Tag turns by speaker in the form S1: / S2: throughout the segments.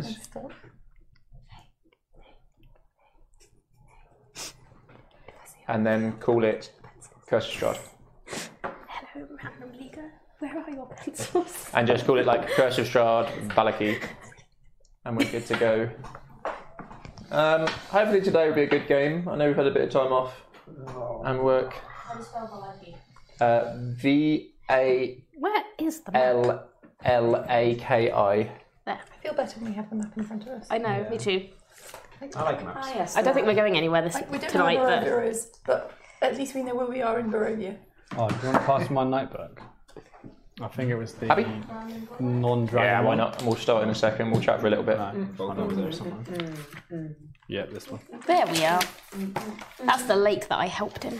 S1: And still.
S2: and then call it Cursistrad.
S1: Hello, random leaguer. Where are your pencils?
S2: And just call it like Cursistrad Balaki. And we're good to go. Um, hopefully today will be a good game. I know we've had a bit of time off and work.
S3: How to spell Balaki?
S2: Uh, v A
S1: Where is the map?
S2: L L A K I.
S1: there.
S4: I feel better when we have the map in front of us.
S1: I know, me too.
S5: I like maps.
S3: Ah, yes.
S1: I don't think we're going anywhere this
S4: Like, we don't
S1: tonight,
S4: know where our
S1: but
S4: bureau is, but at least we know where we are in Barovia.
S6: Oh, do you want to pass my notebook? I think it was the
S2: Abby?
S6: non-dragon.
S2: Yeah, why
S6: one.
S2: not? And we'll start in a second. We'll chat for a little bit.
S6: No, I
S5: Both
S6: know.
S5: over there somewhere.
S6: Yeah, this one.
S1: there we are. That's the lake that I helped in.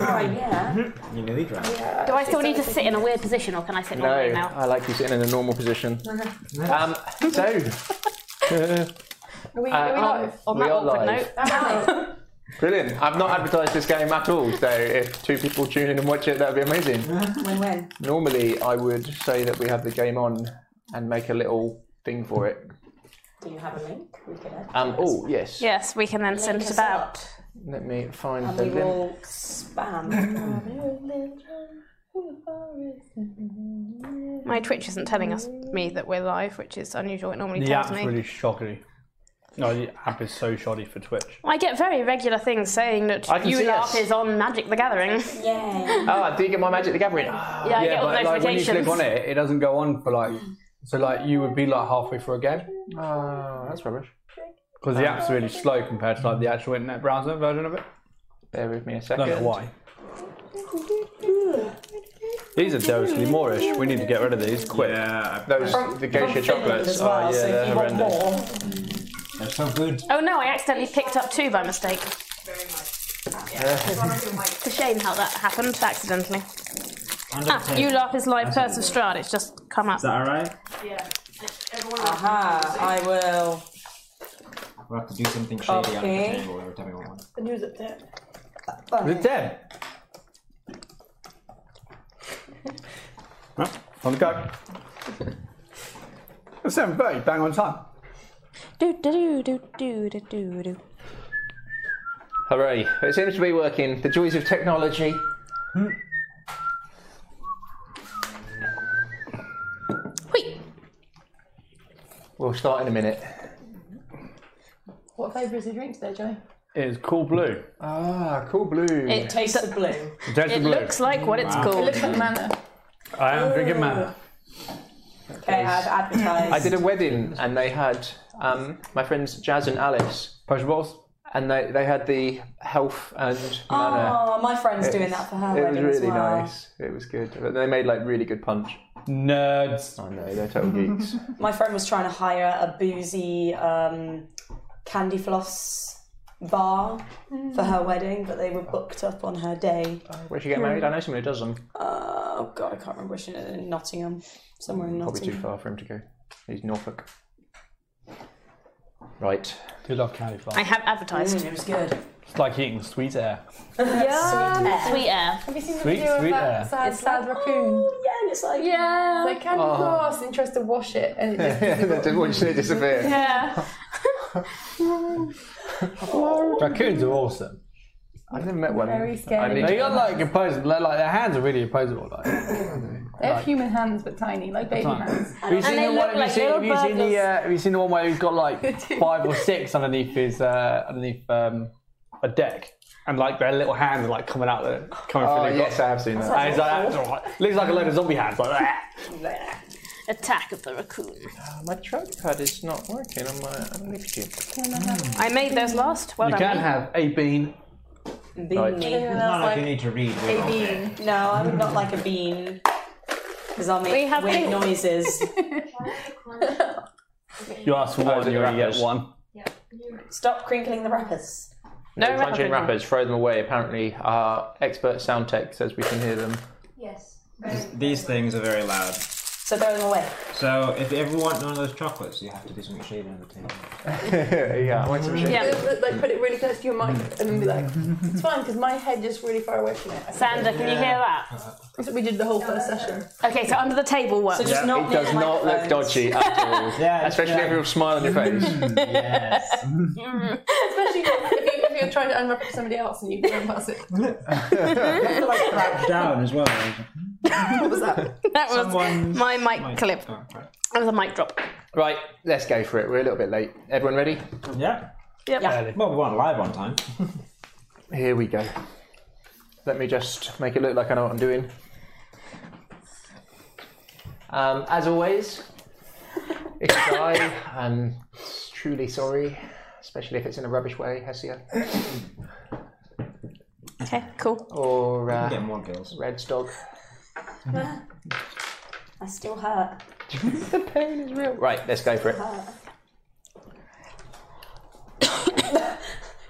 S3: Right, yeah.
S5: You nearly drowned.
S1: Do I still need to sit in a weird position or can I sit
S2: No,
S1: normally now?
S2: I like you sitting in a normal position. Um, so,
S4: Are we,
S2: Uh,
S4: are we
S2: um,
S4: live?
S1: On
S2: We
S1: that
S2: are
S1: awkward
S2: live.
S1: note.
S2: brilliant. I've not advertised this game at all, so if two people tune in and watch it, that would be amazing.
S3: When, when?
S2: Normally, I would say that we have the game on and make a little thing for it.
S3: Do you have a link? We can add
S2: Um,
S3: to this.
S2: oh, yes.
S1: Yes, we can then send
S3: Link
S1: it
S3: us
S1: about.
S3: up,
S2: Let me find
S3: And
S2: the
S3: we
S2: link.
S3: will spam.
S1: My Twitch isn't telling us me that we're live, which is unusual. It normally
S6: The
S1: tells
S6: app's
S1: me.
S6: really shoddy. No, the app is so shoddy for Twitch.
S1: I get very regular things saying that
S2: I can see
S1: ULARP
S2: us.
S1: is on Magic the Gathering.
S3: yeah.
S2: Oh, I did get my Magic the Gathering. Ah,
S1: Yeah, I get all the
S6: but like when you
S1: notifications.
S6: click on it, it doesn't go on for like. So like you would be like halfway through a game
S2: ah, that's rubbish.
S6: because the app's really slow compared to like the actual internet browser version of it.
S2: Bear with me a
S6: I
S2: second.
S6: don't know why. These are devilishly Moorish. We need to get rid of these quick.
S5: Yeah, I-
S2: Those the geisha
S3: From Finland
S2: chocolates.
S3: As well,
S2: oh, yeah,
S3: so if
S2: they're
S3: you want
S2: horrendous.
S3: more,
S5: they're so good.
S1: Oh no, I accidentally picked up two by mistake. It's a shame how that happened accidentally. Ah, ULARP is live Persistrad, it's just come up.
S5: Is that alright?
S3: aha, I will.
S5: We'll have to do something shady out
S3: Okay.
S5: of the table every time we want one.
S4: The news up there.
S6: It's dead. Well, on the go. It's 7.30, bang on time.
S1: Do do do do do do do.
S2: Hooray! It seems to be working. The joys of technology.
S3: Hmm.
S1: Wait,
S2: We'll start in a minute.
S4: What flavour is the drink today, Johnny?
S6: It is cool blue.
S2: Ah, cool blue.
S1: it,
S3: Taste of blue.
S6: Potential
S1: it
S6: blue.
S1: looks like what it's
S4: It
S1: called.
S4: looks like manna.
S6: I am drinking manna.
S3: Okay, I've advertised.
S2: I did a wedding and they had um, my friends Jazz and Alice,
S6: Potion balls.
S2: and they, they had the health and manner.
S3: Oh, my friend's doing that for her
S2: It was
S3: wedding as
S2: really
S3: well.
S2: nice. It was good. But They made like really good punch.
S6: Nerds.
S2: I know they're total geeks.
S3: My friend was trying to hire a boozy um, candy floss bar for her wedding, but they were booked up on her day.
S2: Where she get married? I know someone who does them.
S3: Oh god, I can't remember. She in Nottingham, somewhere in
S2: Probably too
S3: Nottingham.
S2: far for him to go. He's Norfolk. Right.
S6: Do love candy floss.
S1: I have advertised.
S3: Mm, it was good. Um,
S6: It's like eating sweet air.
S1: Yeah, sweet air.
S4: Have you seen the
S6: Sweet,
S4: video
S6: sweet
S4: of that
S6: air.
S4: sad, sad raccoon?
S3: Oh, yeah, and it's like
S1: Yeah.
S4: Like candy
S6: Oh.
S4: floss and tries to wash it and it just
S2: Just watching it disappear.
S1: yeah.
S6: Raccoons are awesome.
S2: I've never met one.
S4: Very
S2: I
S4: scary.
S2: need
S6: They got like opposable, they're, like their hands are really opposable. Like.
S4: They have human hands but tiny, like baby
S6: Tiny.
S4: hands.
S6: Have you seen
S1: they
S6: the one?
S1: look
S6: Have you
S1: like
S6: seen, have
S1: little
S6: you seen the?
S1: burglars.
S6: Uh, have you seen the one where he's got like five or six underneath his uh, underneath um, a deck, and like their little hands are like coming out there, coming
S2: Oh,
S6: through. the
S2: yes, I have seen that.
S6: And he's like, "That's all right." looks like a load of zombie hands, like that.
S1: Attack of the raccoon.
S2: My trackpad is not working on my on my YouTube.
S1: I made those last. Well
S6: You
S1: done.
S6: can
S1: me.
S6: have a bean.
S3: beanie.
S4: Everyone
S5: Not
S4: else
S5: like you
S4: like
S5: need to read.
S4: a bean.
S3: No, I would not like a bean because I'll make
S1: We have
S3: weird
S1: been-
S3: noises.
S6: You ask for one,
S2: is it
S6: you only get
S2: wrappers?
S6: one.
S3: Stop crinkling the wrappers.
S1: no
S2: Punching
S1: wrapping.
S2: rappers, throw them away. Apparently, our expert sound tech says we can hear them.
S7: Yes.
S5: These things are very loud.
S3: So throw them away.
S5: So if you ever want one of those chocolates, you have to do something shady on the table.
S2: yeah, I want some shit.
S1: Yeah.
S4: Like, like put it really close to your mic and then be like, it's fine because my head just really far away from it. I
S1: Sander, can you hear that?
S4: think we did the whole first session.
S1: Okay, so under the table works.
S3: So just not
S2: it
S3: near
S2: does
S3: the
S2: not look
S3: microphones.
S2: dodgy at all.
S5: Yeah,
S2: Especially if you have a smile on your face.
S5: yes.
S4: Especially if, you, if you're trying to unwrap somebody else and you go past it.
S5: Crouch down as well.
S4: What was that?
S1: that was
S5: Someone's
S1: my mic, clip.
S5: Oh, right.
S1: That was a mic drop.
S2: Right, let's go for it. We're a little bit late. Everyone ready?
S5: Yeah.
S1: Yep.
S5: Well, we weren't live on time.
S2: Here we go. Let me just make it look like I know what I'm doing. Um, as always, if you die, I'm truly sorry, especially if it's in a rubbish way, Hesia,
S1: Okay, cool.
S2: or
S5: Get
S2: uh,
S5: more girls.
S2: Red's dog.
S3: I still hurt.
S2: Right, let's go for it.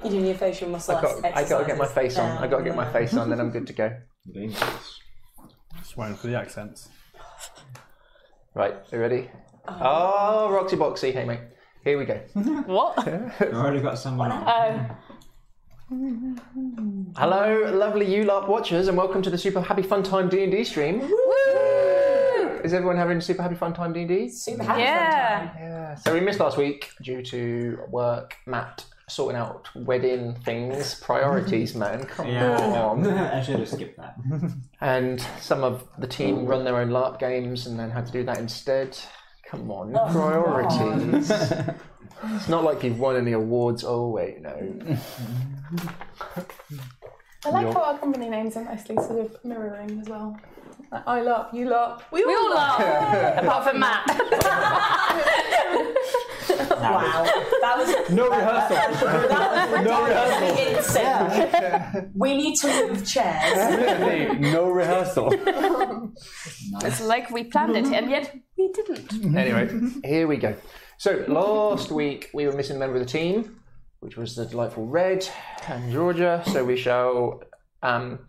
S3: You do your facial muscle
S2: I got, I got to get my
S3: exercises.
S2: face on. I got to get
S3: Um,
S2: my face on, then I'm good to go.
S5: Green girls.
S6: Just waiting for the accents.
S2: Right, you ready? Oh, Roxy Boxy, hey mate. Here we go.
S1: What?
S5: I've already got someone.
S2: Hello, lovely you lot watchers, and welcome to the Super Happy Fun Time D and D stream. Is everyone having a super happy fun time D and D?
S3: Um, Super happy
S1: Yeah.
S3: sometime.
S2: Yeah. So we missed last week due to work, Matt sorting out wedding things, priorities, man. Come
S5: Yeah.
S2: on.
S5: I should have skipped that.
S2: And some of the team run their own LARP games and then had to do that instead. Come on, priorities. it's not like you've won any awards. Oh wait, no.
S4: I like how our company names are nicely sort of mirroring as well. Like, I love, you love, we all,
S1: We all
S4: love.
S1: are, apart from Matt.
S3: Wow. That was
S6: No rehearsal. no rehearsal.
S3: insane. We need to move chairs.
S6: Literally, no rehearsal.
S1: It's like we planned it, and yet we didn't.
S2: Anyway, here we go. So last week we were missing a member of the team, which was the delightful Red and Georgia. So we shall. Um,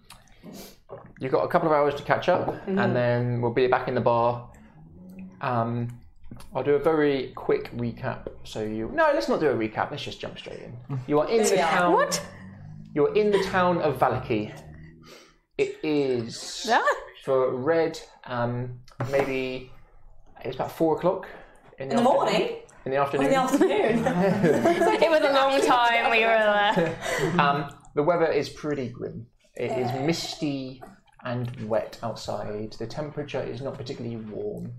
S2: you've got a couple of hours to catch up, and then we'll be back in the bar. Um, I'll do a very quick recap. So you no, let's not do a recap. Let's just jump straight in. You are in the
S3: Yeah.
S2: town.
S1: What?
S2: You are in the town of Valaki. It is
S1: Yeah?
S2: for Red. Um, maybe it was about four o'clock
S3: In the
S2: afternoon-
S3: morning? Oh,
S2: in the afternoon.
S3: In the afternoon?
S1: It was a long time we were there.
S2: um, the weather is pretty grim. It is misty and wet outside. The temperature is not particularly warm.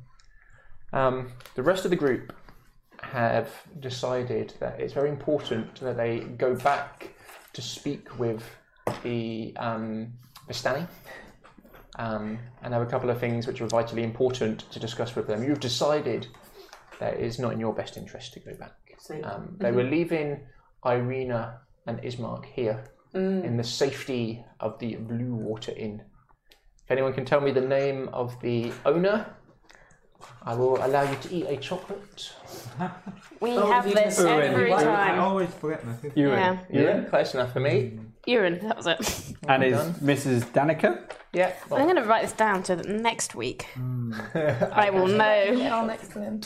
S2: Um, the rest of the group have decided that it's very important that they go back to speak with the um, Vistani. Um, and have a couple of things which are vitally important to discuss with them. You've decided that it is not in your best interest to go back. Um, they were leaving Irina and Ismark here in the safety of the Blue Water Inn. If anyone can tell me the name of the owner, I will allow you to eat a chocolate.
S1: We have this
S6: Owen.
S1: every
S6: Why-
S5: I
S1: time.
S5: always forget my food.
S6: You
S1: Yeah.
S6: in? You in?
S2: close enough for me.
S1: Urine, that was it.
S6: And is Mrs. Danica?
S2: Yeah. well,
S1: I'm going to write this down so that next week I will know.
S4: Get on next to them.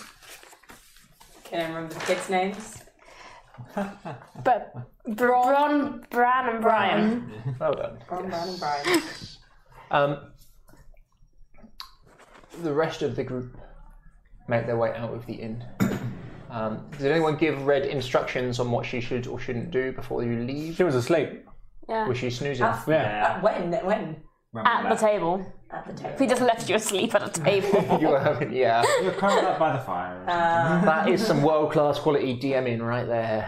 S3: Can I remember the kids' names?
S1: But Bron, Bran, and Brian.
S2: well done.
S3: Bron, Bran, and Brian.
S2: Um, the rest of the group make their way out of the inn. Um, did anyone give Red instructions on what she should or shouldn't do before you leave?
S6: She was asleep.
S1: Yeah.
S2: Was she snoozing?
S3: At,
S6: Yeah.
S3: at when? At when?
S1: At the table.
S3: At the table.
S1: We just left you asleep at a table.
S2: You were having, yeah.
S5: You're curled up by the fire.
S2: That is some world class quality DMing right there.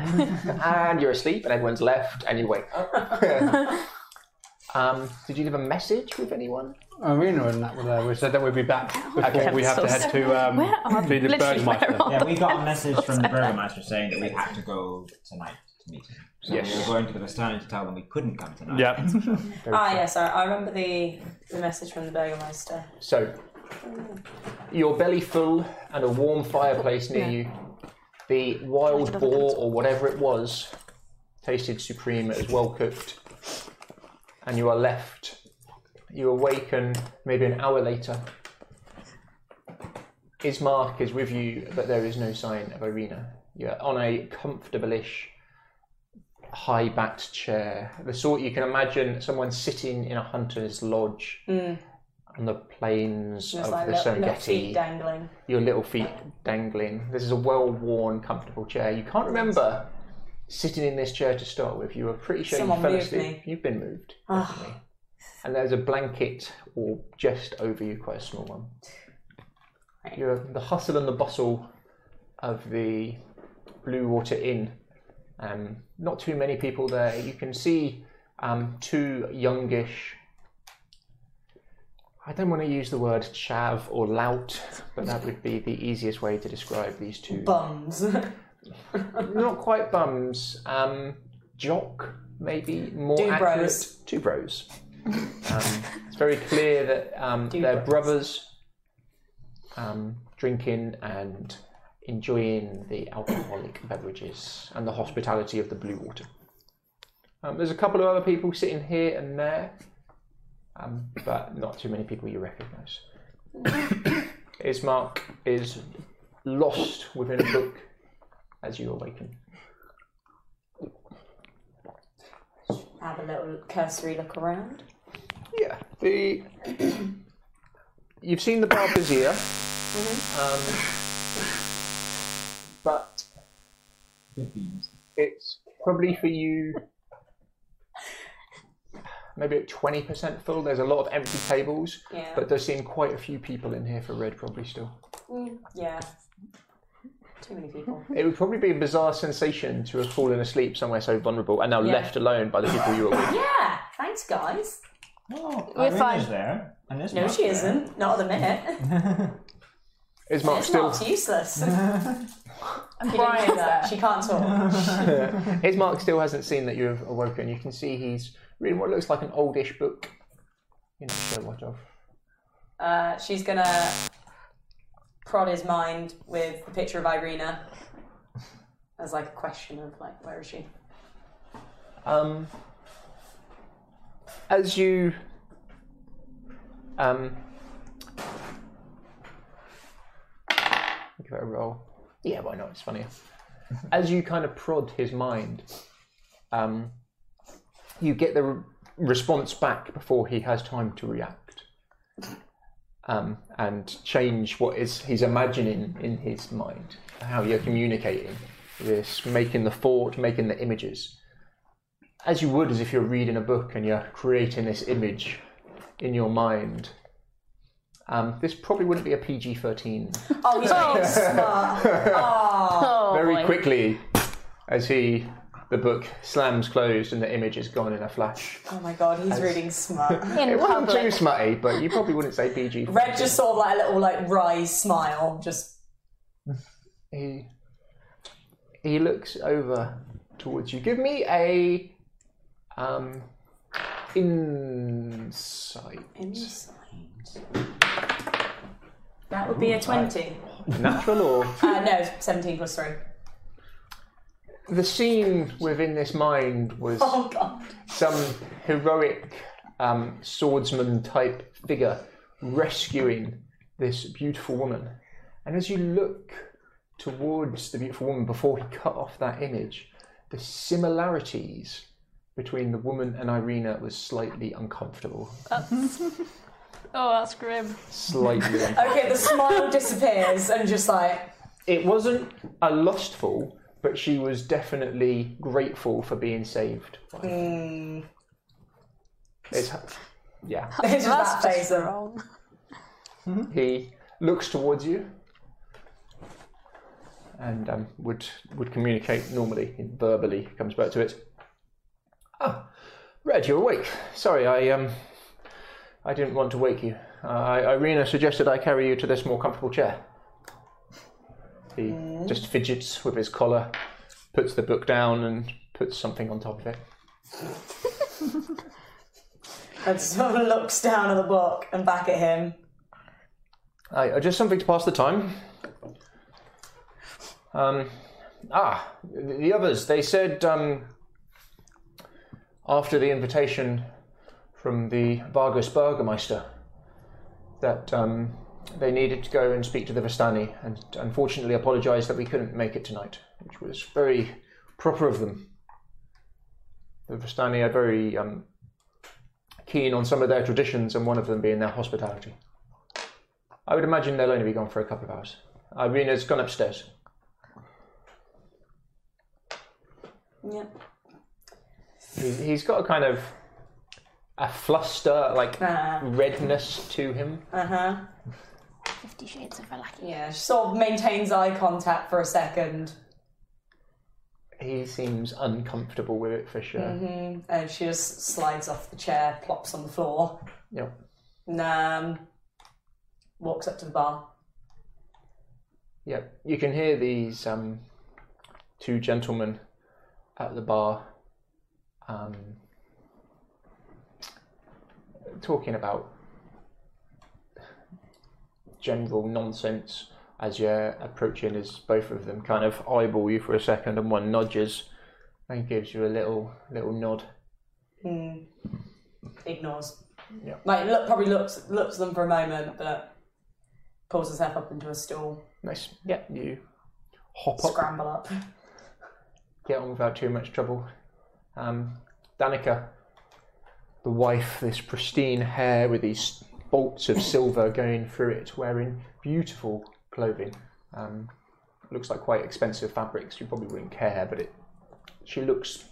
S2: and you're asleep, and everyone's left, and you wake up. um, did you leave a message with anyone?
S6: Arena and that were there. Oh, We said that we'd be back before we have to head to um,
S1: Where are
S6: be the
S1: literally,
S6: Burgmeister.
S1: where are
S5: yeah, we got a message from the burgomaster saying that we had to go tonight to meet him. So
S2: Yes.
S5: we were going to the Vistani to tell them we couldn't come tonight.
S6: Yeah.
S3: Ah,
S2: uh,
S3: yes, I, I remember the, the message from the Burgermeister.
S2: So, your belly full and a warm fireplace near you. The wild boar or whatever it was tasted supreme. It was well cooked, and you are left. You awaken maybe an hour later His mark is with you, but there is no sign of Irina. You're on a comfortable-ish, high-backed chair, the sort you can imagine someone sitting in a hunter's lodge on the plains
S3: Mm. Just
S2: of
S3: like
S2: Oh, the
S3: little, little
S2: Serengeti
S3: feet dangling.
S2: your little feet dangling. This is a well worn, comfortable chair. You can't remember sitting in this chair to start with. You were pretty sure
S3: Someone
S2: you fell
S3: moved
S2: asleep.
S3: me.
S2: You've been moved. definitely. and there's a blanket or just over you, quite a small one.
S3: Right.
S2: You're the hustle and the bustle of the Blue Water Inn. Um, not too many people there. You can see um, two youngish. I don't want to use the word chav or lout, but that would be the easiest way to describe these two.
S3: Bums.
S2: Not quite bums. Um, jock, maybe more
S3: Two
S2: accurate.
S3: bros.
S2: Two bros. um, it's very clear that um, they're
S3: bros.
S2: brothers, um, drinking and enjoying the alcoholic beverages and the hospitality of the Blue Water. Um, there's a couple of other people sitting here and there, um, but not too many people you recognise. His mark is lost within a book as you awaken.
S3: Have a little cursory look around.
S2: Yeah. The you've seen the bar busier,
S3: Mm-hmm.
S2: um, but it's probably for you. Maybe at twenty percent full. There's a lot of empty tables,
S3: Yeah.
S2: but there seem quite a few people in here for red. Probably still.
S3: Yeah. Too many people.
S2: It would probably be a bizarre sensation to have fallen asleep somewhere so vulnerable and now
S3: Yeah.
S2: left alone by the people you were with.
S3: Yeah. Thanks, guys.
S5: Oh,
S8: We're
S5: Irina's
S8: fine.
S5: there. And this
S3: No,
S5: Mark's
S3: she
S5: there.
S3: isn't. Not at the minute.
S2: Is Mark
S3: It's
S2: still?
S3: not useless.
S4: And
S3: She didn't know
S4: Brian's
S3: that.
S4: there.
S3: She can't talk.
S2: His mark still hasn't seen that you've awoken. You can see he's reading what looks like an oldish book. You're not sure what of.
S3: Uh, she's gonna prod his mind with the picture of Irina as like a question of like, where is she?
S2: Um, as you um, give it a roll. Yeah, why not? It's funnier. As you kind of prod his mind, um, you get the re- response back before he has time to react um, and change what is he's imagining in his mind, how you're communicating this, making the thought, making the images as you would as if you're reading a book and you're creating this image in your mind. Um, this probably wouldn't be a PG 13.
S3: Oh, he's being smart. Oh,
S8: Oh,
S2: Very
S8: boy.
S2: quickly, as he, the book slams closed and the image is gone in a flash.
S3: oh my god, he's reading smart.
S8: In
S2: It wasn't
S8: public.
S2: too smutty, but you probably wouldn't say PG.
S3: Red just sort of like a little like wry smile, just
S2: He, he looks over towards you. Give me a um, insight.
S3: inside. That would be a twenty.
S2: Natural or
S3: Uh, no, seventeen plus three.
S2: the scene within this mind was
S3: Oh god.
S2: some heroic um, swordsman type figure rescuing this beautiful woman. And as you look towards the beautiful woman before he cut off that image, the similarities between the woman and Irina was slightly uncomfortable.
S8: Oh, that's grim.
S2: Slightly. uncomfortable.
S3: Okay, the smile disappears and just like
S2: it wasn't a lustful, but she was definitely grateful for being saved. by him. It's, yeah.
S3: it's Oh, just that
S8: That's
S3: face.
S8: just
S3: of-
S8: wrong.
S2: He looks towards you and um, would would communicate normally, verbally comes back to it. Ah, Red, you're awake. Sorry, I um, I didn't want to wake you. Uh, I- Irina suggested I carry you to this more comfortable chair. He just fidgets with his collar, puts the book down, and puts something on top of it.
S3: And sort of looks down at the book and back at him.
S2: I, uh, just something to pass the time. Um, ah, the the others. They said um, after the invitation from the Vargas Burgermeister that um, they needed to go and speak to the Vistani and unfortunately apologised that we couldn't make it tonight, which was very proper of them. The Vistani are very um, keen on some of their traditions, and one of them being their hospitality. I would imagine they'll only be gone for a couple of hours. Irina's gone upstairs.
S3: Yeah.
S2: He- He's got a kind of a fluster, like
S3: Uh
S2: redness to him.
S3: huh.
S8: Fifty Shades of Lucky.
S3: Yeah. She sort of maintains eye contact for a second,
S2: He seems uncomfortable with it for sure.
S3: and Uh, she just slides off the chair, plops on the floor,
S2: Yep.
S3: and um, walks up to the bar.
S2: Yeah, you can hear these um, two gentlemen at the bar um, talking about general nonsense as you're approaching as both of them kind of eyeball you for a second and one nudges and gives you a little little nod.
S3: Ignores.
S2: Yeah.
S3: Like look, probably looks looks at them for a moment, but pulls herself up into a stool,
S2: Nice. Yeah, you hop up,
S3: scramble up.
S2: get on without too much trouble. Um, Danica, the wife, this pristine hair with these bolts of silver going through it, wearing beautiful clothing. Um, looks like quite expensive fabrics. You probably wouldn't care, but it, she looks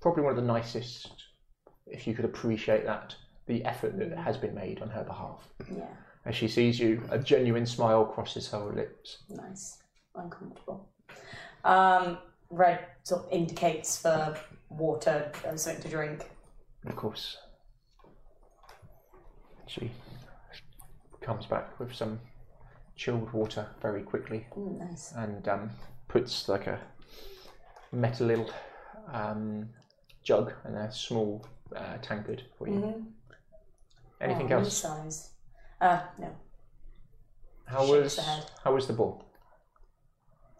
S2: probably one of the nicest, if you could appreciate that, the effort that has been made on her behalf.
S3: Yeah.
S2: As she sees you, a genuine smile crosses her lips.
S3: Nice. Uncomfortable. Um, red sort of indicates for water and something to drink.
S2: Of course. She comes back with some chilled water very quickly
S3: Mm, nice.
S2: and um, puts like a metal little um, jug and a small uh, tankard for you. Anything
S3: Mm-hmm. Oh,
S2: else?
S3: Size. Uh, no.
S2: How
S3: Shakes
S2: was
S3: the head.
S2: how was the ball?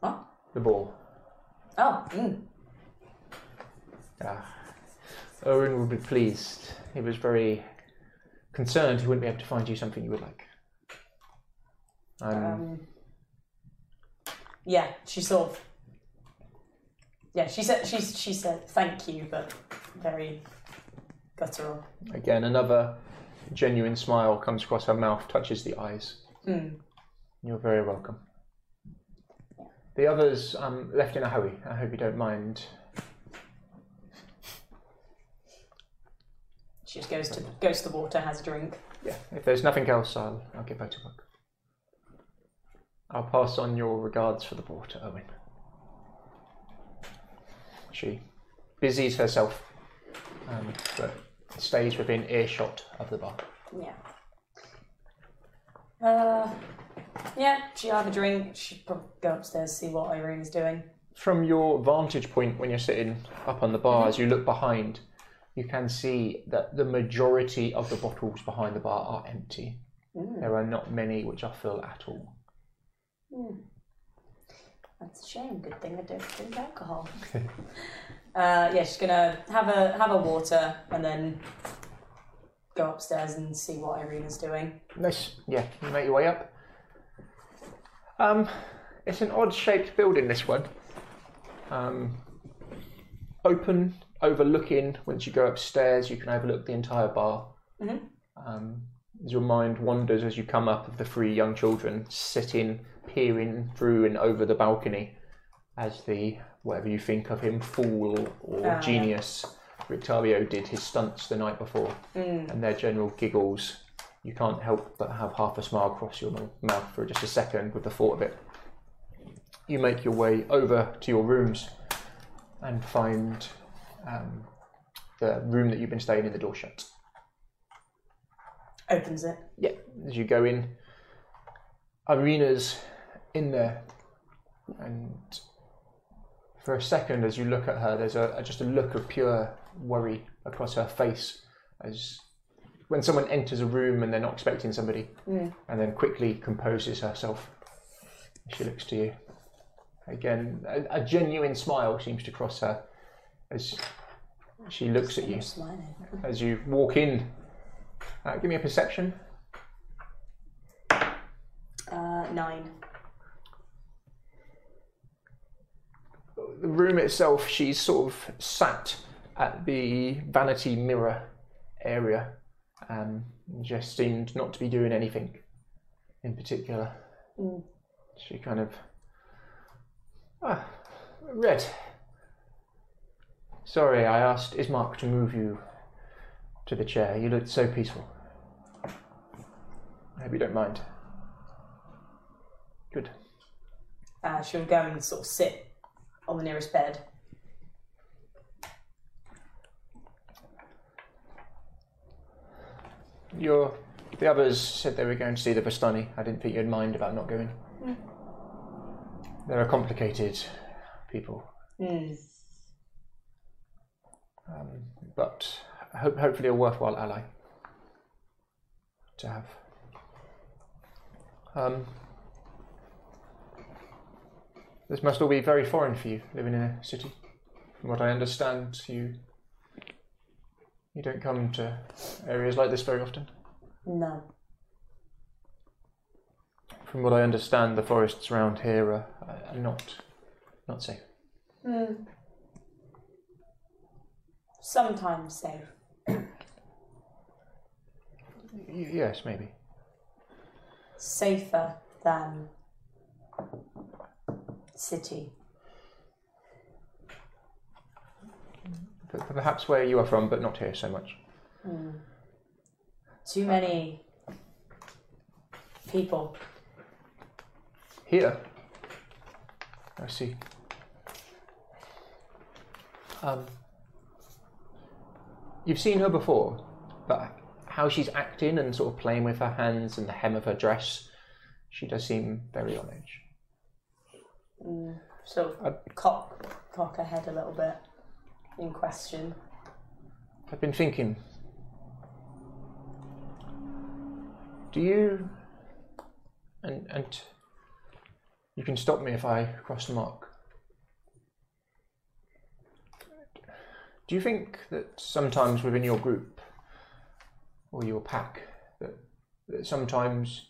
S3: Huh?
S2: The ball.
S3: Oh, mm.
S2: Ah, Owen would be pleased. He was very concerned he wouldn't be able to find you something you would like. Um,
S3: um, yeah. She sort of. Yeah, she said she she said thank you, but very guttural.
S2: Again, another genuine smile comes across her mouth, touches the eyes. You're very welcome. The others um, left in a hurry. I hope you don't mind.
S3: She just goes to goes to the water, has a drink.
S2: Yeah. If there's nothing else, I'll, I'll get back to work. I'll pass on your regards for the board to Owen. She busies herself, um, but stays within earshot of the bar.
S3: Yeah. Uh, yeah. She will have a drink. She'd probably go upstairs see what Irene's doing.
S2: from your vantage point when you're sitting up on the bar as you look behind you can see that the majority of the bottles behind the bar are empty there are not many which are full at all
S3: That's a shame. Good thing I don't drink alcohol. uh, yeah, she's gonna have a have a water and then go upstairs and see what Irina's doing.
S2: nice yeah you make your way up um it's an odd shaped building this one um open overlooking once you go upstairs you can overlook the entire bar um as your mind wanders as you come up of the three young children sitting, peering through and over the balcony as the whatever you think of him, fool or genius, Rictario did his stunts the night before, and their general giggles. You can't help but have half a smile cross your mou- mouth for just a second with the thought of it. You make your way over to your rooms and find um, the room that you've been staying in, the door shut.
S3: Opens it.
S2: Yeah, as you go in, Irina's in there, and for a second, as you look at her, there's a, a- just a look of pure worry across her face, as when someone enters a room and they're not expecting somebody, and then quickly composes herself. She looks to you. Again, a, a genuine smile seems to cross her as she looks at you
S3: Smiling.
S2: as you walk in. Uh, give me a perception.
S3: like nine.
S2: The room itself, she's sort of sat at the vanity mirror area, um, and just seemed not to be doing anything in particular. She kind of. Ah, Red. Sorry, I asked Ismark to move you to the chair. You looked so peaceful. I hope you don't mind. Good.
S3: Uh, she'll go and sort of sit on the nearest bed.
S2: Your the others said they were going to see the Bastani. I didn't think you'd mind about not going. They're a complicated people,
S3: Mm.
S2: but ho- hopefully a worthwhile ally to have. Um, this must all be very foreign for you, living in a city. From what I understand, you you don't come to areas like this very often.
S3: No.
S2: From what I understand, the forests around here are, are not not safe.
S3: Sometimes safe.
S2: Y- yes, maybe.
S3: Safer than city.
S2: But perhaps where you are from, but not here so much.
S3: Too many people.
S2: Here, I see. Um, you've seen her before, but how she's acting and sort of playing with her hands and the hem of her dress, she does seem very on edge.
S3: Sort of cock, cock her head a little bit in question.
S2: I've been thinking. Do you and and you can stop me if I cross the mark. Do you think that sometimes within your group or your pack that, that sometimes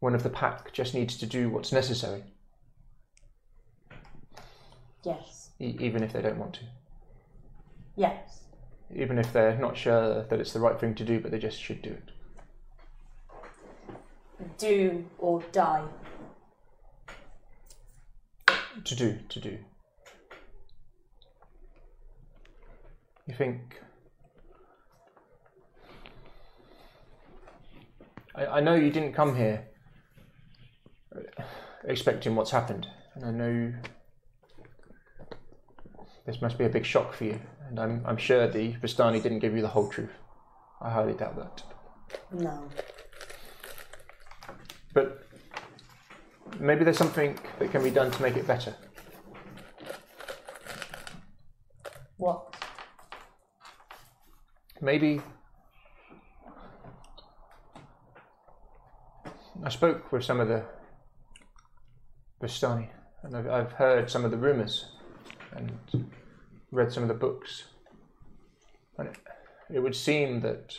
S2: one of the pack just needs to do what's necessary,
S3: Yes.
S2: e- even if they don't want to,
S3: Yes.
S2: even if they're not sure that it's the right thing to do, but they just should do it.
S3: Do or die.
S2: to do, to do. You think. I, I know you didn't come here uh, expecting what's happened, and I know this must be a big shock for you, and I'm, I'm sure the Bastani didn't give you the whole truth. I highly doubt that.
S3: No.
S2: But maybe there's something that can be done to make it better.
S3: What?
S2: maybe I spoke with some of the Bastani, and I've, I've heard some of the rumours and read some of the books, and it, it would seem that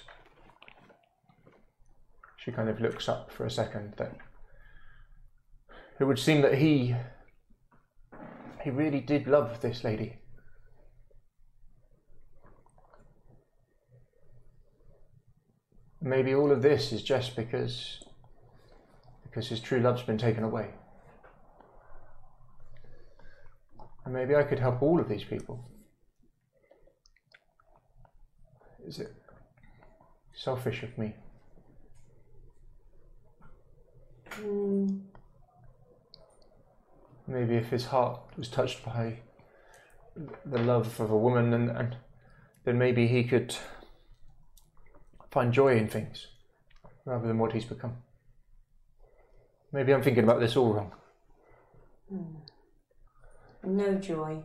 S2: she kind of looks up for a second. That it would seem that he he really did love this lady. Maybe all of this is just because because his true love's been taken away. And maybe I could help all of these people. Is it selfish of me? Maybe if his heart was touched by the love of a woman and, and then maybe he could find joy in things rather than what he's become. Maybe I'm thinking about this all wrong.
S3: No joy.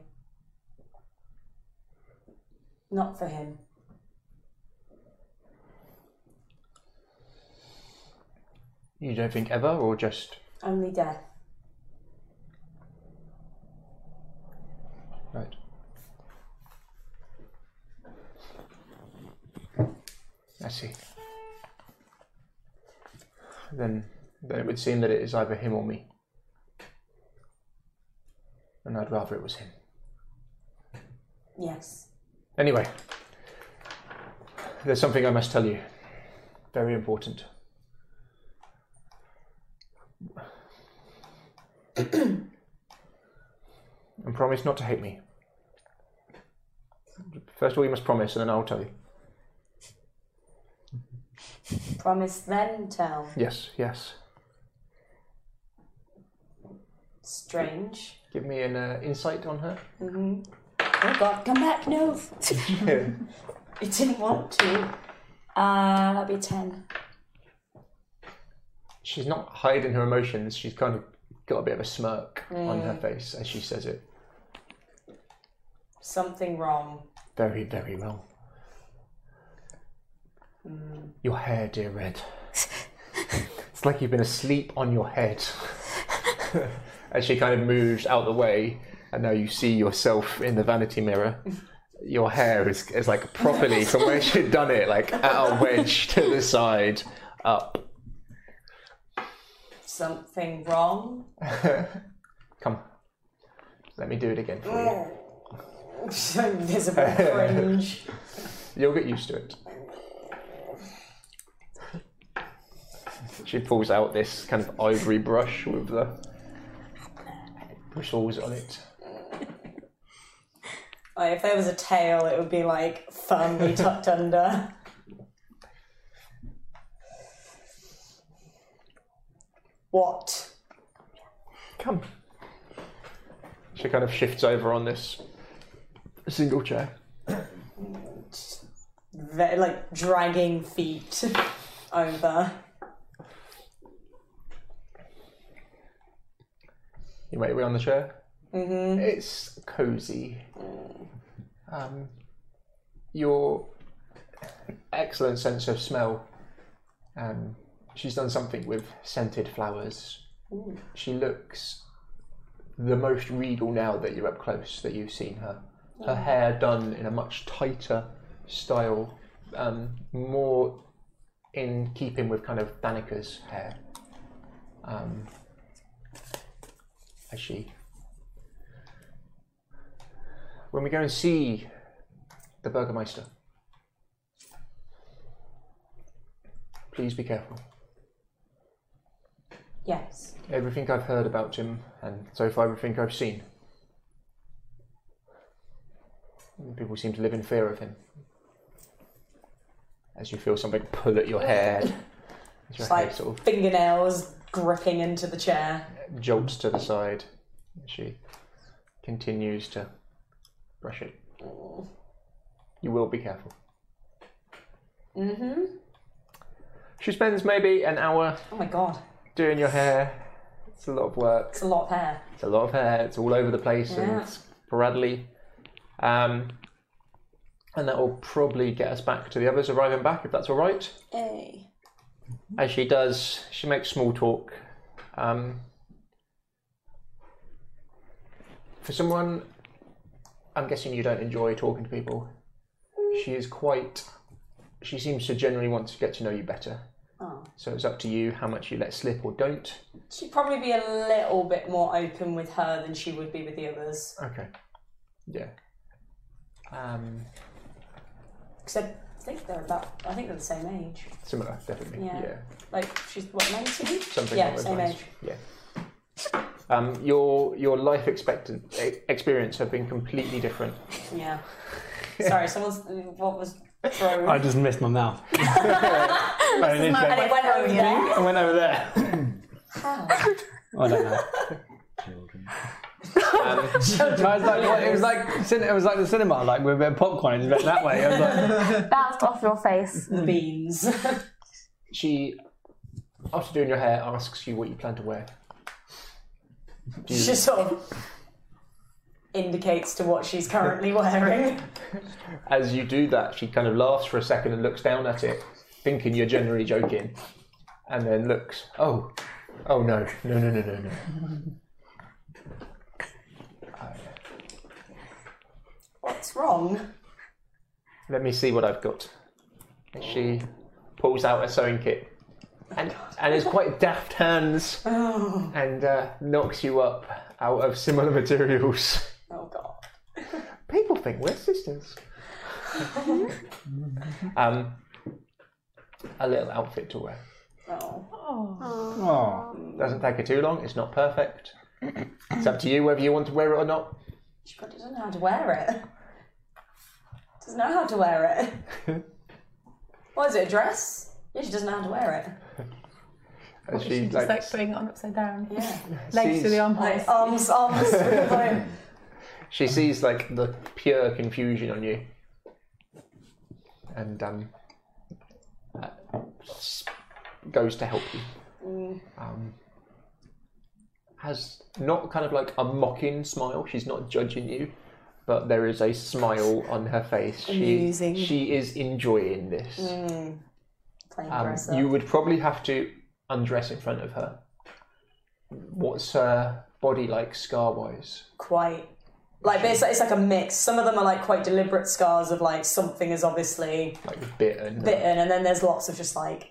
S3: Not for him.
S2: You don't think ever, or just
S3: Only death.
S2: right? I see. Then then it would seem that it is either him or me. And I'd rather it was him.
S3: Yes.
S2: Anyway, there's something I must tell you. Very important. and promise not to hate me. First of all, you must promise, and then I'll tell you.
S3: Promise then tell.
S2: Yes, yes.
S3: Strange.
S2: Give me an uh, insight on her.
S3: Oh god, come back, no! it didn't want to. Uh, that'd be 10.
S2: She's not hiding her emotions. She's kind of got a bit of a smirk on her face as she says it.
S3: Something wrong.
S2: Very, very well. Your hair, dear Red. it's like you've been asleep on your head. As she kind of moves out the way, and now you see yourself in the vanity mirror. Your hair is, is like properly from where she'd done it, like at a wedge to the side, up.
S3: Something wrong.
S2: Come, let me do it again for you.
S3: Invisible cringe.
S2: You'll get used to it. She pulls out this kind of ivory brush with the bristles on it.
S3: Like, if there was a tail, it would be like firmly tucked under. What?
S2: Come. She kind of shifts over on this single chair.
S3: Ve- like dragging feet over.
S2: You make your way on the chair. Mm-hmm. It's cozy. Um, your excellent sense of smell. Um, she's done something with scented flowers. She looks the most regal now that you're up close that you've seen her. Her hair done in a much tighter style, um, more in keeping with kind of Danica's hair. Um, as she. When we go and see the Burgermeister, please be careful.
S3: Yes.
S2: Everything I've heard about him, and so far everything I've seen, people seem to live in fear of him. As you feel something pull at your hair, as your
S3: It's
S2: head
S3: like
S2: sort of
S3: fingernails gripping into the chair.
S2: jolts to the side, she continues to brush it. You will be careful.
S3: Mm-hmm.
S2: She spends maybe an hour
S3: Oh my god.
S2: doing your hair. It's a lot of work.
S3: It's a lot of hair.
S2: It's a lot of hair. It's all over the place
S3: Yeah.
S2: and sporadically. Um, and that will probably get us back to the others arriving back, if that's all right.
S3: Hey.
S2: As she does, she makes small talk. Um, for someone, I'm guessing you don't enjoy talking to people. She is quite. She seems to generally want to get to know you better.
S3: Oh.
S2: So it's up to you how much you let slip or don't.
S3: She'd probably be a little bit more open with her than she would be with the others.
S2: Okay. Yeah. Um,
S3: Except I think they're about I think they're the same age.
S2: Similar, definitely. Yeah.
S3: Yeah. Like she's what, nineteen?
S2: Something
S3: yeah,
S2: along those
S3: same
S2: lines.
S3: age.
S2: Yeah. Um, your your life expectant e- experience have been completely different.
S3: Yeah. Sorry, someone's what was thrown
S9: I just missed my mouth. I, did
S3: and it
S9: go-
S3: went over there.
S9: I went over there. I don't know.
S5: Children.
S2: Um,
S9: No, it was like what- it was like cin- it was like the cinema, like with a bit of popcorn. It just went that way. I was like,
S8: Bounced off your face.
S3: The beans.
S2: she, after doing your hair, asks you what you plan to wear.
S3: she sort of indicates to what she's currently wearing.
S2: As you do that, she kind of laughs for a second and looks down at it, thinking you're generally joking, and then looks. Oh, oh no, no, no, no, no, no.
S3: What's wrong?
S2: Let me see what I've got. And she pulls out a sewing kit and, and his quite daft hands
S3: Oh.
S2: and uh, knocks you up out of similar materials.
S3: Oh god.
S2: People think we're sisters. um, a little outfit to wear.
S3: Oh.
S4: Oh.
S9: Oh.
S2: Doesn't take her too long. It's not perfect. It's up to you whether you want to wear it or not.
S3: She probably doesn't know how to wear it. Doesn't know how to wear it. what is it, a dress? Yeah, she doesn't know how to wear
S2: And
S4: She just like, putting it on upside down.
S3: it. Yeah.
S4: Legs to
S2: sees-
S4: the armholes.
S3: Like arms, arms. like,
S2: She sees like the pure confusion on you, and um, uh, s- goes to help you. Um, has not kind of like a mocking smile. She's not judging you, but there is a smile on her face.
S3: Amusing.
S2: She she is enjoying this.
S3: playing
S2: Um,
S3: dress up.
S2: you would probably have to undress in front of her. What's her body like, scar wise?
S3: quite like basically it's like a mix. Some of them are like quite deliberate scars of like something is obviously
S2: Like bitten.
S3: bitten, and then there's lots of just like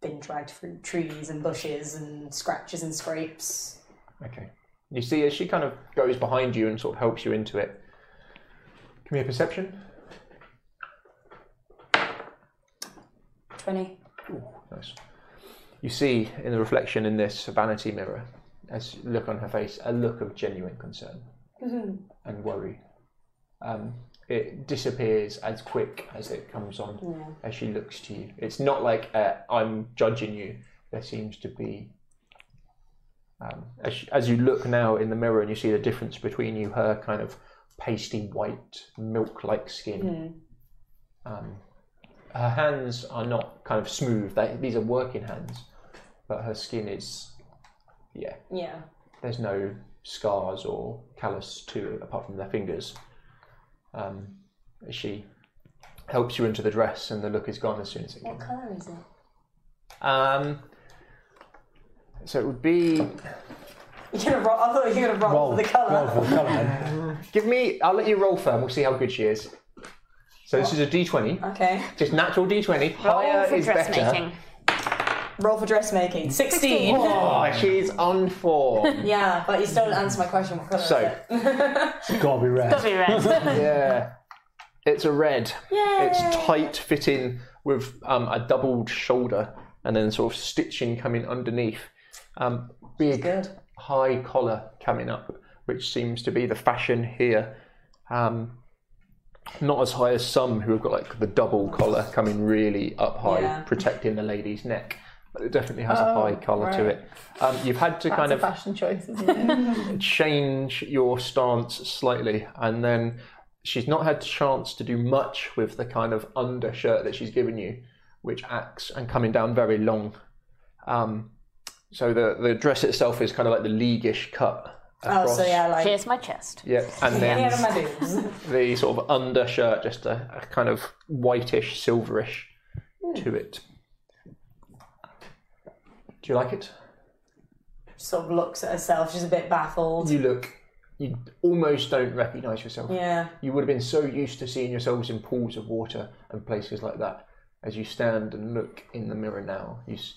S3: been dragged through trees and bushes and scratches and scrapes.
S2: Okay. You see, as she kind of goes behind you and sort of helps you into it. Give me a perception.
S3: Twenty.
S2: Nice. You see in the reflection in this vanity mirror, as you look on her face, a look of genuine concern and worry. Um, it disappears as quick as it comes on as she looks to you. It's not like uh, I'm judging you. There seems to be, um, as, as you look now in the mirror and you see the difference between you, her kind of pasty white, milk like skin um, her hands are not kind of smooth. They, these are working hands, but her skin is, yeah,
S3: Yeah.
S2: there's no scars or callus to it apart from their fingers. Um, she helps you into the dress, and the look is gone as soon as it
S3: What
S2: can.
S3: colour is it?
S2: Um, so it would be.
S3: You're gonna roll. I thought you were gonna roll,
S9: Roll.
S3: for the colour.
S9: Roll for the colour.
S2: Give me. I'll let you roll firm. We'll see how good she is. So this is a D20,
S3: Okay.
S2: just natural D20.
S8: All
S2: Higher
S8: for
S2: is better.
S8: dressmaking.
S3: Roll for dressmaking. Sixteen.
S2: Oh, she's on form.
S3: Yeah, but you still didn't answer my question. What colour
S2: So.
S3: is it?
S9: It's gotta be red.
S8: Gotta be red.
S2: Yeah. It's a red. It's tight fitting with um, a doubled shoulder and then sort of stitching coming underneath. Um, big
S3: Good.
S2: high collar coming up, which seems to be the fashion here. Um, not as high as some who have got like the double collar coming really up high,
S3: Yeah.
S2: protecting the lady's neck. But it definitely has a high collar to
S4: Oh, right.
S2: it. Um, you've had to kind
S4: That's a
S2: of
S4: fashion choice, isn't it?
S2: change your stance slightly and then she's not had chance to do much with the kind of undershirt that she's given you which acts and coming down very long um, so the, the dress itself is kind of like the leaguish cut
S3: Oh,
S2: across.
S3: so yeah, like
S8: Here's my chest.
S2: Yeah, and then
S3: yeah, my boobs.
S2: the sort of undershirt just a, a kind of whitish silverish to it do you like it
S3: sort of looks at herself. She's a bit baffled.
S2: you look you almost don't recognize yourself
S3: Yeah.
S2: You would have been so used to seeing yourselves in pools of water and places like that. As you stand and look in the mirror now, you s-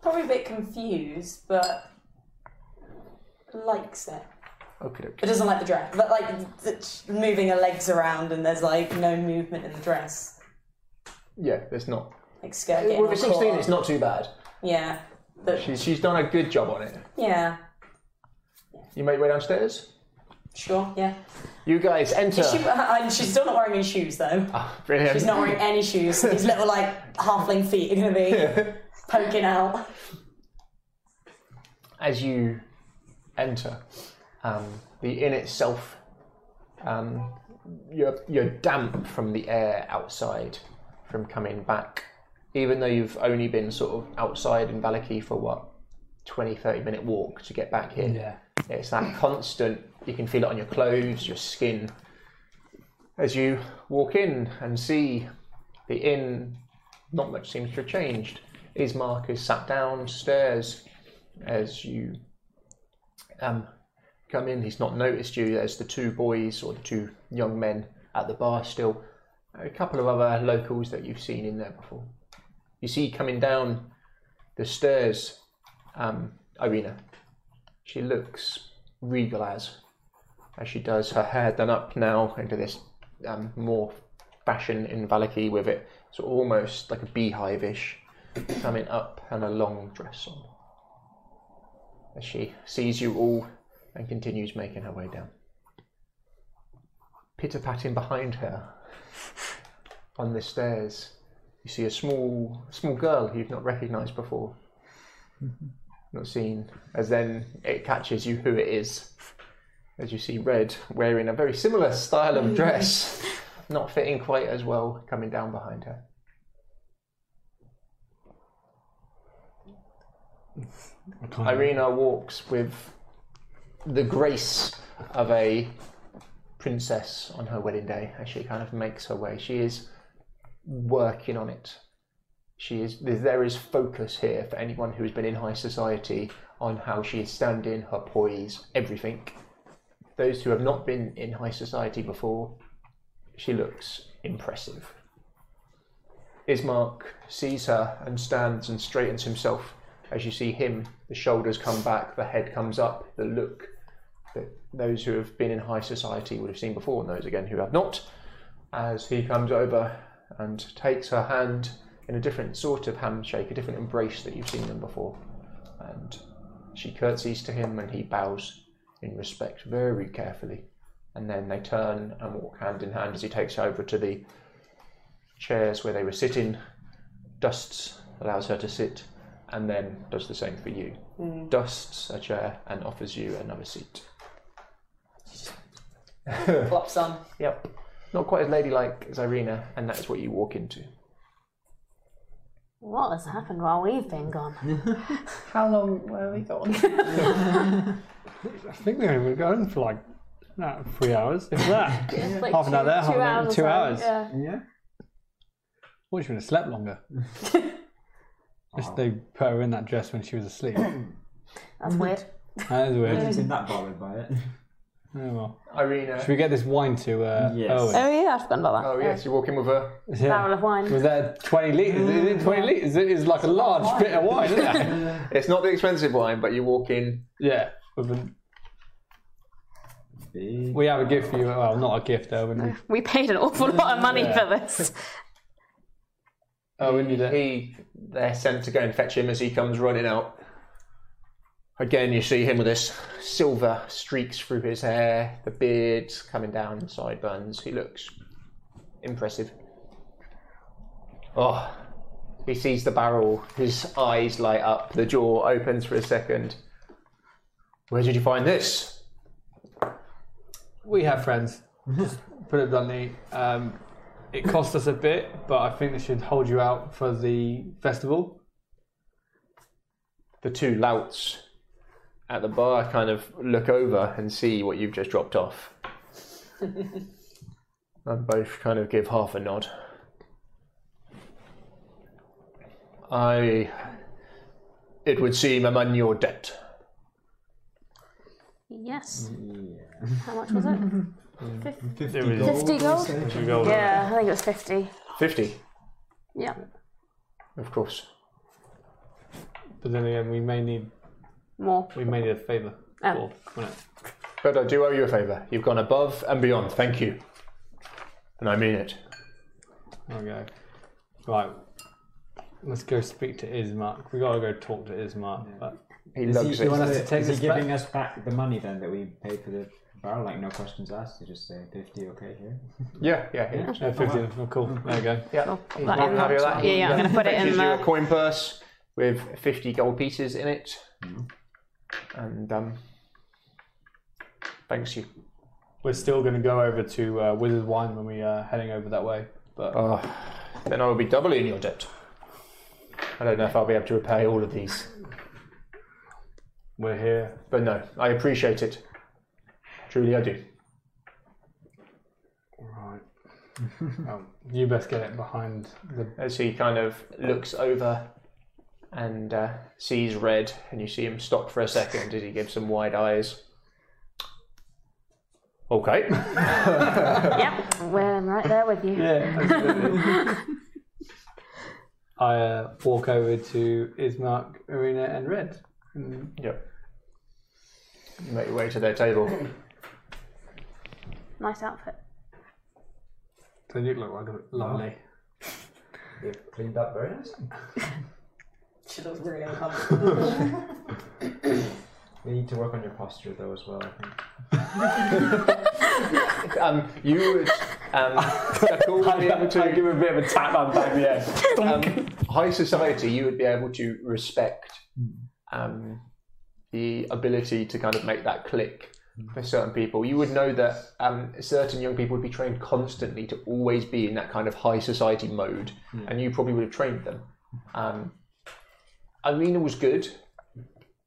S3: Probably a bit confused, but likes it.
S2: okay,
S3: But doesn't like the dress. But like th- sh- moving her legs around and there's like no movement in the dress.
S2: yeah, there's not.
S3: Like skirt getting
S2: With a
S3: all caught
S2: sixteen,
S3: up.
S2: it's not too bad.
S3: Yeah. But
S2: She's she's done a good job on it.
S3: yeah.
S2: You make your way downstairs.
S3: Sure. Yeah.
S2: You guys enter.
S3: She, and she's still not wearing any shoes though.
S2: Ah, brilliant.
S3: She's not wearing any shoes. These little like halfling feet are gonna be poking out.
S2: as you enter, um, the inn itself, um, you're, you're damp from the air outside from coming back. Even though you've only been sort of outside in Valaki for what, 20, 30 minute walk to get back here.
S9: Yeah.
S2: It's that constant, you can feel it on your clothes, your skin. As you walk in and see the inn, not much seems to have changed. Ismark is sat downstairs as you um, come in. He's not noticed you. There's the two boys or the two young men at the bar still. A couple of other locals that you've seen in there before. you see coming down the stairs, um, Irina. She looks regal as as she does her hair done up now into this um, more fashion in Valaki with it. So almost like a beehive ish coming up and a long dress on. As she sees you all and continues making her way down. Pitter patting behind her on the stairs, you see a small small girl who you've not recognised before. Not seen. As then it catches you who it is. As you see Red wearing a very similar style of dress, not fitting quite as well, coming down behind her. Irina walks with the grace of a princess on her wedding day as she kind of makes her way. She is working on it. She is there is focus here for anyone who has been in high society on how she is standing, her poise, everything. Those who have not been in high society before, she looks impressive. Ismark sees her and stands and straightens himself as you see him, the shoulders come back, the head comes up, the look that those who have been in high society would have seen before, and those again who have not, as he comes over and takes her hand in a different sort of handshake, a different embrace that you've seen them before. And she curtsies to him and he bows in respect very carefully. And then they turn and walk hand in hand as he takes her over to the chairs where they were sitting, dusts, allows her to sit, and then does the same for you. Dusts a chair and offers you another seat.
S3: Flops on.
S2: Yep. Not quite as ladylike as Irina, and that is what you walk into.
S8: What has happened while we've been gone?
S4: How long were we gone?
S6: I think we were going for like no, three hours, if that.
S8: Like
S6: half an hour there, half an hour,
S8: or
S6: two
S8: so,
S6: hours.
S8: Yeah.
S5: Yeah.
S6: Or she would have slept longer. Just they put her in that dress when she was asleep.
S8: That's weird.
S6: That is
S5: I
S6: weird.
S5: wasn't that bothered by it.
S6: Oh, well.
S2: Irina.
S6: Should we get this wine to uh,
S5: Yes.
S6: Owen?
S8: Oh yeah, I forgot about that.
S2: Oh yes, you walk in with her.
S6: Yeah.
S8: Barrel of wine.
S6: Was that 20 litres? Is it 20 litres? It is like a large bit of wine, isn't it?
S2: It's not the expensive wine, but you walk in.
S6: yeah. With a-
S5: Big-
S6: We have a gift for you. Well, not a gift, Owen. We-
S8: We paid an awful lot of money for this.
S6: Owen, you did.
S2: He, they're sent to go and fetch him as he comes running out. Again, you see him with this silver streaks through his hair, the beard coming down, the sideburns. He looks impressive. Oh, he sees the barrel. His eyes light up. The jaw opens for a second. Where did you find this?
S6: We have friends. Just put it bluntly. Um, it cost us a bit, but I think they should hold you out for the festival.
S2: the two louts at the bar kind of look over and see what you've just dropped off. and both kind of give half a nod. I. It would seem I'm on your debt.
S8: Yes. How much was it?
S5: 50
S6: There we
S5: gold.
S6: go.
S8: 50 gold?
S6: You go with it.
S8: Yeah, I think it was 50.
S2: 50,
S8: Yeah.
S2: of course.
S6: But then again, we may need
S8: More.
S6: we may need a favour.
S8: Oh.
S6: for it.
S2: But I do owe you a favour. You've gone above and beyond. Thank you. And I mean it.
S6: There we go. Right. Let's go speak to Ismark. We gotta go talk to Ismark. But uh,
S2: He
S5: Is
S2: lugs
S5: he,
S2: it.
S6: want us to
S5: is
S6: take
S5: he
S6: this back?
S5: giving us back the money then that we paid for the barrel? Like no questions asked, you just say fifty okay here.
S2: Yeah, yeah, yeah.
S6: yeah, 15, oh, cool. There we go.
S2: yeah. He's
S8: That
S2: more
S8: in
S2: than happy with
S8: that.
S2: that.
S8: Yeah, yeah, I'm going to put it
S2: fetches
S8: in
S2: you a
S8: the.
S2: coin purse with 50 gold pieces in it and um, thanks you.
S6: We're still gonna go over to uh, Wizard Wine when we are heading over that way. But
S2: Then I will be doubly in your debt. I don't know if I'll be able to repay all of these,
S6: we're here.
S2: but no, I appreciate it. Truly, I do.
S6: Right. um, you best get it behind the
S2: As he kind of looks over and uh, sees red, and you see him stop for a second as he gives some wide eyes. Okay.
S8: Yep, we're right there with you.
S6: Yeah. I uh, walk over to Ismark, Arena, and Red.
S2: Yep. You make your way to their table.
S8: Nice outfit.
S6: They do look like lovely.
S5: They've cleaned up very nicely.
S3: She looks really uncomfortable.
S5: You need to work on your posture though as well. I think.
S2: Um, you would um, chuckle, be able to
S9: give a bit of a tap on the back of the head.
S2: um, high society, you would be able to respect um, the ability to kind of make that click for certain people. You would know that um, certain young people would be trained constantly to always be in that kind of high society mode,
S9: Hmm.
S2: and you probably would have trained them. Um, Irina was good.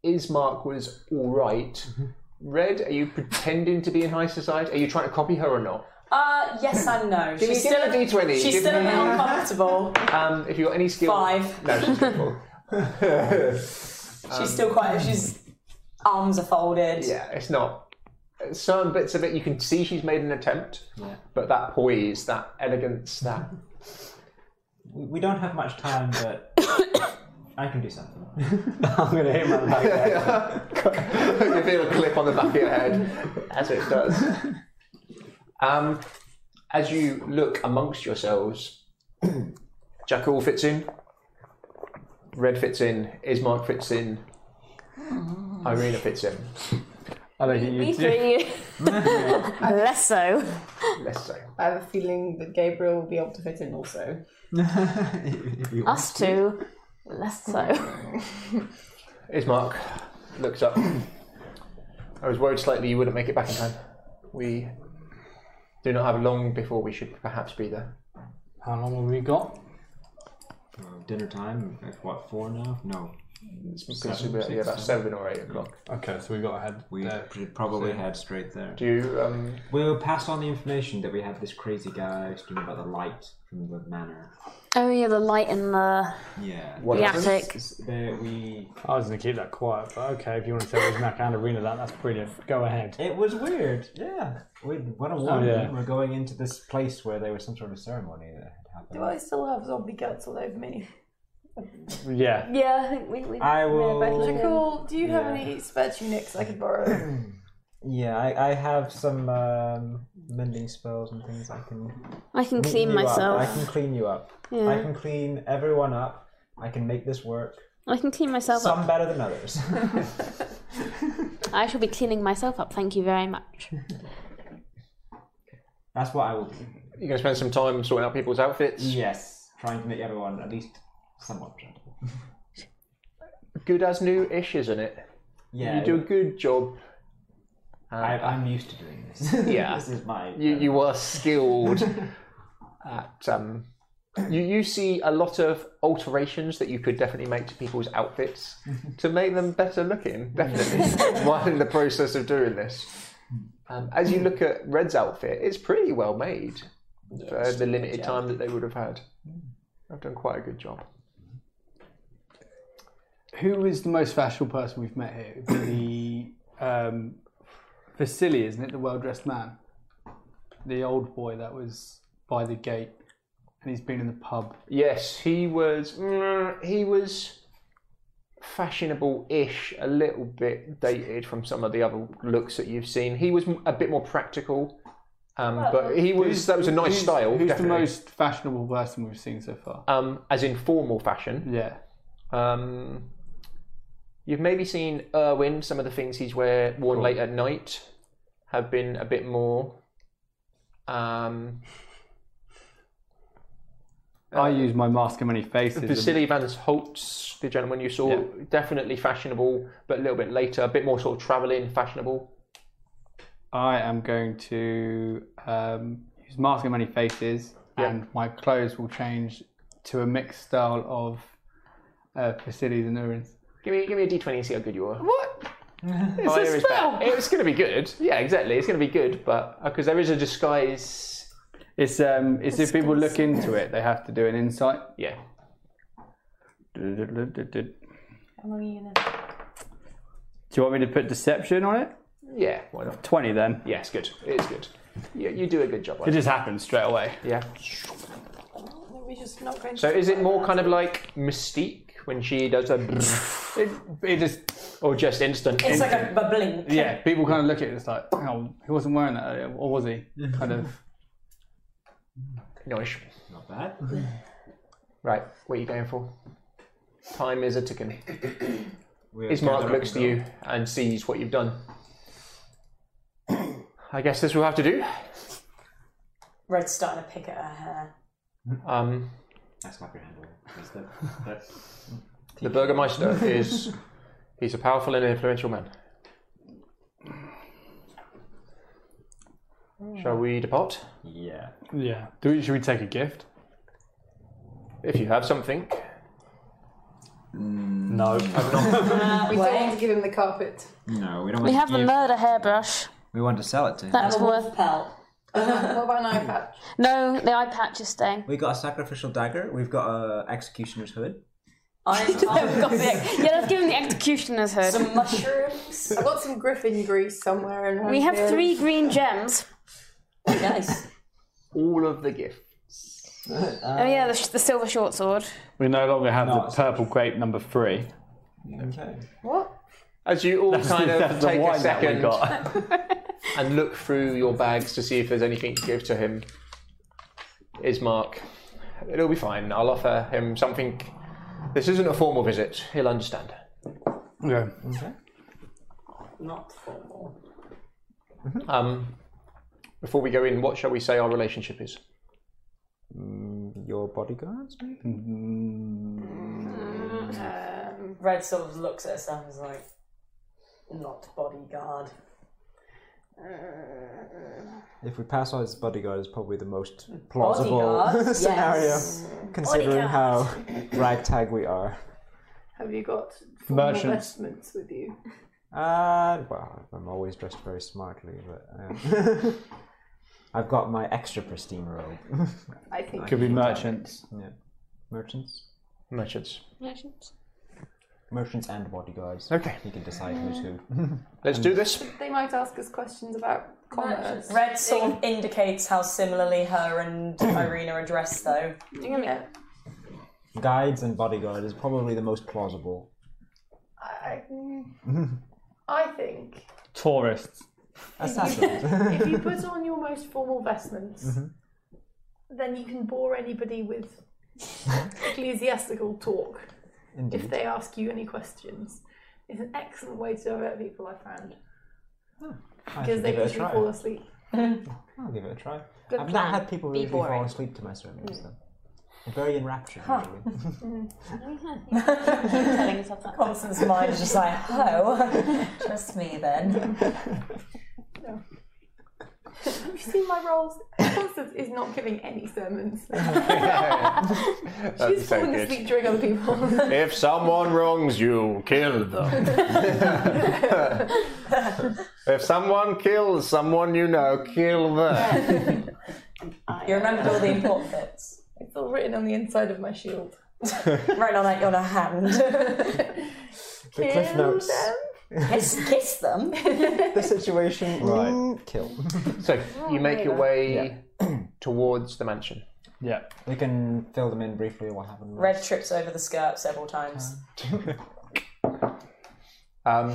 S2: Ismark was all right. Red, are you pretending to be in high society? Are you trying to copy her or not?
S3: uh, yes and no.
S2: Give
S3: She's
S2: me- give
S3: still,
S2: me a D20.
S3: she's
S2: Give
S3: still a
S2: me-
S3: bit uncomfortable.
S2: Um, if you've got any skill,
S3: Five.
S2: No, she's beautiful.
S3: She's still quite. She's arms are folded.
S2: Yeah, it's not. Certain bits of it you can see she's made an attempt,
S5: Yeah.
S2: but that poise, that elegance, that
S5: We, we don't have much time, but I can do something.
S6: I'm going to hit my back.
S2: you feel a clip on the back of your head as it does. Um, as you look amongst yourselves, Jackal fits in, Red fits in, Ismark fits in, Irina fits in.
S6: I don't think
S8: We
S6: you do.
S8: three. Less so.
S2: Less so.
S7: I have a feeling that Gabriel will be able to fit in also.
S5: If you
S8: Us two. Less so.
S2: Ismark looks up. I was worried slightly you wouldn't make it back in time. We do not have long before we should perhaps be there.
S6: How long have we got?
S5: want. Uh, Dinner time. It's what four now? No,
S2: It's
S5: Seven,
S2: possibly
S5: six,
S2: yeah, about seven or eight o'clock.
S6: Okay, so we got ahead.
S5: we
S6: there.
S5: should probably head straight there.
S2: Do you? Um,
S5: We'll pass on the information that we had this crazy guy screaming about the light from the manor.
S8: Oh yeah, the light in the
S5: Yeah.
S2: What
S8: the
S2: happens?
S8: attic.
S5: Is there- we.
S6: I was going to keep that quiet, but okay, if you want to tell Ismark and Arena that, that's brilliant. Go ahead.
S5: It was weird. Yeah. We what a
S2: Oh,
S5: one.
S6: yeah.
S5: We're going into this place where there was some sort of ceremony that had happened.
S7: Do I still have zombie guts all over me?
S6: Yeah.
S8: Yeah, I think we. we
S5: I will.
S7: Jackal, do you have
S5: Yeah.
S7: any spare tunics I could borrow?
S5: Yeah, I, I have some um, mending spells and things I can
S8: I can
S5: meet
S8: clean
S5: you up.
S8: myself.
S5: I can clean you up. I
S8: Yeah.
S5: can clean everyone up. I can make this work.
S8: I can clean myself up.
S5: Some better than others.
S8: I shall be cleaning myself up. Thank you very much.
S5: That's what I will do.
S2: you're going to spend some time sorting out people's outfits.
S5: Yes, trying to make everyone at least somewhat presentable.
S2: Good as new-ish, isn't it?
S5: Yeah,
S2: You do a good job. Uh,
S5: I, I'm used to doing this.
S2: Yeah.
S5: this is my. uh,
S2: you, you are skilled at. Um, you, you see a lot of alterations that you could definitely make to people's outfits to make them better looking, definitely, while in the process of doing this. Um, as you look at Red's outfit, it's pretty well made for the limited time that they would have had. I've done quite a good job.
S6: Who is the most fashionable person we've met here? It'd be the um, Vasily, isn't it? The well dressed man. The old boy that was by the gate. And he's been in the pub.
S2: Yes, he was. mm, He was fashionable-ish, a little bit dated from some of the other looks that you've seen. He was m- a bit more practical, um, but he was. That was a nice
S6: Who's-
S2: style.
S6: Who's
S2: definitely.
S6: the most fashionable person we've seen so far?
S2: Um, as in formal fashion.
S6: Yeah. Mm.
S2: Um, you've maybe seen Irwin. Some of the things he's wear worn late at night have been a bit more. Um,
S6: I use my mask of many faces. and-
S2: uh, Vasily Van Holtz, the gentleman you saw,
S6: Yeah.
S2: definitely fashionable, but a little bit later, a bit more sort of travelling, fashionable.
S6: I am going to um, use mask of many faces, and my clothes will change to a mixed style of uh, Vasily's and Urin's.
S2: Give me, give me a D20 and see how good you are. Oh,
S6: What?
S2: It's It's going to be good. Yeah, exactly. It's going to be good, but because there is a disguise.
S6: It's um, it's if people look into it, they have to do an insight.
S2: Yeah.
S6: Do
S7: How long are you in there?
S6: you want me to put deception on it?
S2: Yeah. Why not?
S6: Twenty then.
S2: Yeah, it's good. It's good. You, you do a good job.
S6: It
S2: Right?
S6: just happens straight away.
S2: Yeah.
S7: we just not going to.
S2: So is it more kind of like Mystique when she does a,
S10: It, it just
S2: or just instant?
S3: It's like a bubbling.
S10: yeah, people kind of look at it. It's like, oh, he wasn't wearing that, earlier, or was he? Kind of.
S2: Noish.
S5: Not bad.
S2: Right, what are you going for? Time is a ticking.
S5: We'll gather
S2: Ismark
S5: up
S2: looks to
S5: and go.
S2: you and sees what you've done. I guess this will have to do.
S3: Red's starting to pick at her hair.
S2: Um,
S5: That's not your handle. That's the, that's
S2: the Burgermeister is. He's a powerful and influential man. Shall we depart?
S5: yeah.
S10: Yeah. Do we, should we take a gift?
S2: If you have something.
S10: No.
S7: We don't want to give him the carpet.
S5: No, we don't.
S1: We
S5: want
S1: have
S5: to
S1: a
S5: give-
S1: murder hairbrush.
S5: We want to sell it to. him.
S1: That's worth.
S3: Pelt.
S7: What about an eye patch?
S1: No, the eye patch is staying.
S5: We got a sacrificial dagger. We've got a executioner's hood.
S3: I've got big.
S1: Yeah, let's give him the executioner's hood.
S3: Some mushrooms.
S7: I've got some griffin grease somewhere. And
S1: we have three green gems.
S3: nice.
S2: All of the gift.
S1: Oh yeah, the, sh- the silver short sword.
S6: We no longer have
S5: No,
S6: the purple grape number three.
S5: Okay.
S2: As you all kind of
S6: That's the
S2: take a
S6: wine that we
S2: second
S6: got.
S2: and look through your bags to see if there's anything to give to him, Ismark, it'll be fine. I'll offer him something. This isn't a formal visit. He'll understand.
S10: yeah.
S3: Not formal.
S2: Um, before we go in, what shall we say our relationship is?
S5: Your bodyguards, maybe?
S3: Red sort of looks at herself and is like, not bodyguard.
S5: If we pass on as bodyguard, is probably the most plausible
S3: Bodyguard?
S5: scenario,
S3: Yes.
S5: considering how ragtag we are.
S7: Have you got formal
S10: Merchants.
S7: vestments with you?
S5: And Uh, well, I'm always dressed very smartly, but uh, I've got my extra pristine robe.
S7: I think.
S10: Could be merchants.
S5: yeah. Merchants,
S2: Merchants.
S5: merchants, and bodyguards.
S2: Okay.
S5: You can decide who's who.
S2: Let's do this.
S7: They might ask us questions about commerce.
S3: Red sort of indicates how similarly her and Irina are dressed, though.
S7: Yeah.
S5: Guides and bodyguard is probably the most plausible.
S7: I,
S5: Mm-hmm.
S7: I think
S6: Tourists.
S5: Assassin.
S7: if you put on your most formal vestments,
S5: Mm-hmm.
S7: then you can bore anybody with ecclesiastical talk
S5: Mm-hmm.
S7: if they ask you any questions. It's an excellent way to divert people, I found,
S5: I
S7: because
S5: should
S7: they
S5: give it a
S7: usually
S5: try.
S7: fall asleep.
S5: I'll give it a try.
S1: Good
S5: I've
S1: plan.
S5: not had people
S1: Be
S5: really fall
S1: boring. Hmm.
S5: asleep to my sermons though. I'm very enraptured. usually.
S1: Telling yourself that.
S3: Constance's mind is just like, oh, trust me then.
S7: Have you seen my roles? Constance is not giving any sermons. She's
S2: so
S7: falling
S2: good.
S7: asleep during other people.
S2: If someone wrongs you, kill them. if someone kills someone you know, kill them.
S3: You remembered all the important bits.
S7: it's all written on the inside of my shield.
S3: Right on, like, on her hand.
S5: The cliff notes.
S3: kiss, kiss them.
S5: The situation.
S1: Hmm.
S5: Right. Kill.
S2: So you make your way towards the mansion.
S10: Yeah.
S5: We can fill them in briefly what happened.
S3: Red trips over the skirt several times.
S2: Um,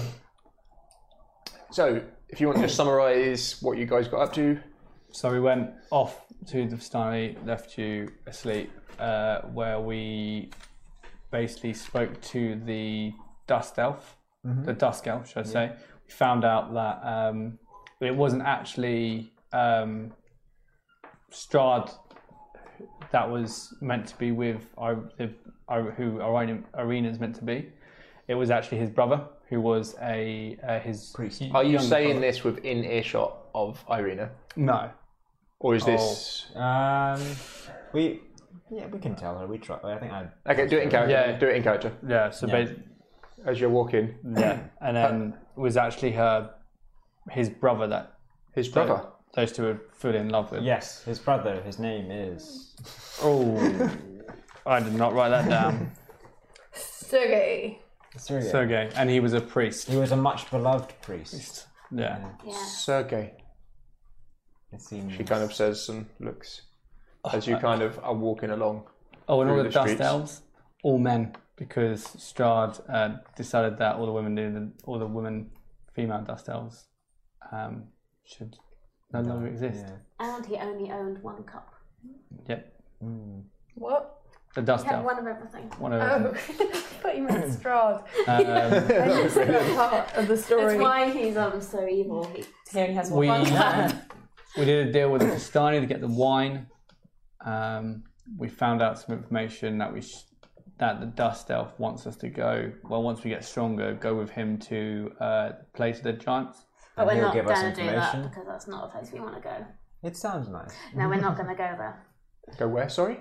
S2: so, if you want to just summarise what you guys got up to,
S10: So we went off to the Stanley, left you asleep, uh, where we basically spoke to the Dust Elf,
S2: Mm-hmm.
S10: the Dusk Elf, should I say. We found out that um, it wasn't actually um, Strad that was meant to be with I, the, I, who Arena is meant to be. It was actually his brother, who was a uh, his priest.
S2: are you saying this within earshot of Irina?
S10: No,
S2: Or is this.
S5: Um, we. Yeah, we can tell her. We try. I think I.
S11: Oh.
S2: Okay, do it in character.
S10: Yeah.
S2: Do it in character.
S10: yeah. So bas-
S2: As you're walking,
S10: Yeah, and then it was actually her, his brother that
S2: his brother.
S10: those two were fully in love with.
S5: Yes, his brother. His name is.
S10: Oh, I did not write that down.
S7: Sergey.
S5: Sergei.
S10: Sergey, and he was a priest.
S5: He was a much beloved priest.
S10: Yeah,
S2: Sergey,
S5: It seems.
S2: she kind of says and looks as you kind of are walking along.
S10: Oh, and all
S11: through
S10: the,
S11: the
S10: dust
S11: streets.
S10: elves, all men, because Strahd uh, decided that all the women do, the, all the women, female dust elves, um, should no longer exist.
S5: Yeah.
S1: And he only owned one cup.
S10: Yep,
S7: What?
S10: the dust
S1: He had
S10: elf.
S1: one of everything.
S10: One
S7: Oh,
S10: of
S7: I
S10: them.
S7: thought you meant Strahd.
S10: Um,
S7: I just said that part of the story.
S1: That's why he's um so evil. He,
S3: He only has
S10: we
S3: one.
S10: we did a deal with the Castani to get the wine. Um, we found out some information that we sh- that the Dust Elf wants us to go. Well, once we get stronger, go with him to uh, the place of the giants.
S1: but we're
S5: he'll
S1: not
S5: give us
S1: going to do that
S5: information.
S1: because that's not a place we want to go.
S5: It sounds nice.
S1: No, we're not going to go there.
S2: Go where? Sorry.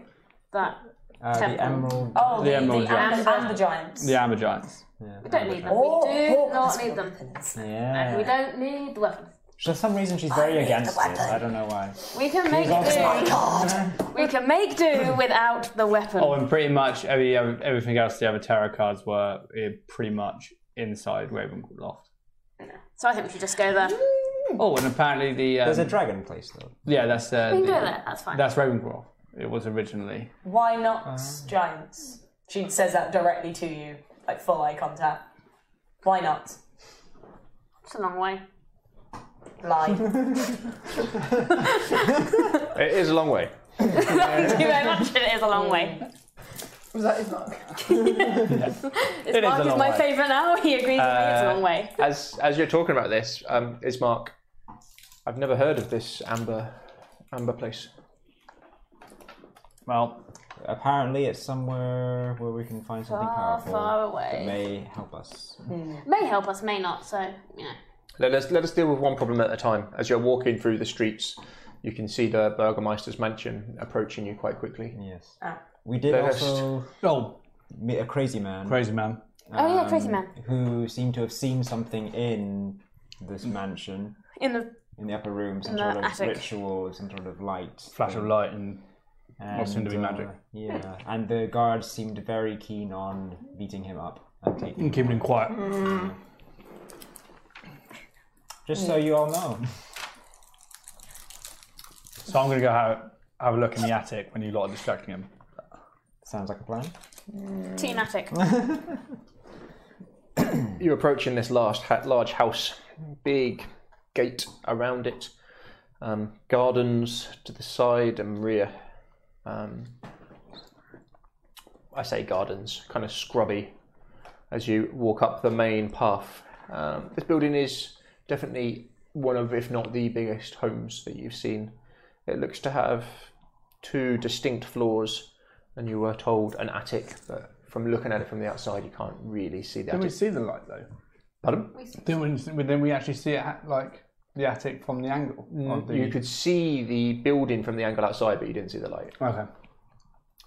S1: That
S5: Uh,
S1: Temple.
S5: the emerald.
S3: Oh,
S10: The
S3: the, the,
S10: Emerald
S3: and,
S1: Giants.
S3: and the giants.
S10: The Amber Giants.
S5: Yeah,
S1: we don't need them.
S3: Oh,
S1: we do
S3: oh,
S1: not
S3: that's
S1: need
S3: what
S1: them.
S3: it is.
S5: Yeah.
S1: We don't need weapons.
S5: For some reason, she's very against it.
S1: weapon.
S5: I don't know why.
S1: We can make
S10: Oh
S1: do. We can make do without the weapon.
S10: Oh, and pretty much every everything else the other tarot cards were eh, pretty much inside Ravenclaw Loft.
S1: So I think we should just go there.
S10: Oh, and apparently the um,
S5: There's a dragon place though.
S10: yeah, that's uh,
S1: We can
S10: the-
S1: go there. That's fine.
S10: that's Ravenclaw. It was originally.
S3: Why not giants? She says that directly to you, like full eye contact. Why not?
S1: It's a long way.
S3: Lie.
S11: It is a long way.
S1: Thank you very much. It is a long way.
S4: Was that his mark?
S1: It's
S10: is
S1: Mark
S10: a
S1: is,
S10: long
S1: my
S10: way.
S1: favourite now. He agrees with me. It's a
S2: Uh,
S1: long way.
S2: As as you're talking about this, um, Ismark, I've never heard of this amber amber place.
S10: Well,
S5: Apparently, it's somewhere where we can find something
S1: Far,
S5: powerful
S1: far away.
S5: that may help us.
S1: May help us, may not. So you know.
S2: Let us let us deal with one problem at a time. As you're walking through the streets, you can see the Burgermeister's mansion approaching you quite quickly.
S5: Yes.
S1: Oh.
S3: Ah.
S5: We did
S2: First.
S5: also
S10: oh,
S5: meet a crazy man
S10: crazy man.
S1: oh yeah,
S10: Um,
S1: crazy man
S5: who seemed to have seen something in this mansion,
S1: in the
S5: in the upper room, some
S1: In the
S5: sort of
S1: attic.
S5: ritual, some sort of light.
S10: Flash of light and
S5: and, uh,
S10: seemed to be magic.
S5: Yeah, and the guards seemed very keen on beating him up and taking.
S10: keeping him quiet.
S5: Just so you all know.
S10: So I'm gonna go have, have a look in the attic when you lot are distracting him.
S5: Sounds like a plan.
S1: teen attic.
S2: You're approaching this large ha- large house, big gate around it, um, gardens to the side and rear. Um, I say gardens, kind of scrubby, as you walk up the main path. Um, this building is definitely one of, if not the biggest homes that you've seen. It looks to have two distinct floors, and you were told an attic, but from looking at it from the outside, you can't really see the
S10: Then we
S2: attic.
S10: see the light though.
S2: Pardon?
S10: Then we, then we actually see it ha- like the attic from the angle. of the-
S2: Mm, You could see the building from the angle outside, but you didn't see the light
S10: Okay.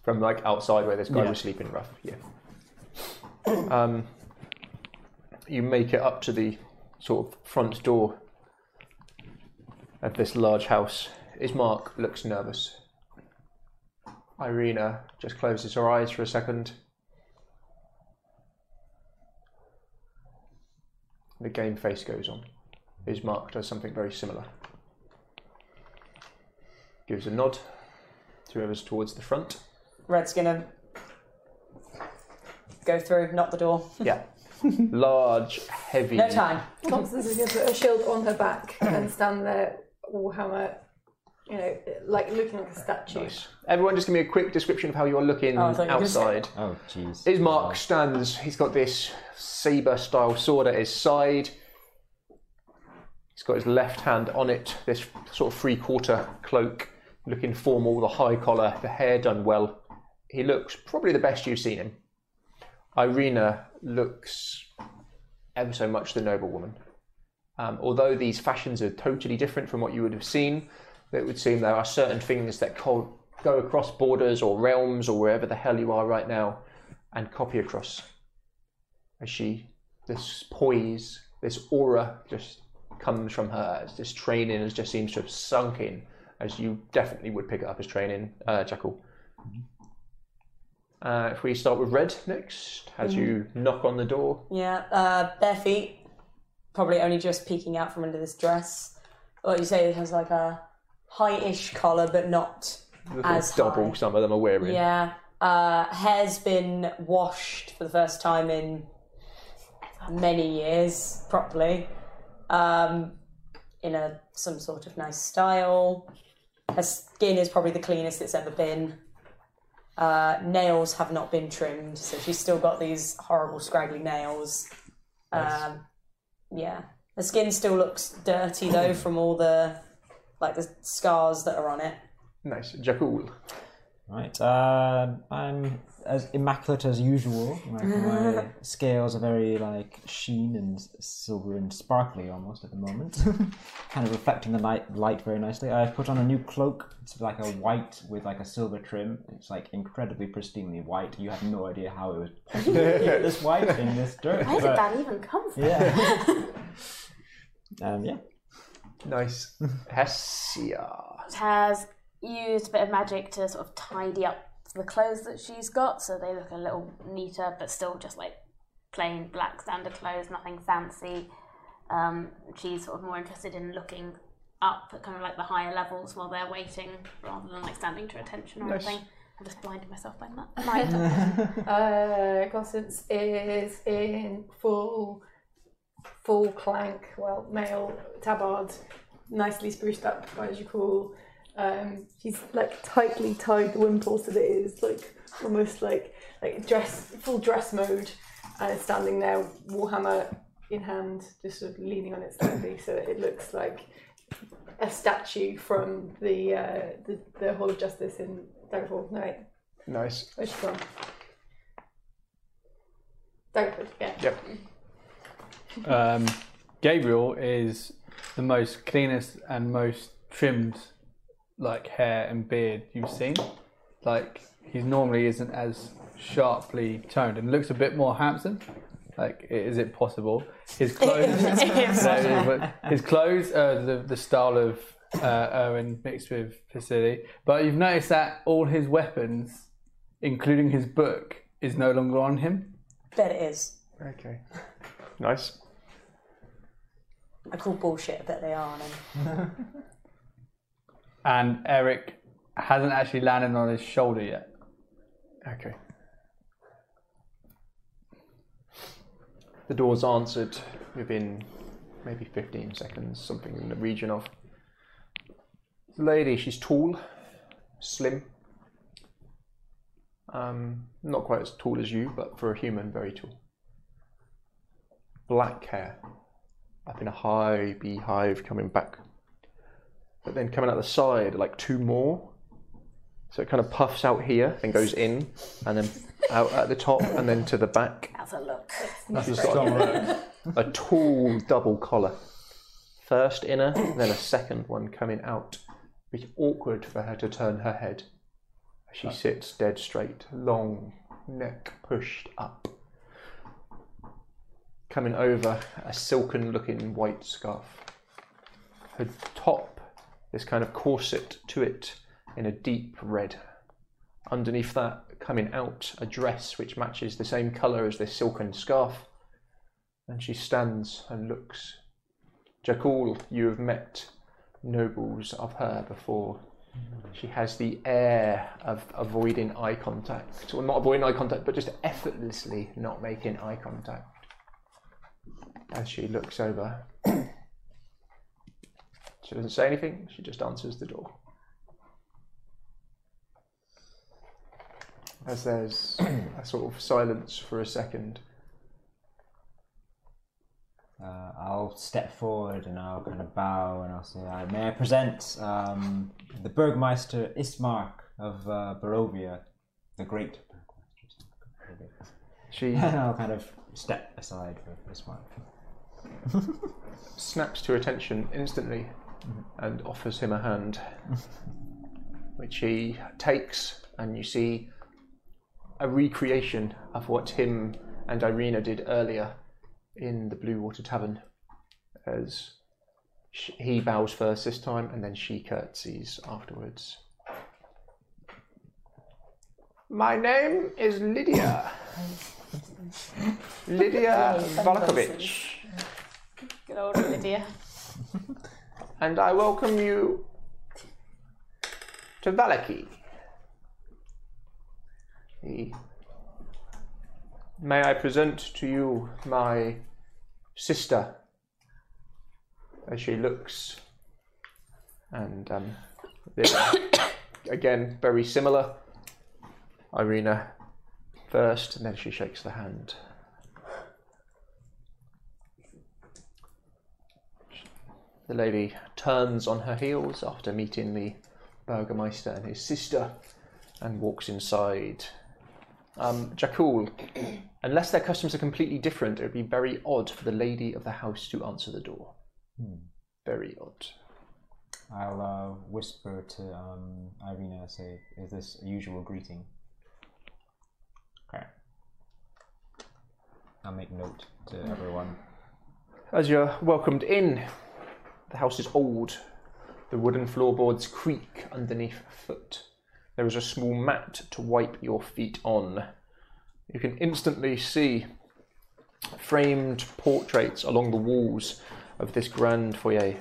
S2: from like outside where this guy
S10: Yeah.
S2: was sleeping. Rough, yeah. um, you make it up to the sort of front door of this large house. Ismark looks nervous. Irina just closes her eyes for a second. The game face goes on. Ismark does something very similar. Gives a nod to whoever's towards the front.
S3: Red's gonna go through, knock the door.
S2: Yeah. Large, heavy.
S3: No time.
S4: Constance is going to put a shield on her back and stand there, all
S7: uh,
S4: hammer, you know, like looking like a statue.
S2: Nice. Everyone, just give me a quick description of how you're looking
S3: Oh, I thought you were gonna say-
S2: outside.
S5: Oh, jeez.
S2: Ismark stands. He's got this saber-style sword at his side. He's got his left hand on it. This sort of three-quarter cloak, looking formal, the high collar, the hair done well. He looks probably the best you've seen him. Irina looks ever so much the noblewoman. Um, although these fashions are totally different from what you would have seen, it would seem there are certain things that co- go across borders or realms or wherever the hell you are right now and copy across. As she, this poise, this aura just comes from her. As this training has just seems to have sunk in, as you definitely would pick it up as training, uh, Jackal. Uh, if we start with Red next, as you knock on the door,
S3: Yeah, uh, bare feet. Probably only just peeking out from under this dress. What you say, it has like a high ish collar, but not
S2: the
S3: As
S2: double
S3: high.
S2: some of them are wearing.
S3: Yeah, Uh, hair's been washed for the first time in many years, properly, um, in a some sort of nice style. Her skin is probably the cleanest it's ever been. Uh, nails have not been trimmed, so she's still got these horrible scraggly nails. Um, yeah, her skin still looks dirty though from all the like the scars that are on it.
S2: Nice. Jakul.
S5: Right. Um I'm as immaculate as usual. Like my scales are very like sheen and s- silver and sparkly almost at the moment, kind of reflecting the night light very nicely. I've put on a new cloak. It's like a white with like a silver trim. It's like incredibly pristinely white. You have no idea how it was possible to get this white in this dirt.
S1: Where did
S5: but-
S1: that even come from?
S5: Yeah. um, yeah.
S2: Nice. Hessia.
S1: Has used a bit of magic to sort of tidy up the clothes that she's got, so they look a little neater, but still just like plain black standard clothes, nothing fancy. Um, she's sort of more interested in looking up at kind of like the higher levels while they're waiting, rather than like standing to attention or
S4: Nice.
S1: anything. I just blinded myself by that. Neither.
S4: uh, Constance is in full, full clank, well, male tabard, nicely spruced up by Jakul. Um, she's like tightly tied the wimple so that it is like almost like like dress, full dress mode, and standing there, warhammer in hand, just sort of leaning on it slightly so that it looks like a statue from the uh, the, the Hall of Justice in Daggerfall. No, wait,
S2: Nice.
S4: which one? Daggerford, yeah.
S2: Yep.
S6: Um, Gabriel is the most cleanest and most trimmed, like hair and beard you've seen. Like he normally isn't as sharply toned and looks a bit more handsome. Like i- is it possible? His clothes,
S9: It is.
S6: No, it is, but his clothes are the the style of uh, Owen mixed with Facility. But you've noticed that all his weapons, including his book, is no longer on him.
S3: Bet it is.
S2: Okay. Nice.
S3: I call bullshit. I bet they are. And
S6: and Eric hasn't actually landed on his shoulder yet.
S2: Okay. The doors answered within maybe 15 seconds, something in the region of. The lady, she's tall, slim. Um, not quite as tall as you, but for a human, very tall. Black hair, up in a high beehive coming back. But then coming out the side, like two more. So it kind of puffs out here and goes in, and then out at the top, and then to the back.
S1: That's a look.
S2: She's got a, a tall double collar. First inner, then a second one coming out. It's awkward for her to turn her head. She sits dead straight, long neck pushed up. Coming over, a silken looking white scarf. Her top, this kind of corset to it in a deep red. Underneath that, coming out, a dress which matches the same colour as this silken scarf. And she stands and looks. Jakul, you have met nobles of her before. She has the air of avoiding eye contact, or not avoiding eye contact, but just effortlessly not making eye contact. As she looks over, she doesn't say anything, she just answers the door. As there's a sort of silence for a second,
S5: Uh, I'll step forward and I'll kind of bow and I'll say, uh, "May I present um, the Burgmeister Ismark of uh, Barovia, the Great Burgmeister?" Ismark of Barovia."
S2: She-
S5: and I'll kind of step aside for Ismark.
S2: snaps to attention instantly and offers him a hand, which he takes, and you see a recreation of what him and Irina did earlier in the Blue Water Tavern. As sh he bows first this time, and then she curtsies afterwards. My name is Lydia. Lydia Valakovich.
S1: Good old Lydia.
S2: and I welcome you to Valaki. He, may I present to you my sister? As she looks, and um, they are, again very similar. Irina first, and then she shakes the hand. The lady turns on her heels after meeting the Burgermeister and his sister and walks inside. Um, Jakul, unless their customs are completely different, it would be very odd for the lady of the house to answer the door.
S5: Hmm.
S2: Very odd.
S5: I'll uh, whisper to um, Irina, say, is this a usual greeting? Okay. I'll make note to everyone.
S2: As you're welcomed in, the house is old. The wooden floorboards creak underneath foot. There is a small mat to wipe your feet on. You can instantly see framed portraits along the walls of this grand foyer.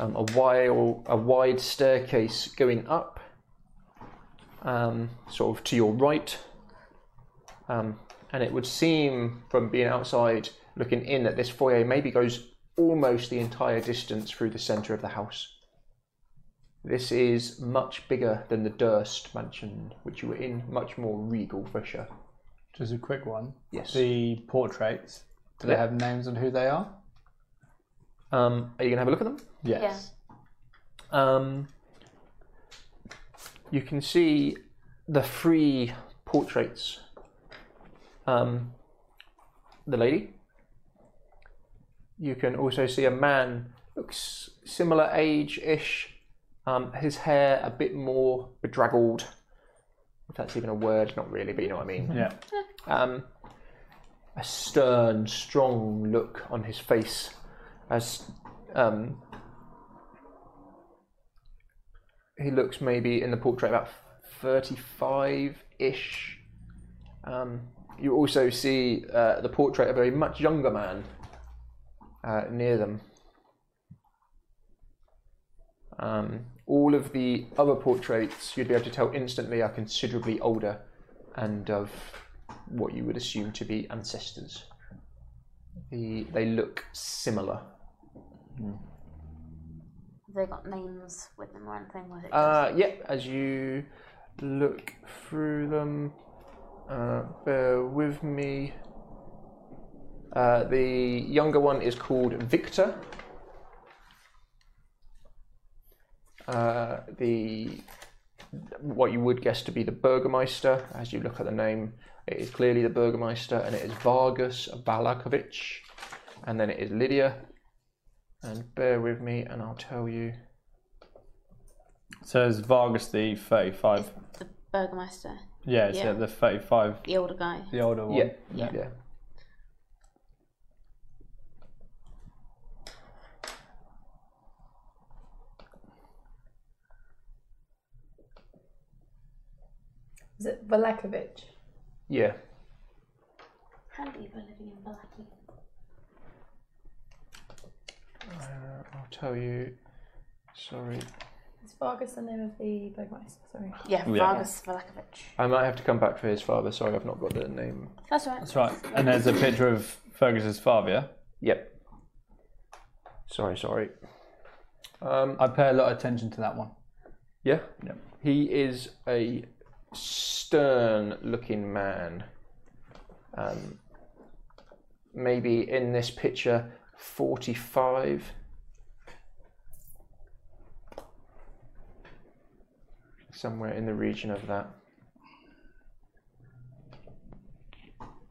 S2: Um, a, wide, a wide staircase going up, um, sort of to your right. Um, and it would seem from being outside looking in that this foyer maybe goes almost the entire distance through the centre of the house. This is much bigger than the Durst mansion, which you were in, much more regal, fresher.
S6: Just a quick one.
S2: Yes.
S6: The portraits. Do
S2: Yeah.
S6: they have names on who they are?
S2: Um, are you going to have a look at them?
S6: Yes.
S2: Um, you can see the three portraits. Um, the lady. You can also see a man, looks similar age ish. Um, his hair a bit more bedraggled. If that's even a word, not really, but you know what I mean.
S6: Yeah.
S2: Um, a stern, strong look on his face as um, he looks maybe in the portrait about 35 ish. Um, you also see uh, the portrait of a much younger man uh, near them. Um, all of the other portraits you'd be able to tell instantly are considerably older and of what you would assume to be ancestors. The, they look similar.
S1: Have they got names with them or anything? Was it
S2: Uh, yeah, as you look through them, uh, bear with me. Uh, the younger one is called Victor. Uh, the what you would guess to be the Burgermeister, as you look at the name, it is clearly the Burgermeister, and it is Vargas Balakovich, and then it is Lydia. And bear with me, and I'll tell you.
S9: So it's Vargas the 35.
S1: the Burgermeister?
S9: Yeah, it's
S1: Yeah.
S9: uh, the 35,
S1: The older guy.
S9: the older one.
S2: Yeah, yeah.
S7: Is it Velakovic?
S2: Yeah.
S1: Handy for living in Balaki.
S2: Uh, I'll tell you. Sorry.
S7: Is Vargas the name of the Burgmeister? Sorry.
S1: Yeah,
S2: Yeah.
S1: Vargas Velakovic.
S2: I might have to come back for his father. Sorry, I've not got the name.
S1: That's right.
S9: That's right. And there's a picture of Fergus's father, yeah?
S2: Yep. Sorry, sorry. Um,
S6: I pay a lot of attention to that one.
S2: Yeah. He is a stern looking man. Um, maybe in this picture, 45. Somewhere in the region of that.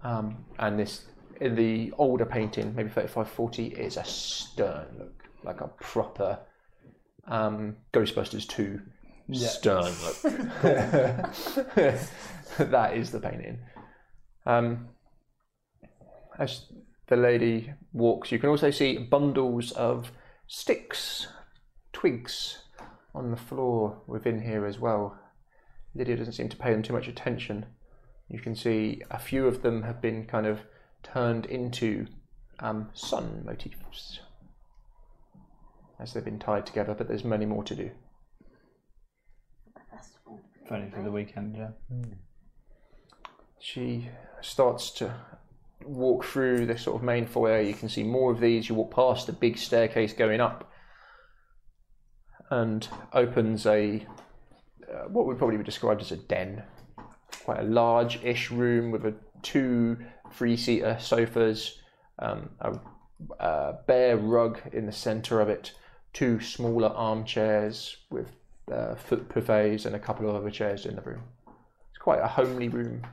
S2: Um, and this, in the older painting, maybe 35, 40, is a stern look, like a proper um, Ghostbusters 2
S6: Yeah.
S2: stern look. that is the painting. Um, as the lady walks, you can also see bundles of sticks, twigs on the floor within here as well. Lydia doesn't seem to pay them too much attention. You can see a few of them have been kind of turned into um, sun motifs as they've been tied together, but there's many more to do.
S1: Festival.
S9: Funny for the weekend, yeah.
S10: She starts to walk through the sort of main foyer. You can see more of these. You walk past the big staircase going up, and opens a uh, what would probably be described as a den. Quite a large-ish room with a two three-seater sofas, um, a, a bare rug in the centre of it, two smaller armchairs with uh, foot buffets, and a couple of other chairs in the room. It's quite a homely room.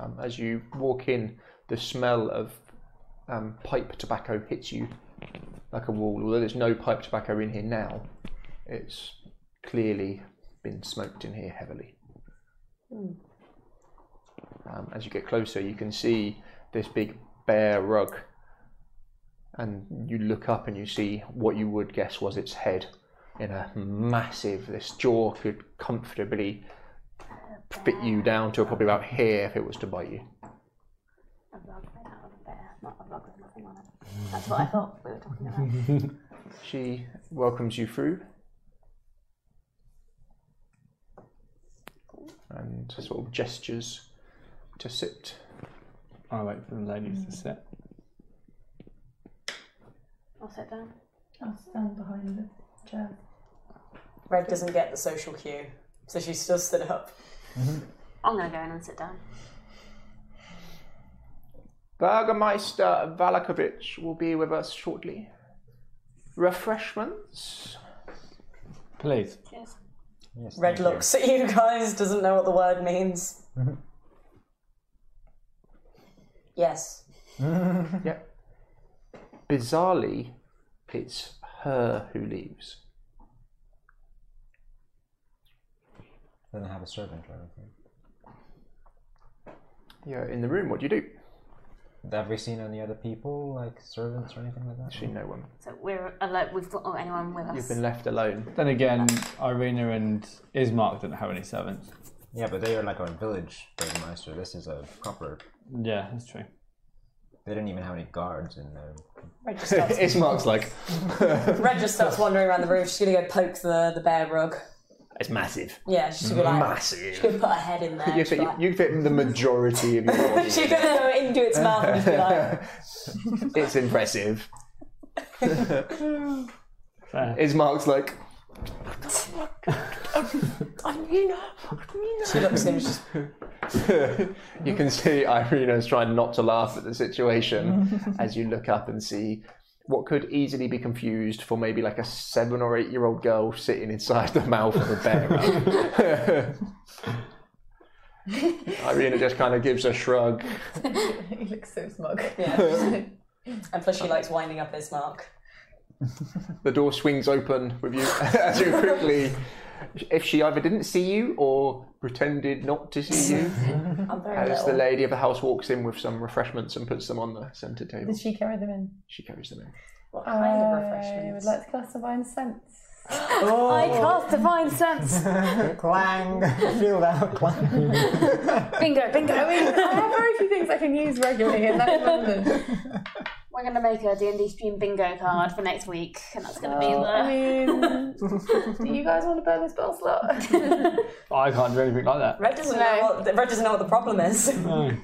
S10: Um, as you walk in, the smell of um, pipe tobacco hits you like a wall. Although there's no pipe tobacco in here now, it's clearly been smoked in here heavily.
S3: Hmm.
S10: Um, as you get closer, you can see this big bare rug, and you look up and you see what you would guess was its head in a massive. This jaw could comfortably fit you down to probably about here if it was to bite you.
S1: A rug made out of a bear, not a rug with nothing on it. That's what I thought we were talking about.
S10: she welcomes you through. And sort of gestures to sit.
S6: I wait for the
S3: Mm.
S6: ladies to sit.
S1: I'll sit down.
S4: I'll stand behind the chair.
S3: Red doesn't get the social cue, so she still stood up.
S1: I'm going to go in and sit down.
S10: Burgermeister Valakovich will be with us shortly. Refreshments?
S6: Please.
S1: Cheers.
S3: Red looks at you guys, doesn't know what the word means. yes.
S10: yep. Bizarrely, it's her who leaves.
S5: Then I have a servant or anything.
S10: You're in the room, what do you do?
S5: Have we seen any other people, like servants or anything like that?
S10: Seen no one.
S1: So we're alert. We've got oh, anyone with us.
S10: You've been left alone.
S6: Then again, Irina and Ismark didn't have any servants.
S5: Yeah, but they are like a village burgomeister. This is a proper.
S6: Yeah, that's true.
S5: They didn't even have any guards in there.
S3: Red just starts,
S10: Ismark's like,
S3: Red just starts wandering around the room. She's gonna go poke the, the bear rug.
S10: it's massive.
S3: Yeah, she's gonna be like,
S10: Massive.
S3: she's gonna put her head in there.
S10: You
S3: She's
S10: fit,
S3: gonna be
S10: you fit the majority of your
S3: like-
S10: body.
S3: She's gonna go into its mouth and just be like,
S10: It's impressive.
S6: Fair.
S10: Ismark's like,
S3: she looks at him. She's
S10: you can see Irina's trying not to laugh at the situation as you look up and see what could easily be confused for maybe like a seven or eight year old girl sitting inside the mouth of a bear. Irina just kind of gives a shrug.
S4: he looks so smug.
S3: yeah. and plus, she likes winding up his mark.
S10: The door swings open with you as you quickly. If she either didn't see you or pretended not to see you,
S4: I'm very
S10: as
S4: little.
S10: the lady of the house walks in with some refreshments and puts them on the centre table,
S4: Did she carry them in?
S10: she carries them in.
S3: What kind of
S4: I would
S3: refreshments?
S4: like to cast divine sense.
S1: I cast divine sense.
S5: Clang! Feel that clang.
S1: Bingo,
S4: I
S1: bingo.
S4: mean, I have very few things I can use regularly, and that's London.
S1: We're going to make a D&D stream bingo card for next week, and that's going to be
S4: I
S1: the...
S4: mean, do you guys want to burn this spell slot? Uh,
S12: I can't do anything like that.
S3: Red doesn't know. What, Red doesn't know what the problem is.
S10: One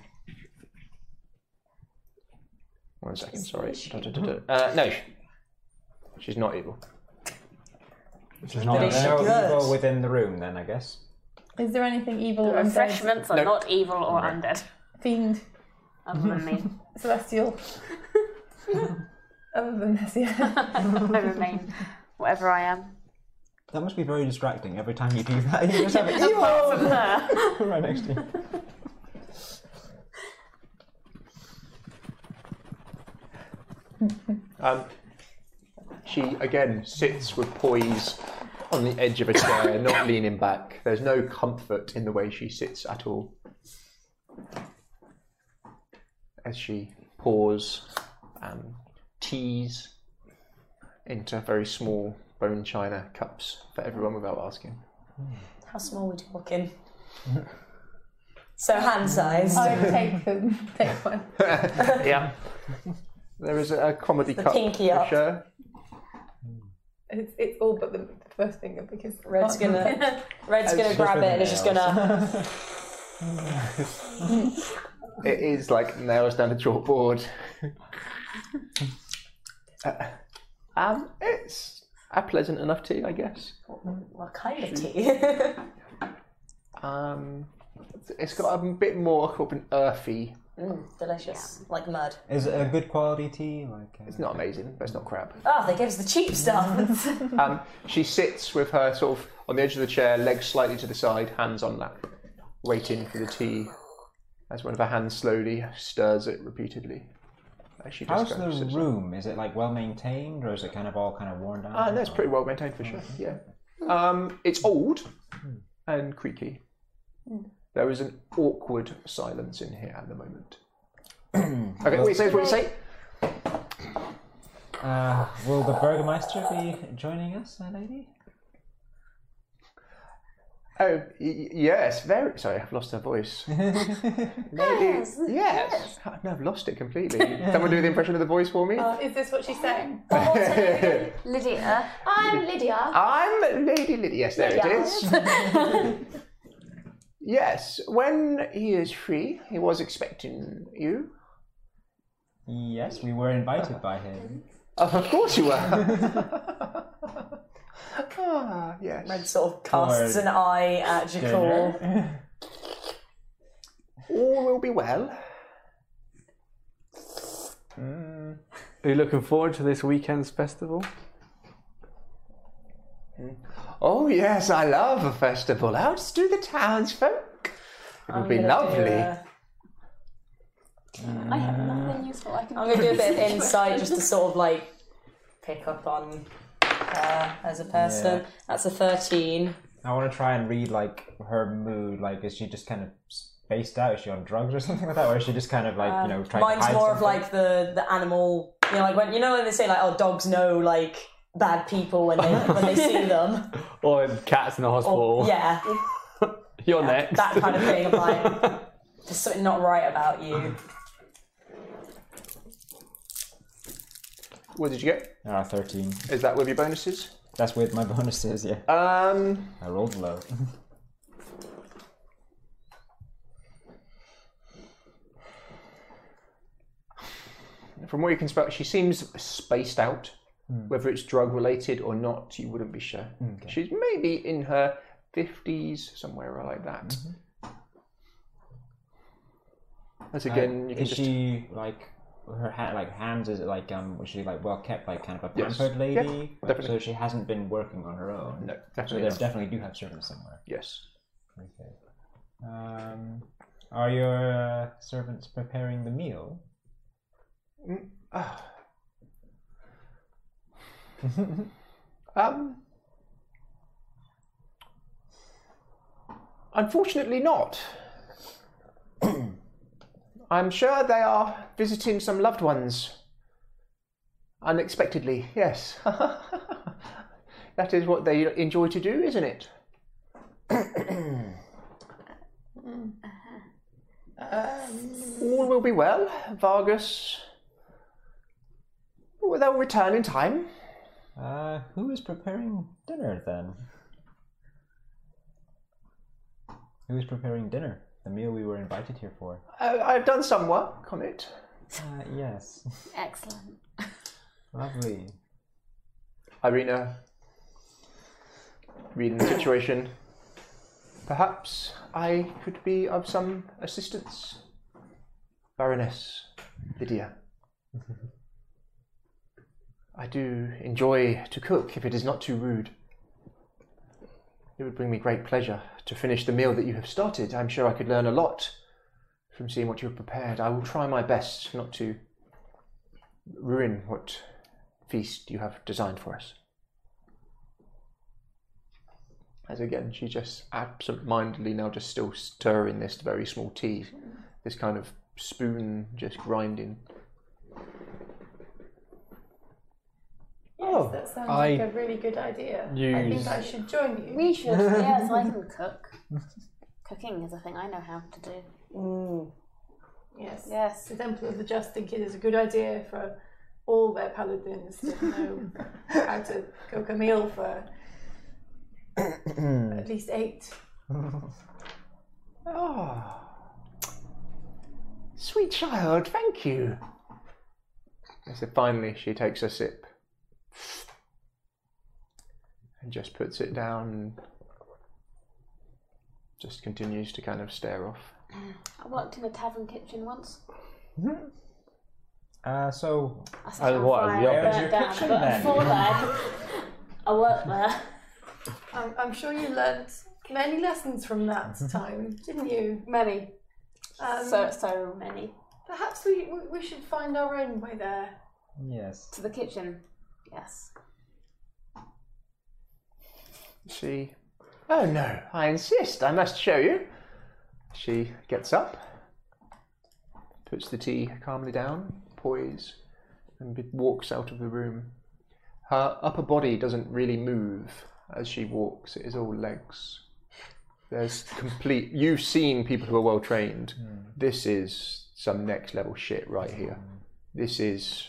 S10: second, sorry. Da, da, da, da. Uh, no, she's not evil.
S6: She's not
S5: There's
S6: there.
S5: no
S3: good.
S5: evil within the room, then I guess.
S4: Is there anything evil
S1: The
S4: or undead,
S1: refreshments are not evil or undead,
S4: fiend,
S1: other than me.
S4: celestial? Other than this, yeah.
S1: I remain whatever I am.
S5: That must be very distracting every time you do that. You just have it
S1: Apart from her.
S5: right next to you.
S10: Um, she again sits with poise on the edge of a chair, not leaning back. There's no comfort in the way she sits at all. As she pours um, teas into very small bone china cups for everyone without asking.
S3: How small are we talking? so hand sized.
S4: I would take them. Take one.
S10: Yeah. There is a comedy cup
S3: pinky
S10: for
S3: up.
S10: sure.
S7: It's, it's all but the, the first finger because
S3: Red's gonna- Red's gonna
S10: Just grab with it and it's just nails.
S3: gonna.
S10: It is like nails down a chalkboard. uh, um, it's a pleasant enough tea, I guess.
S3: What kind of tea?
S10: Um, it's got a bit more of an earthy.
S3: mm, delicious, like mud.
S5: Is it a good quality tea? Like uh,
S10: It's not amazing, but it's not crap.
S3: Oh, they gave us the cheap stuff.
S10: Um, she sits with her sort of on the edge of the chair, legs slightly to the side, hands on lap, waiting for the tea. As one of her hands slowly stirs it repeatedly, as she just
S5: How's
S10: goes.
S5: the room? Is it like well maintained, or is it kind of all kind of worn down?
S10: Ah, no, it's pretty well maintained for sure. Yeah. Um, it's old and creaky. There is an awkward silence in here at the moment. okay, what you say is what you say.
S5: Uh, will the Burgermeister be joining us, uh, lady?
S10: Oh, y- y- yes, very. Sorry, I've lost her voice. yes, yes. Uh, No, I've lost it completely. Someone do the impression of the voice for me.
S7: Is this what she's saying?
S1: Lydia.
S7: I'm Lydia.
S10: I'm Lady Lydia. Yes, there it is. yes, when he is free, he was expecting you.
S5: Yes, we were invited by him.
S10: Oh, of course you were. ah, yes.
S3: Red sort of casts an eye at Jacal.
S10: All will be well.
S2: Are you looking forward to this weekend's festival?
S10: Oh, yes, I love a festival. Out do the townsfolk. It would be lovely. Uh,
S1: I have nothing useful I can
S3: I'm gonna do a bit of insight just to sort of like pick up on her as a person.
S5: Yeah.
S3: That's a 13.
S5: I want to try and read like her mood. Like, is she just kind of spaced out? Is she on drugs or something like that, or is she just kind of like you know trying to
S3: Um, Mine's
S5: hide
S3: more of
S5: something?
S3: like the the animal. You know, like when you know when they say like, oh, dogs know like bad people when they when they see them.
S2: Or Oh, cats in the hospital?
S5: Oh.
S3: Oh, Yeah,
S2: You're next.
S3: that kind of thing. Of like, there's something not right about you.
S10: What did you get?
S5: Ah, thirteen.
S10: Is that with your bonuses?
S5: That's with my bonuses. Yeah,
S10: Um,
S5: I rolled low.
S10: from what you can spell, she seems spaced out.
S5: Hmm.
S10: Whether it's drug related or not, you wouldn't be sure. She's maybe in her 50s, somewhere like that.
S5: Mm-hmm.
S10: As again, you can
S5: Uh, is
S10: just.
S5: she like her ha- like hands? Is it like um? Was she like well kept, like kind of a
S10: Yes.
S5: pampered
S10: Yeah,
S5: lady?
S10: definitely.
S5: So she hasn't been working on her own.
S10: No,
S5: So
S10: definitely
S5: they
S10: not.
S5: definitely do have servants somewhere.
S10: Yes.
S5: Okay. Um, are your uh, servants preparing the meal?
S10: Um, unfortunately, not. I'm sure they are visiting some loved ones. Unexpectedly, yes. that is what they enjoy to do, isn't it? All will be well. Vargas. Well, they'll return in time.
S5: Uh, who is preparing dinner then? Who is preparing dinner? The meal we were invited here for.
S10: Uh, I've done some work on it.
S5: Uh, yes.
S1: Excellent.
S5: Lovely.
S10: Irina, reading the situation. Perhaps I could be of some assistance. Baroness Lydia. I do enjoy to cook if it is not too rude. It would bring me great pleasure to finish the meal that you have started. I'm sure I could learn a lot from seeing what you have prepared. I will try my best not to ruin what feast you have designed for us. As again, she just absent-mindedly now just still stirring this very small tea, this kind of spoon just grinding. Oh,
S7: That sounds
S13: I-
S7: like a really good idea. I think
S2: Use-
S7: I should join you.
S1: We should. Yes, I can cook. Cooking is a thing I know how to do.
S7: Yes.
S1: Yes.
S7: The Temple of the Just think it is a good idea for all their paladins to know how to cook a meal for at least eight.
S10: Oh. Sweet child, thank you. And so finally she takes a sip and just puts it down and just continues to kind of stare off.
S14: I worked in a tavern kitchen once.
S5: Mm-hmm. Uh, so,
S14: That's a campfire I burnt down, but before that, I worked there.
S7: I'm, I'm sure you learnt many lessons from that time, didn't you? Many. Um,
S14: so so many
S7: Perhaps we, we- we should find our own way there.
S5: Yes.
S14: to the kitchen. Yes.
S10: She. Oh no, I insist, I must show you. She gets up, puts the tea calmly down, poise, and be- walks out of the room. Her upper body doesn't really move as she walks, it is all legs. There's complete. You've seen people who are well trained. This is some next level shit right here. This is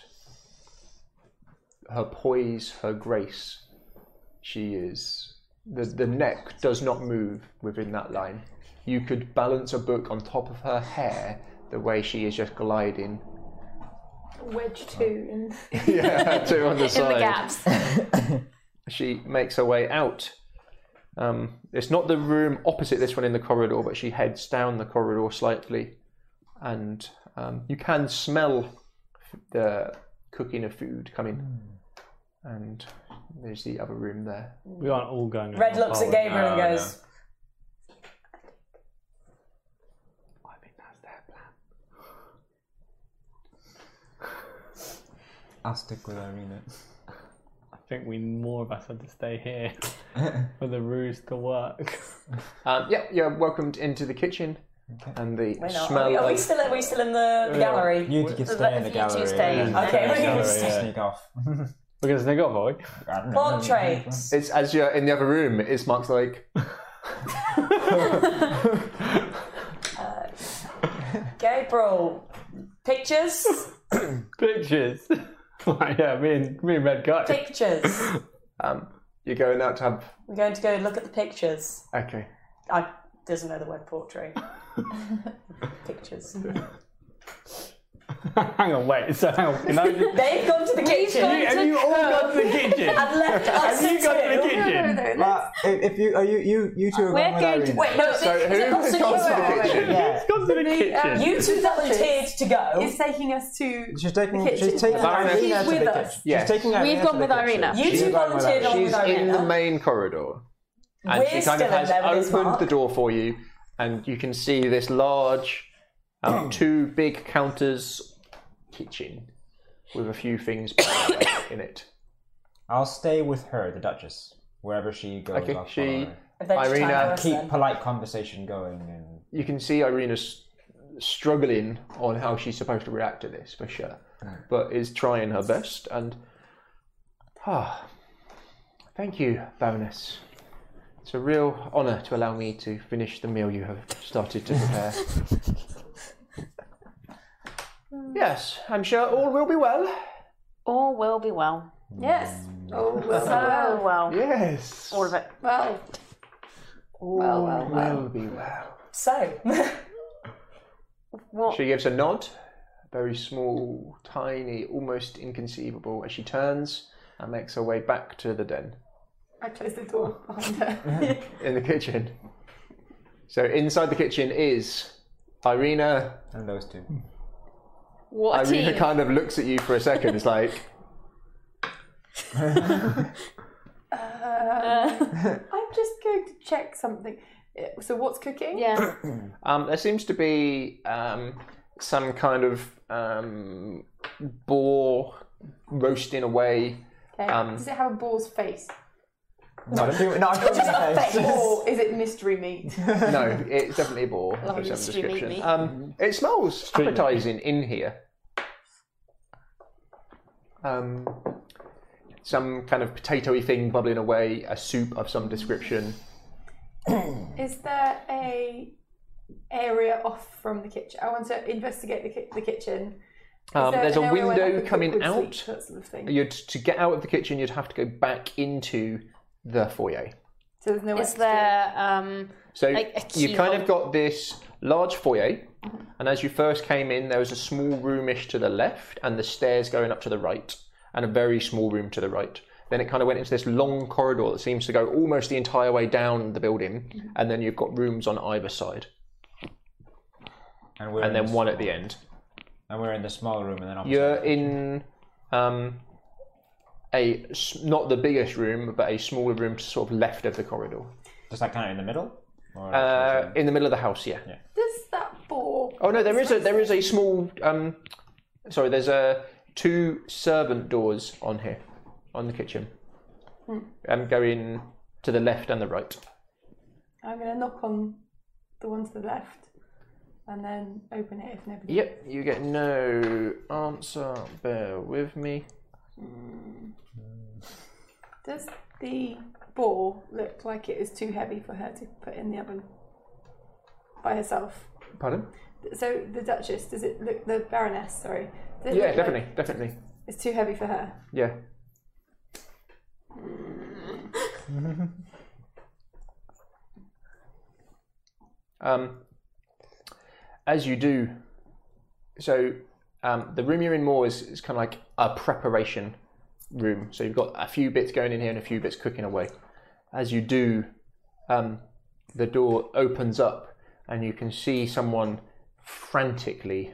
S10: her poise, her grace. She is the the neck does not move within that line. You could balance a book on top of her hair the way she is just gliding.
S7: Wedge two in.
S10: Yeah, two on
S7: In
S10: the
S7: the
S10: side.
S7: gaps.
S10: She makes her way out. Um, it's not the room opposite this one in the corridor, but she heads down the corridor slightly, and um, you can smell the cooking of food coming. And there's the other room there.
S6: We aren't all going.
S3: Red
S6: around
S5: Oh,
S3: looks at
S6: Poland.
S3: Gabriel and
S10: No,
S3: goes,
S5: I'll stick with Irina.
S6: I think we more of us had to stay here for the ruse to work.
S10: Um, yeah, you're welcomed into the kitchen, and the
S3: We're not. Are
S10: smell.
S3: we, are we
S10: of-
S3: still, are we still in the, the gallery?
S5: You can stay in the gallery.
S3: Okay, we're going to
S5: sneak off.
S6: We're gonna sneak off, are we?
S3: Portraits.
S10: It's as you're in the other room. It's Mark's like
S3: Gabriel, pictures?
S6: Pictures. Like, yeah, me and me and Red go.
S3: pictures.
S10: um, you're going out to have.
S3: We're going to go look at the pictures.
S10: Okay.
S3: I doesn't know the word portrait. pictures.
S6: Hang on, wait. So hang on. Now you-
S3: They've gone to the kitchen.
S6: have you all gone to the kitchen?
S3: And left us
S6: have you gone to the
S3: two.
S6: kitchen?
S5: Uh, if if you are you you you two are going with Irina.
S3: Wait, no,
S10: So
S3: they-
S10: who
S3: they've
S10: has
S3: also-
S10: gone to
S3: wait,
S10: the
S3: wait, wait.
S10: kitchen?
S5: Yeah,
S6: Gone to the kitchen.
S3: You two volunteered to go.
S7: It's taking us to.
S5: she's taking
S7: The kitchen.
S5: she's taking
S7: Marina-
S5: Irina
S7: She's
S5: to the
S7: with
S5: kitchen.
S7: us.
S5: She's
S10: Yes.
S5: taking Irina
S1: We've
S5: to
S1: gone
S5: the
S1: with
S5: kitchen.
S1: Irina.
S3: You two
S5: She's going with
S3: volunteered
S5: us.
S3: on
S10: She's
S3: with
S10: in the
S3: Irina.
S10: main corridor. And
S3: We're
S10: she kind
S3: still
S10: of
S3: in
S10: has
S3: there with this
S10: opened
S3: mark.
S10: the door for you, and you can see this large, um, two big counters kitchen with a few things in it.
S5: I'll stay with her, the Duchess, wherever she goes.
S10: Okay,
S5: I'll follow
S10: she-
S5: her.
S3: Adventure
S10: Irina,
S3: time first,
S5: keep
S3: then.
S5: polite conversation going and
S10: You can see Irina's struggling on how she's supposed to react to this, for sure, but is trying her best. And ah, thank you, Baroness. It's a real honour to allow me to finish the meal you have started to prepare. yes, I'm sure all will be well.
S1: All will be well.
S7: Yes. Oh, well,
S1: Oh,
S7: well,
S1: well.
S10: Yes,
S1: All of it.
S7: well. Well, well, well.
S10: will be well.
S3: So,
S1: What?
S10: She gives a nod, very small, tiny, almost inconceivable, as she turns and makes her way back to the den
S7: I closed the door behind her.
S10: in the kitchen. So inside the kitchen is Irina.
S5: and those two.
S1: What a
S10: Irina
S1: team.
S10: kind of looks at you for a second. It's like,
S7: I'm just going to check something. Uh, So, what's cooking?
S1: Yeah.
S10: um, there seems to be um, some kind of um, boar roasting away.
S7: Okay.
S10: Um,
S7: Does Uh, it have a boar's face?
S5: No, she, no, I'm just
S7: Or is it mystery meat?
S10: No, it's definitely a boar for some
S1: mystery meat
S10: description.
S1: meat.
S10: Um, it smells appetizing in here. Um, some kind of potatoy thing bubbling away, a soup of some description.
S7: Is there a area off from the kitchen? I want to investigate the, ki- the kitchen
S10: Um,
S4: there
S10: there's a
S4: an area where, like,
S10: window
S4: the
S10: coming
S4: cook would
S10: out.
S4: sleep, that sort of thing?
S10: You'd to get out of the kitchen, you'd have to go back into the foyer.
S4: So there's no
S15: Is there um,
S10: So
S15: like a Mm-hmm.
S10: you kind
S15: keyhole?
S10: of got this large foyer, and as you first came in, there was a small roomish to the left, and the stairs going up to the right, and a very small room to the right. Then it kind of went into this long corridor that seems to go almost the entire way down the building,
S15: Mm-hmm.
S5: Mhm.
S10: and then you've got rooms on either side,
S5: And,
S10: and then one at the end.
S5: And we're in the small room, and then obviously
S10: You're in um, a s- not the biggest room, but a smaller room to sort of left of the corridor.
S5: Just like kind of in the middle. Or
S10: Uh, in the middle of the house, yeah.
S4: Does that bore?
S10: Oh no, there is a there is a small um, sorry, there's a two servant doors on here, on the kitchen.
S4: Hmm.
S10: Um, going to the left and the right.
S4: I'm going to knock on the one to the left and then oh, open it if nobody.
S10: Yep, you get no answer. Bear with me.
S4: Mm. Does the ball look like it is too heavy for her to put in the oven by herself?
S10: Pardon?
S4: So the Duchess, does it look the Baroness? Sorry, does it
S10: yeah,
S4: look
S10: definitely,
S4: like
S10: definitely.
S4: it's too heavy for her.
S10: Yeah. um, as you do, so um, the room you're in more is, is kind of like a preparation room. So you've got a few bits going in here and a few bits cooking away. As you do, um, the door opens up and you can see someone frantically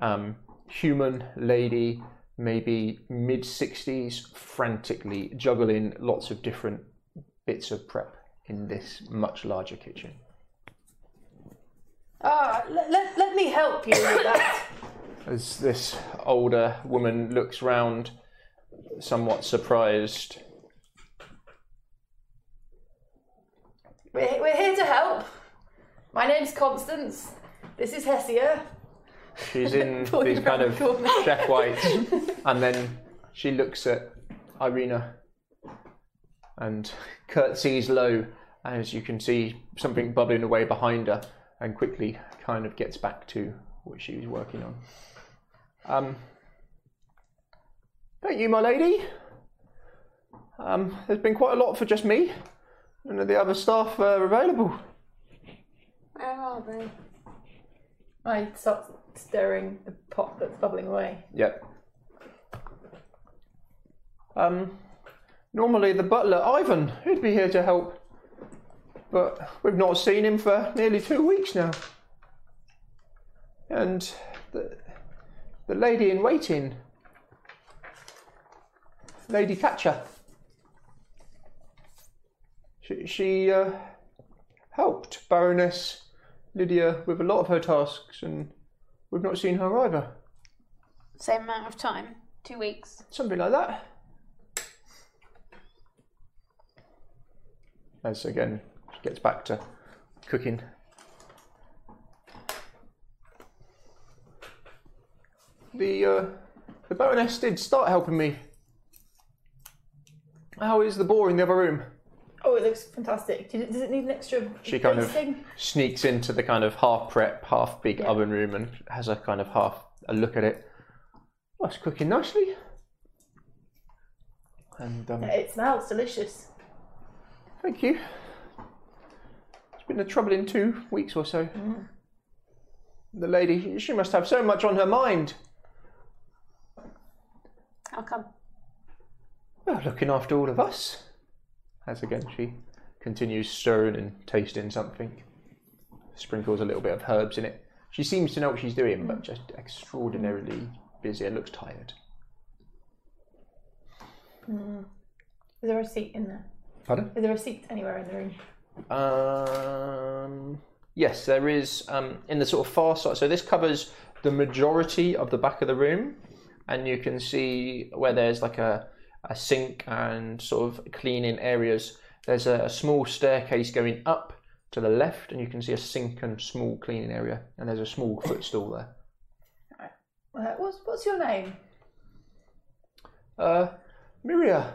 S10: um, human lady, maybe mid 60s, frantically juggling lots of different bits of prep in this much larger kitchen.
S7: Oh,
S4: Ah, let, let, let me help you with that.
S10: As this older woman looks round, somewhat surprised.
S7: We're, we're here to help. My name's Constance. This is Hesia.
S10: She's in
S7: Pulling
S10: these kind
S7: around
S10: of
S7: the corner.
S10: chef whites, and then she looks at Irina and curtsies low as you can see something bubbling away behind her, and quickly kind of gets back to what she was working on. Um, thank you, my lady. Um, there's been quite a lot for just me. None of the other staff are available.
S7: Where are they? I start stirring the pot that's bubbling away.
S10: Yep. Um, normally the butler, Ivan, he'd be here to help. But we've not seen him for nearly two weeks now. And the, the lady in waiting, Lady Thatcher, she, she uh, helped Baroness Lydia with a lot of her tasks, and we've not seen her either.
S1: Same amount of time, two weeks.
S10: Something like that. As again, she gets back to cooking. The uh, the Baroness did start helping me. How is the bore in the other room?
S7: Oh, it looks fantastic. Does it, does it need an extra
S10: She kind of
S7: basting?
S10: sneaks into the kind of half prep, half big oven room and has a kind of half a look at it. Well, it's cooking nicely. And um,
S7: It smells delicious.
S10: Thank you. It's been a troubling two weeks or so. The lady, she must have so much on her mind.
S1: How come?
S10: Well, looking after all of us. As again, she continues stirring and tasting something. Sprinkles a little bit of herbs in it. She seems to know what she's doing, but just extraordinarily busy and looks tired.
S7: Mm. Is there a seat in there?
S10: Pardon?
S7: Is there a seat anywhere in the room?
S10: Um, yes, there is um, in the sort of far side. So this covers the majority of the back of the room, and you can see where there's like a, a sink and sort of cleaning areas. There's a, a small staircase going up to the left, and you can see a sink and small cleaning area, and there's a small footstool there.
S7: Uh, what's, what's your name?
S10: Uh, Miria,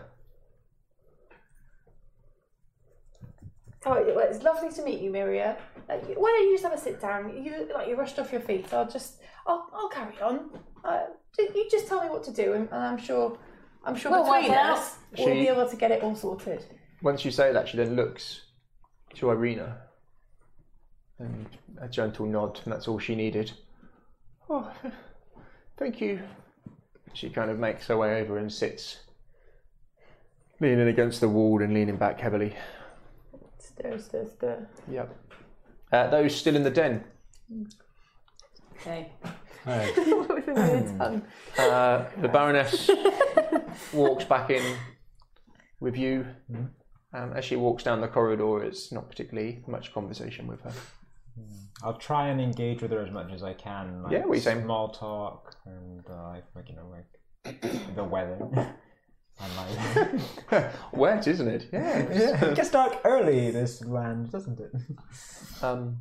S7: Oh, it- well, it's lovely to meet you, Miria. Uh, you- why don't you just have a sit down? You look like you rushed off your feet. I'll just, I'll, I'll carry on. Uh, ju- you just tell me what to do, and, and I'm sure, I'm sure
S1: We'll work
S7: between
S1: it out.
S7: us, we'll be
S10: She-
S7: able to get it all sorted.
S10: Once you say that, she then looks to Irina, and a gentle nod, and that's all she needed. Oh, thank you. She kind of makes her way over and sits, leaning against the wall and leaning back heavily.
S7: Stir, stir, stir.
S10: Yep. Uh, those still in the den.
S3: Okay.
S7: With a weird tongue.
S10: Uh, the Baroness walks back in with you. Um, as she walks down the corridor, it's not particularly much conversation with her.
S5: I'll try and engage with her as much as I can. Like
S10: Yeah, what are you saying?
S5: Small talk and uh, like, like, you know, like the weather. and like,
S10: Wet, isn't it? Yeah.
S16: it gets dark early, this land, doesn't it?
S10: Um,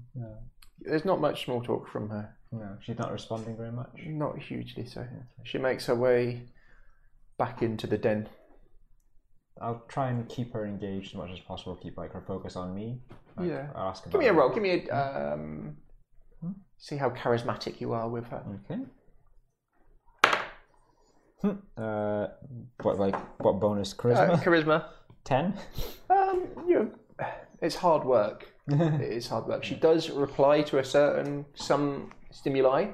S10: There's not much small talk from her.
S5: No, she's not responding very much.
S10: Not hugely so. She makes her way back into the den.
S5: I'll try and keep her engaged as much as possible. Keep like her focus on me. Like,
S10: Yeah.
S5: I'll ask about
S10: Give me a roll. Give me a. Um, see how charismatic you are with her.
S5: Okay. Hmm, Uh, what like what bonus
S10: Uh,
S5: charisma?
S10: charisma.
S5: Ten.
S10: Um, you. It's hard work. it is hard work. She does reply to a certain some stimuli,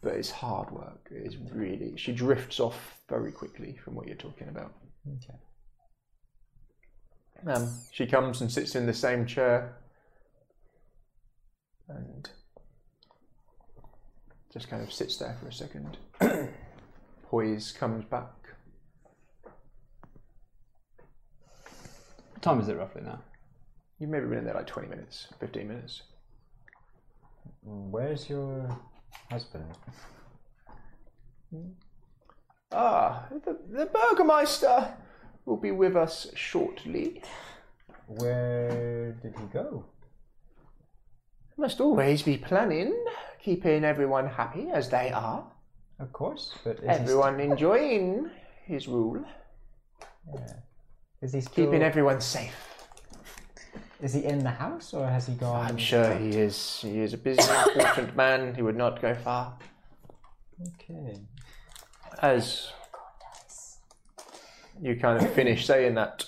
S10: but it's hard work. It is really. She drifts off very quickly from what you're talking about.
S5: Okay.
S10: Um, she comes and sits in the same chair and just kind of sits there for a second. Poise comes back.
S6: What time is it roughly now?
S10: You've maybe been in there like 20 minutes, 15 minutes.
S5: Where's your husband?
S10: Ah, the, the Burgermeister will be with us shortly.
S5: Where did he go?
S10: Must always be planning, keeping everyone happy as they are.
S5: Of course, but is
S10: Everyone enjoying his rule,
S5: he, st- is he still,
S10: keeping everyone safe.
S5: Is he in the house or has he gone?
S10: I'm sure he is. He is a busy, important man. He would not go far.
S5: Okay.
S10: As you kind of finish saying that,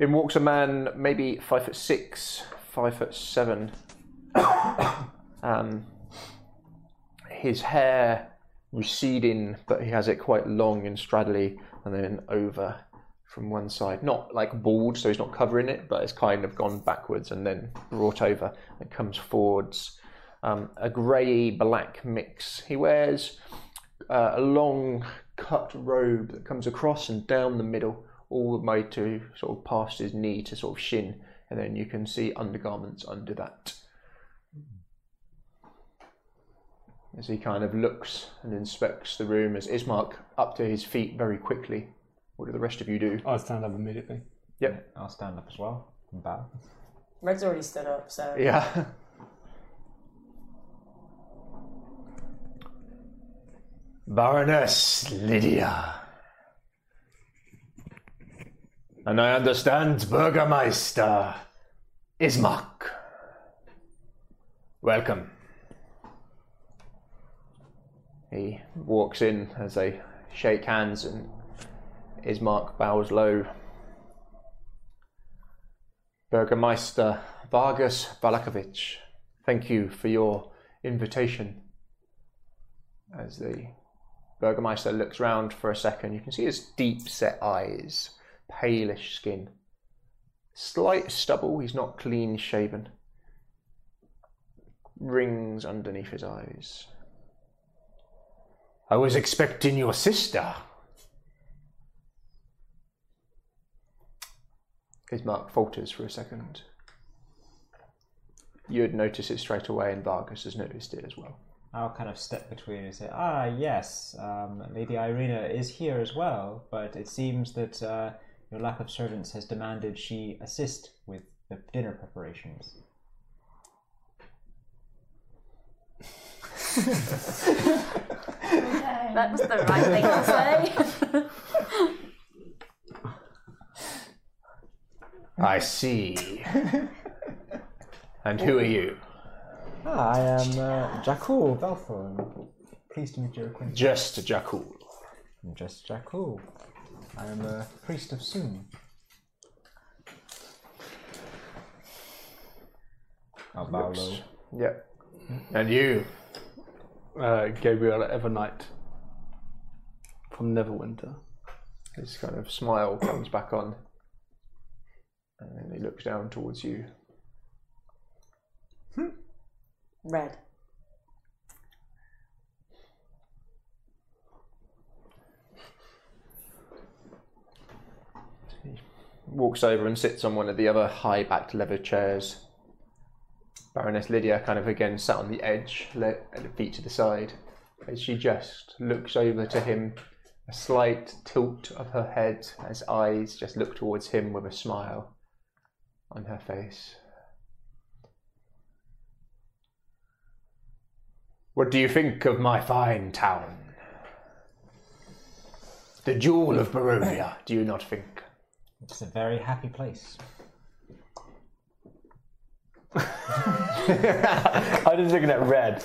S10: in walks a man maybe five foot six, five foot seven. um, his hair receding, but he has it quite long and straddly, and then over from one side. Not like bald, so he's not covering it, but it's kind of gone backwards and then brought over and comes forwards. Um, a grey black mix. He wears uh, a long cut robe that comes across and down the middle, all the way to sort of past his knee to sort of shin, and then you can see undergarments under that. As he kind of looks and inspects the room, as Ismark up to his feet very quickly. What do the rest of you do?
S6: I stand Oh, up immediately.
S10: Yep.
S5: I'll stand up as well and bow.
S3: Red's already stood up, so
S10: Yeah. Baroness Lydia. And I understand Burgermeister Ismark. Welcome. He walks in as they shake hands, and Ismark bows low. Burgermeister Vargas Balakovic, thank you for your invitation. As the Burgermeister looks round for a second, you can see his deep set eyes, palish skin, slight stubble, he's not clean shaven, rings underneath his eyes. I was expecting your sister. His mark falters for a second. You'd notice it straight away, and Vargas has noticed it as well.
S5: I'll kind of step between and say, ah, yes, um, Lady Irina is here as well, but it seems that uh, your lack of servants has demanded she assist with the dinner preparations.
S1: That was the right thing to say.
S10: I see. and who are you?
S16: Ah, I am uh, Jacob Belthorn.
S5: Pleased to meet your acquaintance.
S17: Just Jakul.
S5: I'm just Jakul. I am a priest of Sun.
S18: I'll
S5: bow
S18: low.
S10: Yep.
S17: And you?
S6: Uh, Gabriel Evernight from Neverwinter.
S10: His kind of smile comes back on. And then he looks down towards you.
S3: Red.
S10: Walks over and sits on one of the other high backed leather chairs. Baroness Lydia kind of again sat on the edge, le- and feet to the side, as she just looks over to him, a slight tilt of her head as eyes just look towards him with a smile on her face.
S17: What do you think of my fine town? The jewel of Barovia, do you not think?
S5: It's a very happy place.
S18: I'm just looking at red.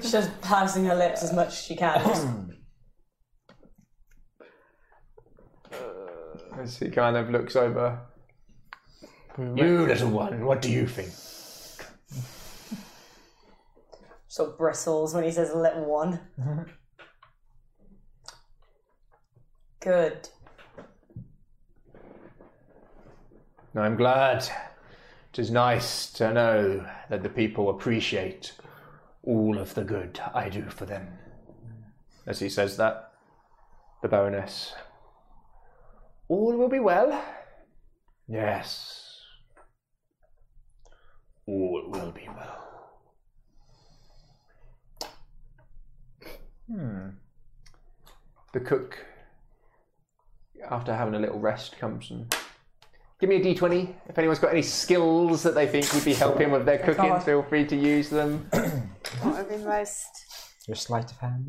S3: She's just pouting her lips as much as she can.
S10: As he kind of looks over.
S17: You little one, what do you think?
S3: sort of bristles when he says little one. Good.
S17: I'm glad. It is nice to know that the people appreciate all of the good I do for them.
S10: As he says that, the Baroness. All will be well.
S17: Yes. All will be well.
S5: Hmm.
S10: The cook, after having a little rest, comes and. Give me a d20. If anyone's got any skills that they think would be helping with their
S5: Oh,
S10: cooking,
S5: God.
S10: feel free to use them.
S19: What have been most?
S5: Your sleight of hand.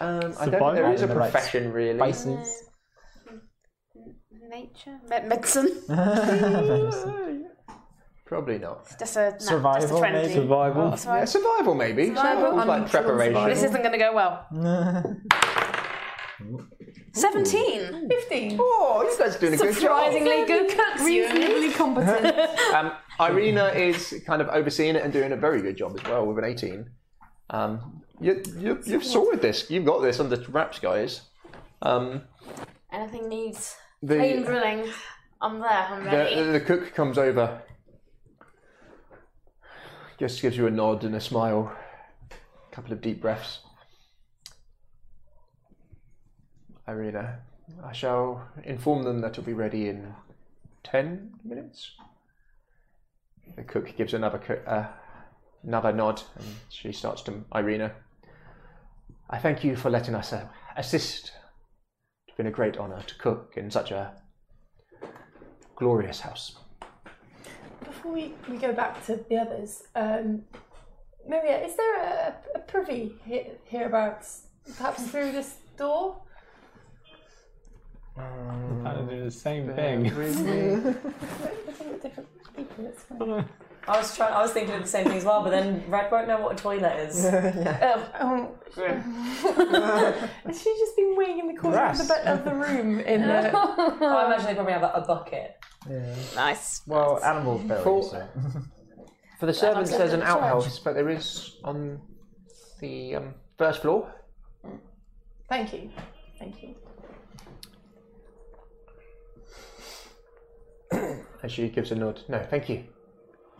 S10: Um, I don't think there is a profession, really.
S5: Spices.
S1: Nature? Me- medicine?
S10: Probably not.
S1: Just a, na- just a
S10: Survival,
S1: 20.
S10: maybe? Survival.
S1: Oh, survival.
S10: Yeah, survival, maybe.
S1: Survival,
S10: Survival's like
S1: unnatural
S10: preparation.
S1: This isn't going to go well. 17.
S7: 15.
S10: Oh, you guys are doing a good job.
S1: Surprisingly good cooks, you and me.
S7: Reasonably competent.
S10: um, Irina is kind of overseeing it and doing a very good job as well with an 18. Um, you, you, you've sorted this. You've got this under wraps, guys. Um,
S1: Anything needs
S10: The-
S1: flame grilling. I'm there, I'm ready.
S10: the, the cook comes over, just gives you a nod and a smile, a couple of deep breaths. Irina, I shall inform them that it'll be ready in 10 minutes. The cook gives another co- uh, another nod, and she starts to Irina. I thank you for letting us uh, assist. It's been a great honour to cook in such a glorious house.
S7: Before we, we go back to the others, um, Maria, is there a, a privy he- hereabouts? Perhaps through this door?
S6: I'm trying to do Oh, the same thing.
S7: Looking at different people, it's fine.
S3: I was trying. I was thinking of the same thing as well, but then Red won't know what a toilet is.
S7: Oh, um, has she just been waiting in the corner of the,
S3: Grass.
S7: be- of the room? In the...
S3: oh, I imagine they probably have a, a bucket.
S20: Nice.
S10: Well, animals
S21: bury,
S10: For,
S21: so-
S10: for the servants,
S3: That's
S10: there's an
S3: in charge.
S10: outhouse, but there is on the um, first floor.
S7: Thank you. Thank you.
S10: And she gives a nod. No, thank you.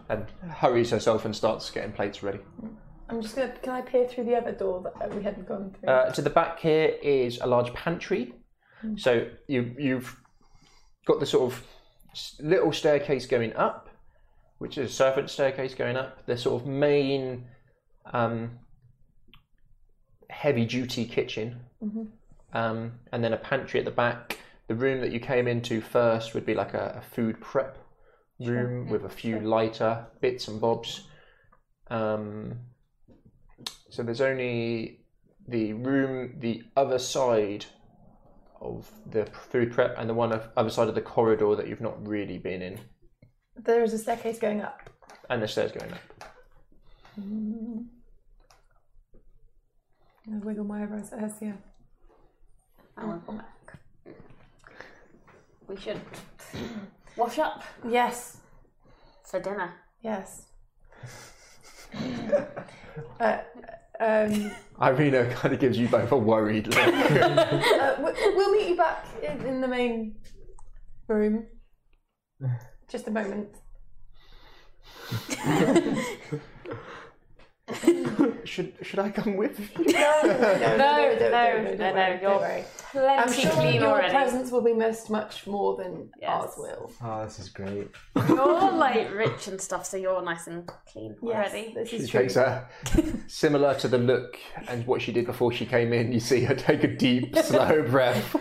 S10: And hurries herself and starts getting plates ready.
S7: I'm just gonna. Can I peer through the other door that we hadn't gone through?
S10: Uh, to the back here is a large pantry. So you you've got the sort of s- little staircase going up, which is a servant staircase going up. The sort of main um, heavy duty kitchen,
S7: Mhm.
S10: um, and then a pantry at the back. The room that you came into first would be like a, a food prep room with a few lighter bits and bobs. Um, so there's only the room the other side of the food prep and the one of other side of the corridor that you've not really been in,
S7: there is a staircase going up.
S10: and the stairs going up.
S7: Mm. I wiggle my eyebrows at Hestia.
S1: I want to go back. We should wash up.
S7: Yes.
S1: For dinner.
S7: Yes. uh, um,
S10: Irina kind of gives you both a worried look.
S7: uh, we- we'll meet you back in, in the main room. Just a moment.
S10: should should I come with you?
S7: No, no, no, no,
S10: no,
S7: no,
S10: no,
S7: no,
S10: you're
S7: I'm
S10: plenty
S7: sure
S10: clean
S7: your
S10: already.
S7: presence will be missed much more than ours will.
S5: Oh, this is great.
S1: You're like rich and stuff, so you're nice and clean already.
S7: This
S10: She takes a similar to the look and what she did before she came in. You see her take a deep, slow breath.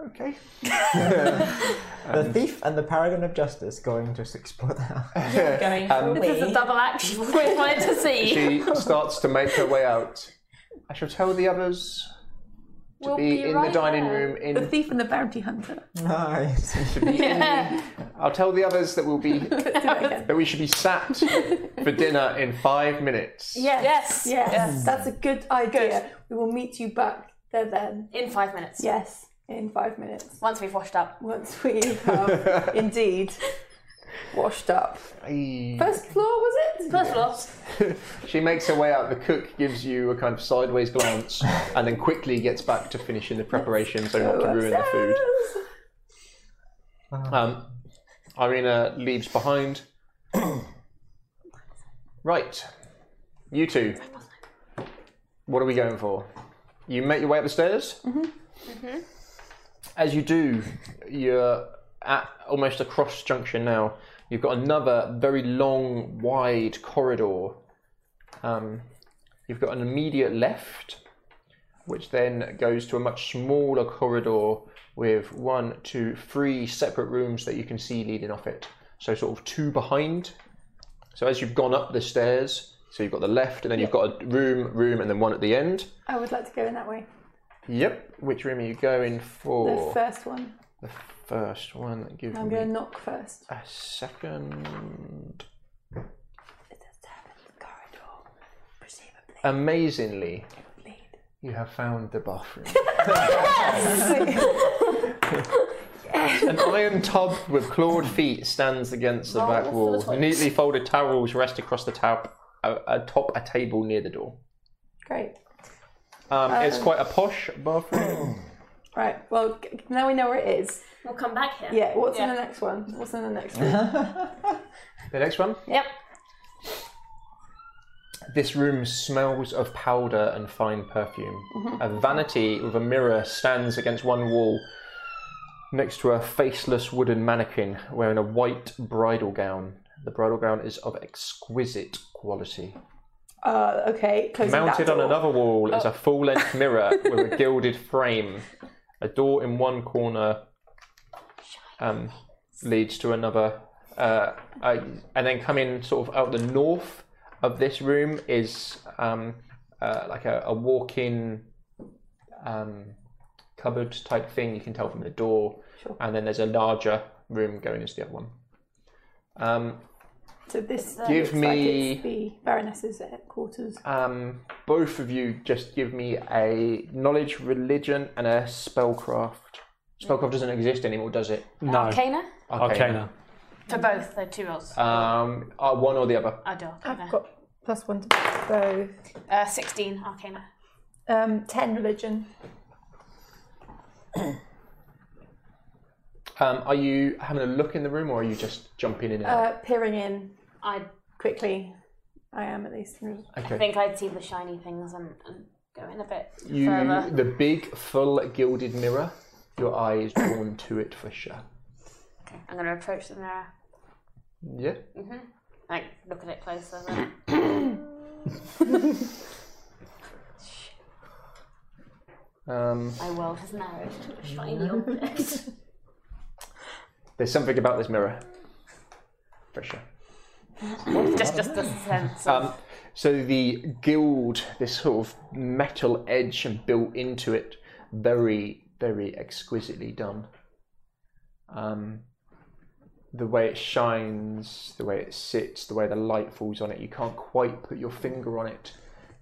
S10: okay.
S5: the thief and the paragon of justice going to explore the house.
S10: going for a Um,
S1: This is a double action we wanted to see.
S10: She starts to make her way out. I shall tell the others to
S7: We'll
S10: be,
S7: be
S10: in
S7: right
S10: the dining
S7: there.
S10: room. In
S7: The thief and the bounty hunter.
S5: Mm. Nice.
S10: to be
S7: Yeah.
S10: in, I'll tell the others that we'll be that we should be sat for dinner in five minutes.
S7: Yes. Yes.
S10: Yes.
S7: That's a good idea. We will meet you back there then.
S1: In five minutes.
S7: Yes. In five minutes.
S1: Once we've washed up.
S7: Once we have indeed washed up.
S10: Aye.
S7: First floor was it?
S1: First floor.
S10: She makes her way out. The cook gives you a kind of sideways glance and then quickly gets back to finishing the preparation so not to ruin the food. Um, Irina leaves behind. right. You two. What are we going for? You make your way up the stairs. Mm-hmm. As you do, you're at almost a cross junction now. You've got another very long, wide corridor. Um, you've got an immediate left, which then goes to a much smaller corridor with one, two, three separate rooms that you can see leading off it. So, sort of two behind. So, as you've gone up the stairs, so you've got the left, and then you've got a room, room, and then one at the end.
S7: I would like to go in that way.
S10: Yep. Which room are you going for?
S7: The first one.
S10: The first one. Give
S7: I'm
S10: me
S7: going to knock first.
S10: a second. Amazingly, you have found the bathroom. An iron tub with clawed feet stands against the
S22: Oh,
S10: back
S22: that's
S10: wall.
S22: so nice.
S10: Neatly folded towels rest across the top, uh, atop a table near the door.
S7: Great.
S22: Oh.
S10: Um, it's
S7: Um,
S10: quite a posh bathroom.
S7: Right. Well, g- now we know where it is.
S1: We'll come back here.
S7: Yeah. What's in the next one? What's in the next one?
S10: Uh-huh. the next one.
S1: Yep.
S10: This room smells of powder and fine perfume.
S22: Mhm.
S10: A vanity with a mirror stands against one wall next to a faceless wooden mannequin wearing a white bridal gown. The bridal gown is of exquisite quality.
S7: Uh, okay. Closing
S10: Mounted
S7: that
S10: on
S7: door.
S10: another wall is
S7: Oh.
S10: a full length mirror with a gilded frame. A door in one corner um, leads to another. Uh, uh, and then coming sort of out the north of this room is um, uh, like a, a walk in um, cupboard type thing you can tell from the door. And then there's a larger room going into the other one. Um,
S7: So this
S10: Give
S7: looks like
S10: me-
S7: it's the Baroness's uh, quarters.
S10: Um, both of you just give me a knowledge, religion, and a spellcraft. Spellcraft doesn't exist anymore, does it?
S1: No. Arcana?
S10: Arcana.
S1: For both, the two rolls.
S10: Um, Uh, uh, one or the other.
S1: I do Arcana.
S7: got plus one to both.
S1: Uh, 16 Arcana.
S7: Um, ten religion.
S10: Um, are you having a look in the room, or are you just jumping in and out?
S7: Uh, peering in.
S1: I
S7: quickly. I am at least.
S10: Okay.
S1: Oh, I think I'd see the shiny things and, and go in a bit
S10: you,
S1: further.
S10: the big, full gilded mirror. Your eye is drawn to it for sure.
S1: I'm going to approach the mirror.
S10: Yeah.
S1: hmm Like, look at it closer. Then.
S10: Um,
S1: My world has narrowed to a shiny object.
S10: there's something about this mirror. For sure.
S1: just, just the sense.
S10: Um, so the gild, this sort of metal edge and built into it, very, very exquisitely done. Um, the way it shines, the way it sits, the way the light falls on it. You can't quite put your finger on it.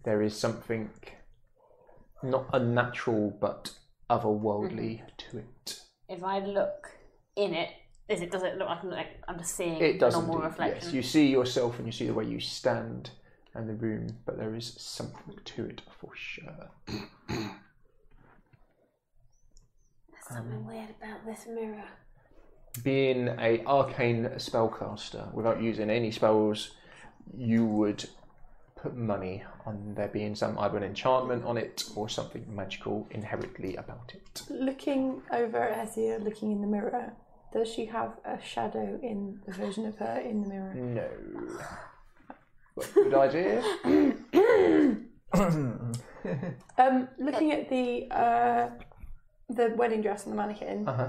S10: There is something not unnatural but otherworldly to it.
S1: If I look in it, is it does it look like I'm, like, I'm just seeing
S10: It
S1: a
S10: does
S1: normal
S10: indeed,
S1: reflection?
S10: Yes, you see yourself and you see the way you stand and the room, but there is something to it for sure.
S1: There's something weird about this mirror.
S10: Um, being a arcane spellcaster without using any spells, you would put money on there being some either an enchantment on it or something magical inherently about it.
S7: Looking over at Hesia, looking in the mirror, does she have a shadow in the version of her in the mirror?
S10: No. But good idea.
S7: Um, looking at the uh, the wedding dress and the mannequin,
S10: Uh-huh.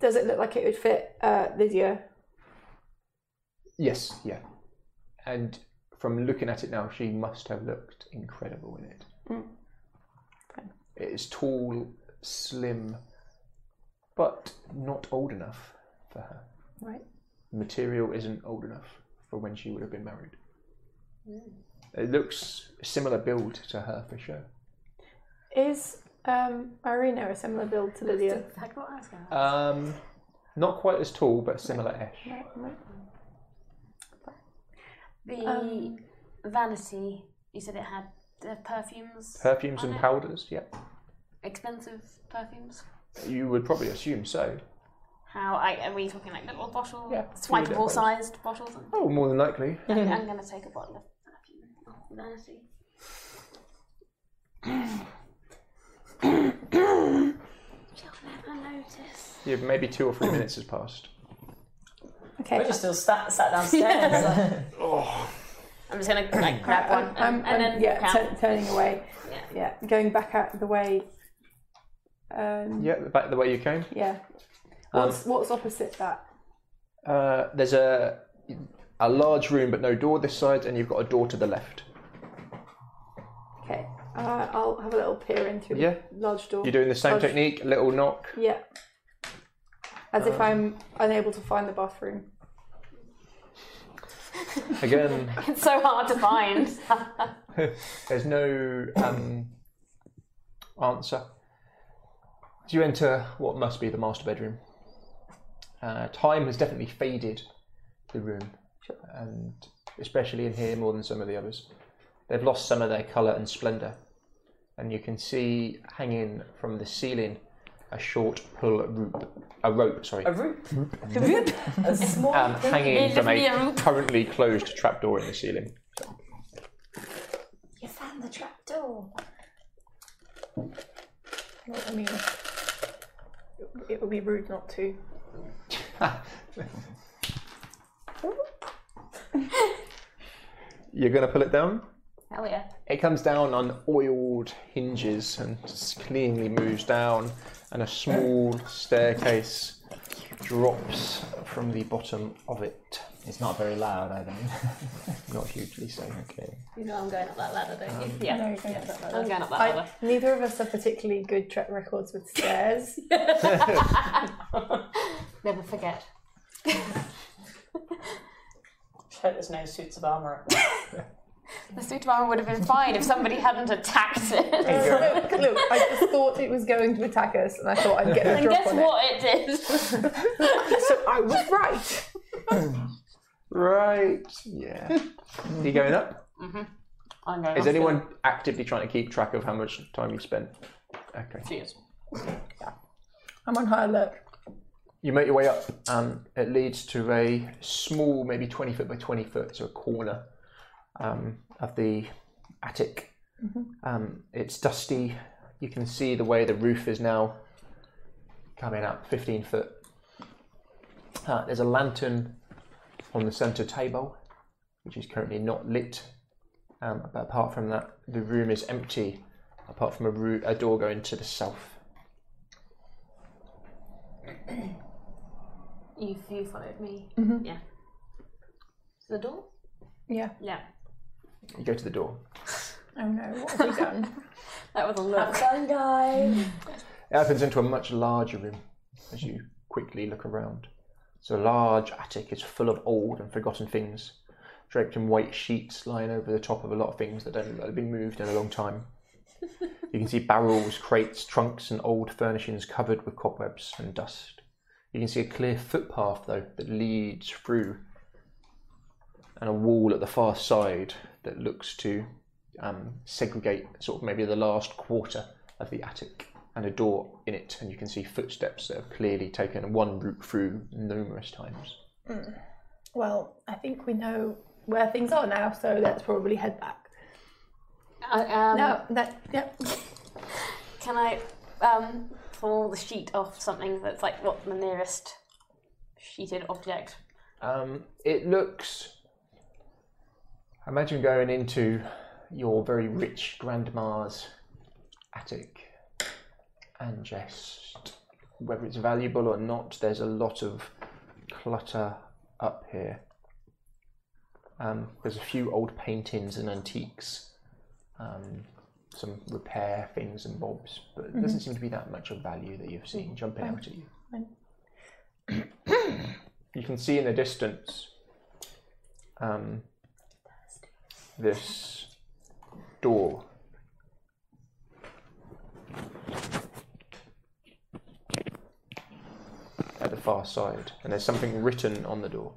S7: does it look like it would fit uh, Lydia?
S10: Yes, yeah. And from looking at it now, she must have looked incredible in it.
S7: Mm.
S10: It is tall, slim, but not old enough for her.
S7: Right.
S10: Material isn't old enough for when she would have been married.
S7: Mm.
S10: It looks similar build to her for sure.
S7: Is um, Irina a similar build to Lydia?
S10: Um, not quite as tall, but similar ish.
S7: Right, right.
S1: The
S7: Um,
S1: vanity. You said it had uh, perfumes.
S10: Perfumes
S1: on
S10: and
S1: it?
S10: powders, yeah.
S1: Expensive perfumes.
S10: You would probably assume so.
S1: How I, are we talking like little bottle,
S10: little
S1: swipeable
S10: bottles.
S1: sized bottles?
S10: Oh, more than likely.
S1: I'm, I'm going to take a bottle of perfume off the vanity. She'll never notice.
S10: Yeah, maybe two or three minutes has passed.
S7: Okay.
S3: We're just still sat, sat downstairs.
S1: I'm just gonna like grab one and,
S7: I'm,
S1: and
S7: I'm-
S1: then
S7: Um, yeah,
S1: walk out.
S7: tu- turning away.
S1: Yeah.
S7: going back out the way. Um,
S10: Yeah, back the way you came.
S7: yeah.
S10: Um,
S7: What's what's opposite that?
S10: Uh, there's a a large room, but no door this side, and you've got a door to the left.
S7: Okay. Uh, I'll have a little peer in through
S10: Yeah.
S7: the large door.
S10: You're doing the same
S7: Large-
S10: technique, little knock.
S7: Yeah. As if
S10: Um,
S7: I'm unable to find the bathroom.
S10: Again,
S1: It's so hard to find.
S10: there's no um, answer. So you enter what must be the master bedroom. Uh, time has definitely faded the room, and especially in here more than some of the others. They've lost some of their colour and splendour, and you can see hanging from the ceiling a short pull rope, a rope, sorry,
S3: a rope, a small
S10: um,
S3: thing.
S10: hanging from
S3: Literally
S10: a
S3: rope.
S10: currently closed trapdoor in the ceiling.
S7: You found the trap door. Well, I mean,
S23: It would be rude not to.
S10: You're going to pull it down.
S1: Hell yeah.
S10: It comes down on oiled hinges and s- cleanly moves down, and a small staircase drops from the bottom of it. It's not very loud either. not hugely so. Okay.
S7: you know I'm going up that ladder, don't you?
S1: Yeah.
S7: you're going up that
S1: I'm going up that
S7: I-
S1: ladder.
S7: neither of us have particularly good track records with stairs.
S1: Never forget.
S3: Hope there's no suits of armour.
S1: The suit of armor would have been fine if somebody hadn't attacked it.
S7: look, look, I just thought it was going to attack us, and I thought I'd get a
S1: and
S7: drop
S1: guess
S7: on
S1: what it, did?
S7: it. So I was right.
S10: Right. Yeah. Are you going up?
S1: hmm I'm going
S10: Is
S1: up
S10: anyone actively trying to keep track of how much time you spent? Okay.
S1: Cheers.
S7: I'm on high alert.
S10: You make your way up. Um, it leads to a small, maybe 20 foot by 20 foot, so a corner um, of the attic. Um, it's dusty. You can see the way the roof is now coming up 15 foot. Uh, there's a lantern on the centre table, which is currently not lit. Um, but apart from that, the room is empty, apart from a, roo- a door going to the south.
S1: You, you followed me.
S7: Mhm.
S1: Yeah. Mm-hmm. The door?
S7: Yeah.
S1: Yeah.
S10: You go to the door.
S7: Oh no, what have we done?
S1: That was a look.
S3: Fun guy.
S10: It opens into a much larger room as you quickly look around. So a large attic is full of old and forgotten things, draped in white sheets lying over the top of a lot of things that don't look like they've been moved in a long time. You can see barrels, crates, trunks, and old furnishings covered with cobwebs and dust. You can see a clear footpath, though, that leads through, and a wall at the far side that looks to um, segregate sort of maybe the last quarter of the attic, and a door in it, and you can see footsteps that have clearly taken one route through numerous times.
S7: Mm. Well, I think we know where things are now, so let's probably head back.
S1: I, um,
S7: no, that yep.
S1: Can I um, pull the sheet off something that's like what the nearest sheeted object?
S10: Um, it looks. Imagine going into your very rich grandma's attic and just whether it's valuable or not, there's a lot of clutter up here. Um, there's a few old paintings and antiques, um, some repair things and bobs, but it doesn't
S7: Mhm.
S10: seem to be that much of value that you've seen jumping out at you. You can see in the distance um, this door. At the far side, and there's something written on the door.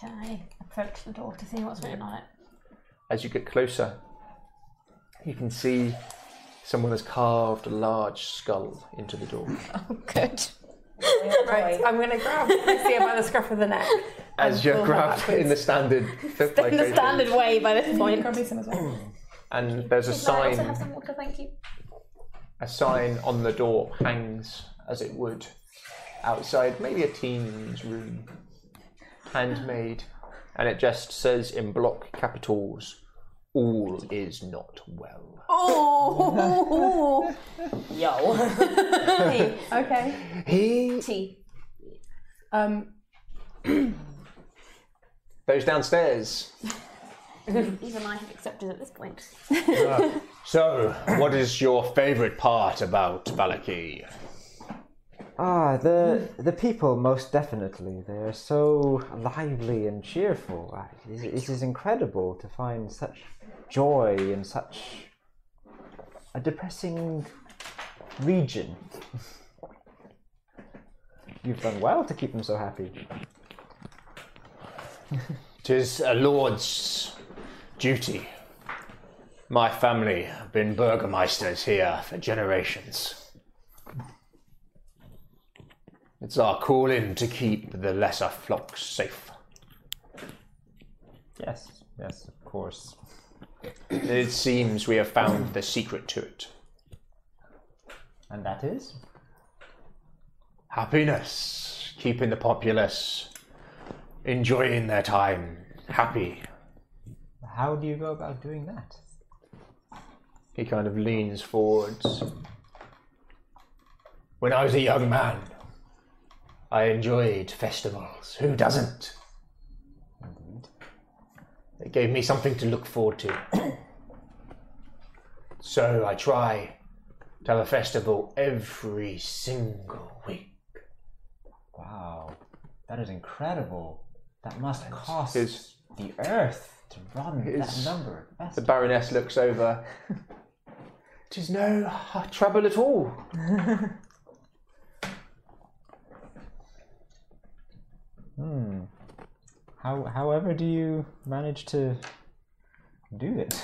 S24: Can I approach the door to see what's written on it?
S10: As you get closer, you can see someone has carved a large skull into the door.
S7: Good. right, I'm going to grab Lucia by the scruff of the neck.
S10: As you're
S7: pull her
S10: grabbed in the standard fifth location,
S7: way by this point. Probably some as well.
S10: and there's a
S1: I also have
S10: sign
S1: some water, thank you.
S10: a sign on the door hangs as it would outside maybe a teen's room handmade and it just says in block capitals all is not well
S7: Oh,
S10: yo
S7: okay.
S10: Tea.
S7: Um,
S10: those downstairs
S1: Even I have accepted at this point.
S25: So, what is your favourite part about Valaki?
S5: Ah, the the people most definitely. They are so lively and cheerful. Ah, It it is incredible to find such joy in such a depressing region. You've done well to keep them so happy.
S25: Tis a lord's duty. My family have been burgomeisters here for generations. It's our calling to keep the lesser flocks safe.
S5: Yes, yes, of course.
S10: it seems we have found the secret to it
S5: and that is
S25: happiness keeping the populace enjoying their time happy
S5: How do you go about doing that?
S10: he kind of leans forwards
S25: When I was a young man, I enjoyed festivals. Who doesn't? They gave me something to look forward to. so I try to have a festival every single week.
S5: Wow, that is incredible. That must cost the earth to run
S10: His-
S5: that number.
S10: the baroness looks over tis no uh, trouble at all
S5: Hmm. How, however, do you manage to do it?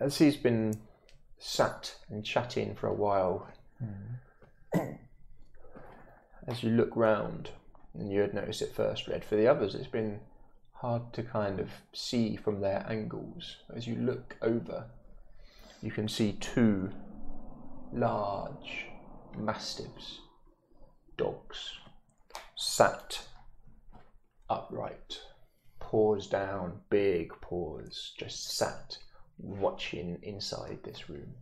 S10: as he's been sat and chatting for a while, as you look round, and you had noticed it first, Red, for the others, it's been hard to kind of see from their angles. As you look over, you can see two large mastiffs, dogs, sat upright, paws down, big paws, just sat watching inside this room.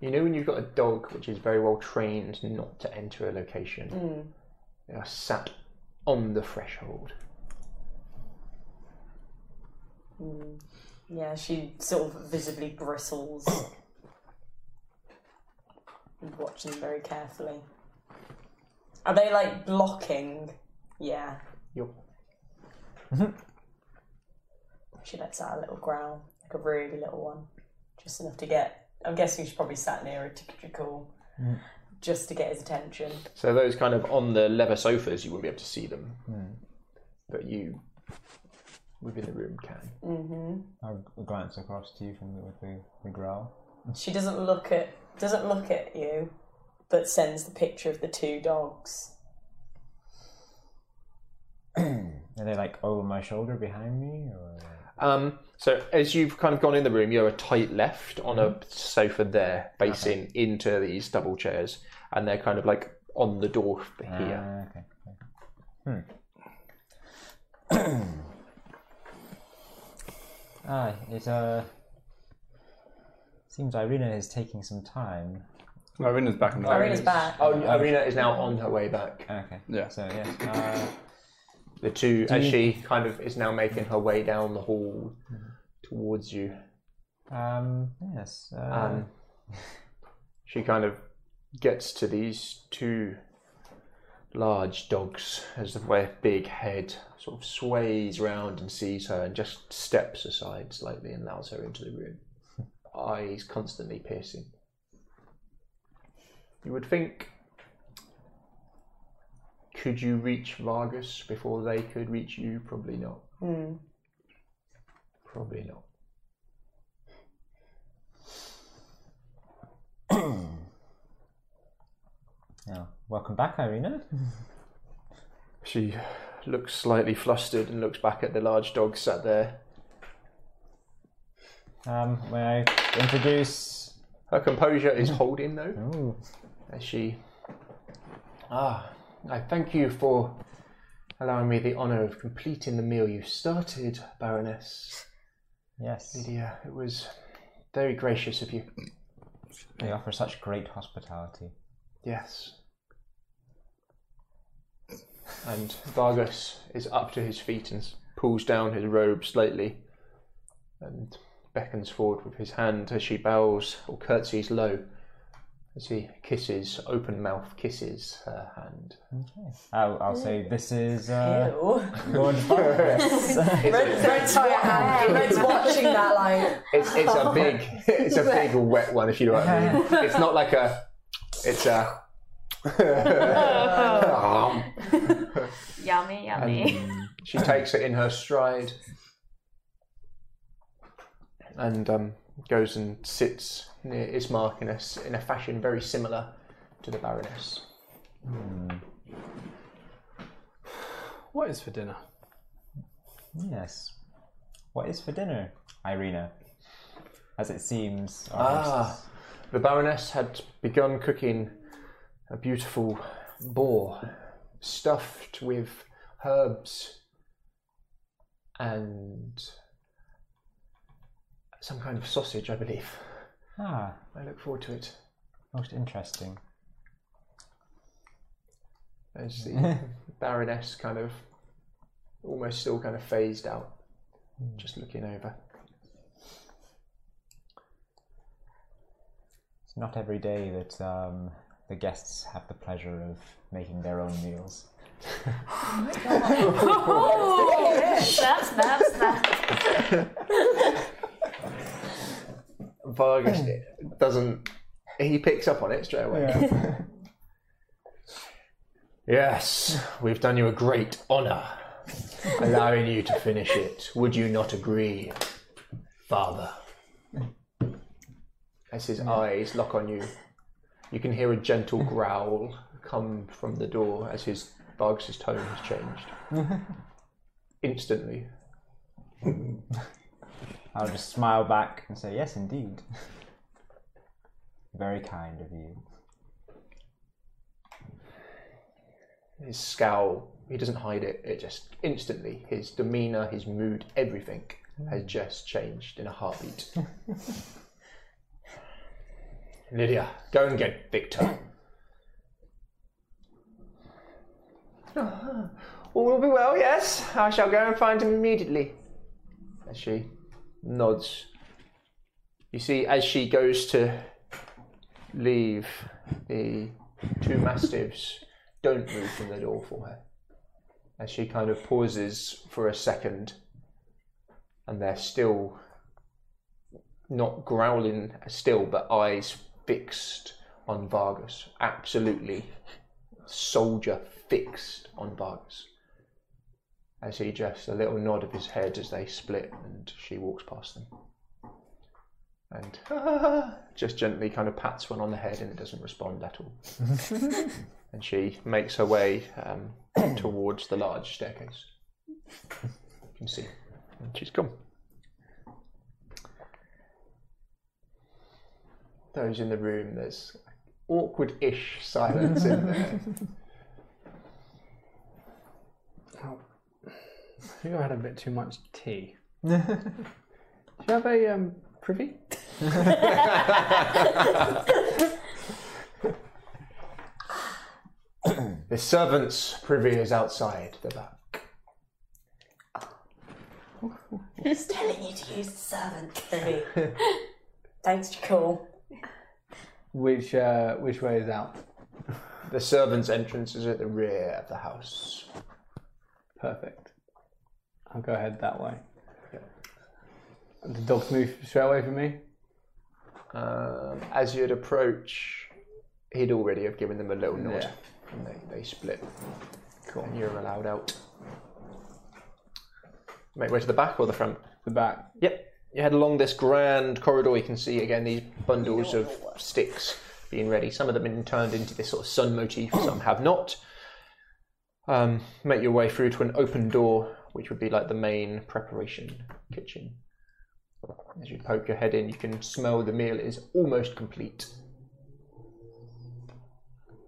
S10: You know when you've got a dog which is very well trained not to enter a location?
S25: Mm.
S10: They are sat on the threshold.
S3: Mm. Yeah, she sort of visibly bristles. and watch them very carefully. Are they like blocking? Yeah.
S10: Yep.
S3: she lets out a little growl, like a really little one, just enough to get. I'm guessing she probably sat near a ticketical
S10: Mm.
S3: just to get his attention.
S26: So those kind of on the leather sofas, you wouldn't be able to see them, but you
S10: within the room can.
S3: hmm
S5: I'll glance across to you from the, with the, the growl.
S3: She doesn't look at doesn't look at you, but sends the picture of the two dogs.
S5: Are they like over my shoulder behind me? Or...
S26: Um, so as you've kind of gone in the room, you're a tight left on a sofa there, facing into these double chairs, and they're kind of like on the door f- here.
S5: Hmm. Ah, it uh, seems Irina is taking some time.
S2: Irina's back in the
S3: Irina's back.
S10: Oh,
S5: Um,
S10: Irina is now on her way back.
S5: Okay.
S2: Yeah.
S5: So yes. Uh,
S10: The two,
S5: Do
S10: as
S5: you- Mm.
S10: she kind of is now making her way down the hall towards you.
S5: Um, yes. Uh,
S10: Um, she kind of gets to these two large dogs as their big head sort of sways round and sees her and just steps aside slightly and allows her into the room. Eyes constantly piercing. You would think, could you reach Vargas before they could reach you? Probably not.
S3: Hmm.
S10: Probably not.
S5: yeah. Welcome back, Irina.
S26: She looks slightly flustered and looks back at the large dog sat there.
S5: Um, may I introduce?
S10: Her composure is holding though.
S5: Ooh.
S10: As she. Ah, I thank you for allowing me the honour of completing the meal you started, Baroness.
S5: Yes.
S10: Lydia, it was very gracious of you.
S5: They offer such great hospitality.
S10: Yes. And Vargas is up to his feet and pulls down his robe slightly and beckons forward with his hand as she bows or curtsies low as he kisses, open mouth kisses her hand.
S5: I'll, I'll say this is uh,
S3: Ew.
S5: Lord Vargas.
S3: Red, Red's, wa- Red's watching that like.
S10: It's, it's a big, it's a big wet one, if you know what I mean. It's not like a, it's a.
S1: Yummy, yummy.
S10: And Um, she takes it in her stride and um, goes and sits near Ismark in a, s- in a fashion very similar to the Baroness.
S6: What is for dinner?
S5: Yes. What is for dinner, Irina? As it seems, our
S10: Ah,
S5: hosts-
S10: the Baroness had begun cooking a beautiful boar stuffed with herbs and some kind of sausage, I believe.
S5: ah,
S10: I look forward to it.
S5: most interesting.
S10: as the Baroness kind of almost still kind of phased out, just looking over.
S5: It's not every day that um, the guests have the pleasure of making their own meals.
S1: Snap, snap, snap.
S10: Vargas doesn't. He picks up on it straight away. yes, we've done you a great honour, allowing you to finish it. Would you not agree, Father? As his eyes lock on you, you can hear a gentle growl come from the door as his Vargas's tone has changed. Instantly,
S5: I'll just smile back and say, yes, indeed. Very kind of you.
S10: his scowl he doesn't hide it it just instantly his demeanor his mood everything has just changed in a heartbeat lydia go and get victor all will be well yes i shall go and find him immediately as she nods you see as she goes to leave. The two mastiffs don't move from the door for her. As she kind of pauses for a second, and they're still not growling still, but eyes fixed on Vargas. Absolutely soldier fixed on Vargas. As he just a little nod of his head as they split and she walks past them. And just gently kind of pats one on the head and it doesn't respond at all. and she makes her way um, towards the large staircase. You can see. And she's gone. Those in the room, there's awkward ish silence in there.
S2: Ow. I think I had a bit too much tea. Do you have a um, privy?
S10: the servants' privy is outside the back.
S3: Just telling you to use the servant privy. Thanks, Jacob.
S2: Which uh, which way is out?
S10: The servants' entrance is at the rear of the house.
S2: Perfect. I'll go ahead that way. The dogs move straight away from me.
S10: Um, as you'd approach, he'd already have given them a little nod,
S2: Yeah.
S10: and they, they split. Cool. And you're allowed out. Make way to the back or the front?
S2: The back.
S10: Yep. You head along this grand corridor. You can see again these bundles of sticks being ready. Some of them have been turned into this sort of sun motif. Some have not. Um, make your way through to an open door, which would be like the main preparation kitchen. As you poke your head in, you can smell the meal is almost complete.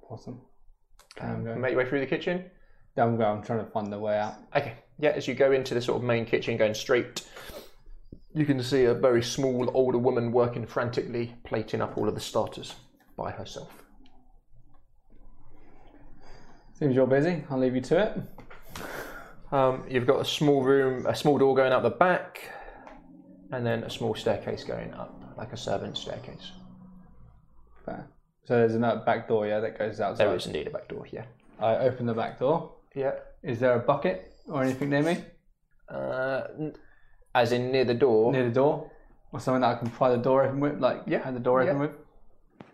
S2: Awesome.
S10: Um, make your way through the kitchen.
S2: I'm going. I'm trying to find the way out.
S10: Okay. Yeah, as you go into the sort of main kitchen, going straight, you can see a very small older woman working frantically, plating up all of the starters by herself.
S2: Seems you're busy. I'll leave you to it.
S10: Um, you've got a small room, a small door going out the back, and then a small staircase going up, like a servant's staircase.
S2: Fair. So there's another back door, yeah, that goes outside.
S10: There is indeed a back door, yeah.
S2: I open the back door.
S10: Yeah.
S2: Is there a bucket or anything near me?
S10: Uh, as in near the door.
S2: Near the door, or something that I can pry the door open with, like yeah, have the door open
S10: yeah.
S2: with.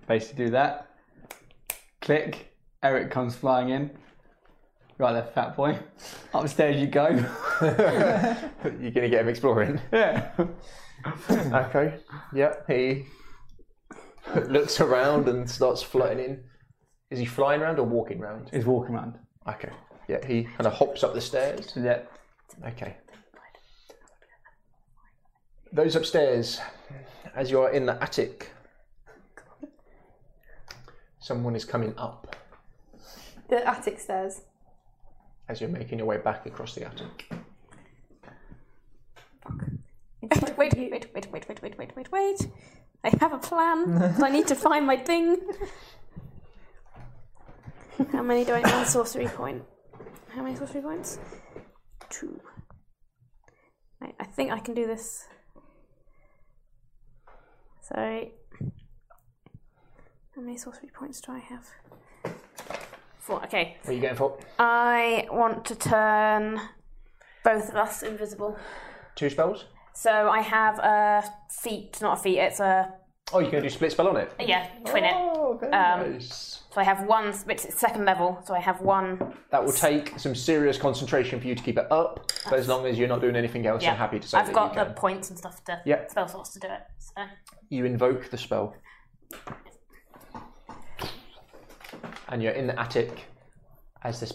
S2: Basically, do that. Click. Eric comes flying in. Right there, fat boy. Upstairs you go.
S10: You're gonna get him exploring.
S2: Yeah.
S10: okay. Yeah. He looks around and starts floating in. Is he flying around or walking round?
S2: He's walking around.
S10: Okay. Yeah. He kind of hops up the stairs.
S2: Yeah.
S10: Okay. Those upstairs, as you are in the attic, someone is coming up
S27: The attic stairs.
S10: as you're making your way back across the attic.
S1: wait, wait, wait, wait, wait, wait, wait, wait, wait, wait. I have a plan. but I need to find my thing. How many do I need? One sorcery point. How many sorcery points? Two. I, I think I can do this. Sorry. How many sorcery points do I have? Four. Okay.
S10: What are you going for?
S1: I want to turn both of us invisible.
S10: Two spells?
S1: So I have a feat, not a feat, it's a,
S10: Oh, you're going to do split spell on it?
S1: yeah, twin
S10: oh,
S1: it. Um,
S10: nice.
S1: So I have one, but it's second level, so I have one.
S10: That will take some serious concentration for you to keep it up, but as long as you're not doing anything else,
S1: yeah,
S10: I'm happy to say
S1: I've
S10: that
S1: got
S10: you
S1: the
S10: can.
S1: points and stuff to
S10: Yeah.
S1: spell slots to do it. So
S10: You invoke the spell. And you're in the attic as this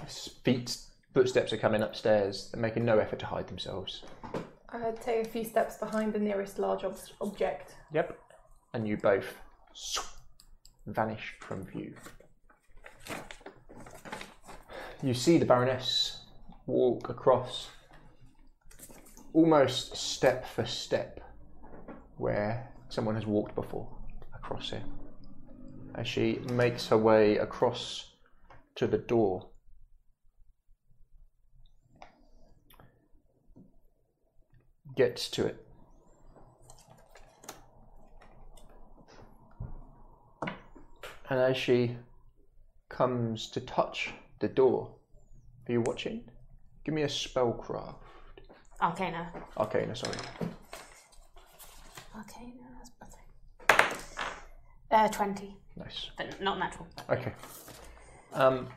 S10: this feet footsteps are coming upstairs. They're making no effort to hide themselves.
S7: I take a few steps behind the nearest large ob- object.
S10: Yep. And you both vanish from view. You see the Baroness walk across, almost step for step, where someone has walked before, across here. As she makes her way across to the door. Gets to it. And as she comes to touch the door, are you watching? Give me a spellcraft.
S28: Arcana.
S10: Okay, no, sorry.
S28: Okay, no, that's better. Uh, 20.
S10: Nice.
S28: But not natural.
S10: Okay. Um,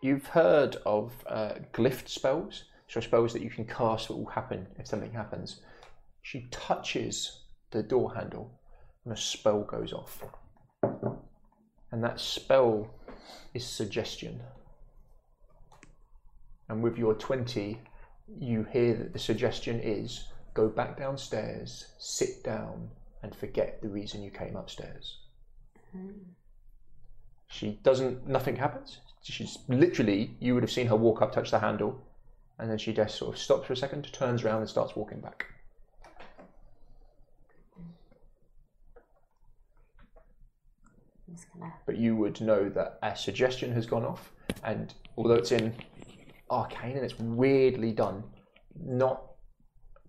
S10: you've heard of uh, glyph spells, so spells that you can cast that will happen if something happens. She touches the door handle, and a spell goes off. And that spell is suggestion. And with your 20, you hear that the suggestion is go back downstairs, sit down, and forget the reason you came upstairs. She doesn't, nothing happens. She's literally, you would have seen her walk up, touch the handle, and then she just sort of stops for a second, turns around, and starts walking back.
S1: I'm just gonna.
S10: But you would know that a suggestion has gone off, and although it's in arcane and it's weirdly done, not.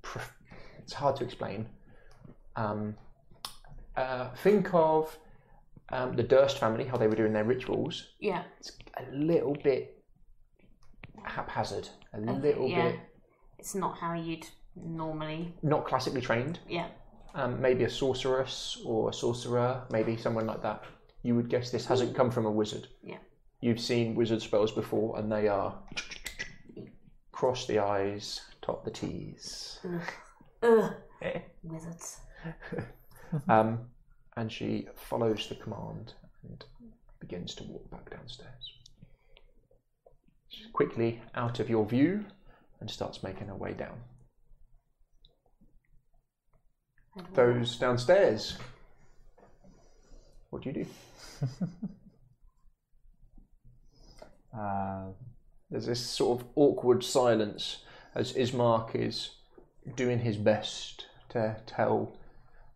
S10: Prof- it's hard to explain. Um, uh, think of um, the Durst family, how they were doing their rituals.
S1: Yeah.
S10: It's a little bit haphazard, a little
S1: yeah.
S10: bit
S1: It's not how you'd normally.
S10: not classically trained.
S1: Yeah.
S10: Um, maybe a sorceress or a sorcerer, maybe someone like that. You would guess this hasn't come from a wizard.
S1: Yeah.
S10: You've seen wizard spells before, and they are cross the I's, top the T's. Eh?
S1: Ugh. Ugh. Wizards.
S10: um, and she follows the command and begins to walk back downstairs. She's quickly out of your view and starts making her way down. Those downstairs. What do you do?
S5: Uh,
S10: There's this sort of awkward silence as Ismark is doing his best to tell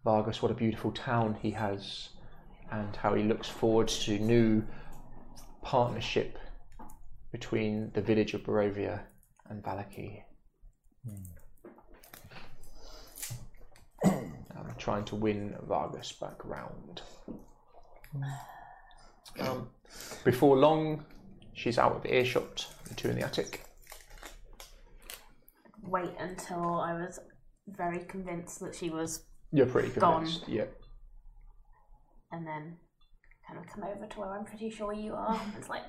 S10: Vargas what a beautiful town he has and how he looks forward to new partnership between the village of Barovia and Valaki. Hmm. Um, trying to win Vargas back round. Um, before long, she's out of earshot, the two in the attic.
S1: wait until I was very convinced that she was
S10: You're pretty
S1: gone,
S10: convinced. Yeah.
S1: and then kind of come over to where I'm pretty sure you are. It's like,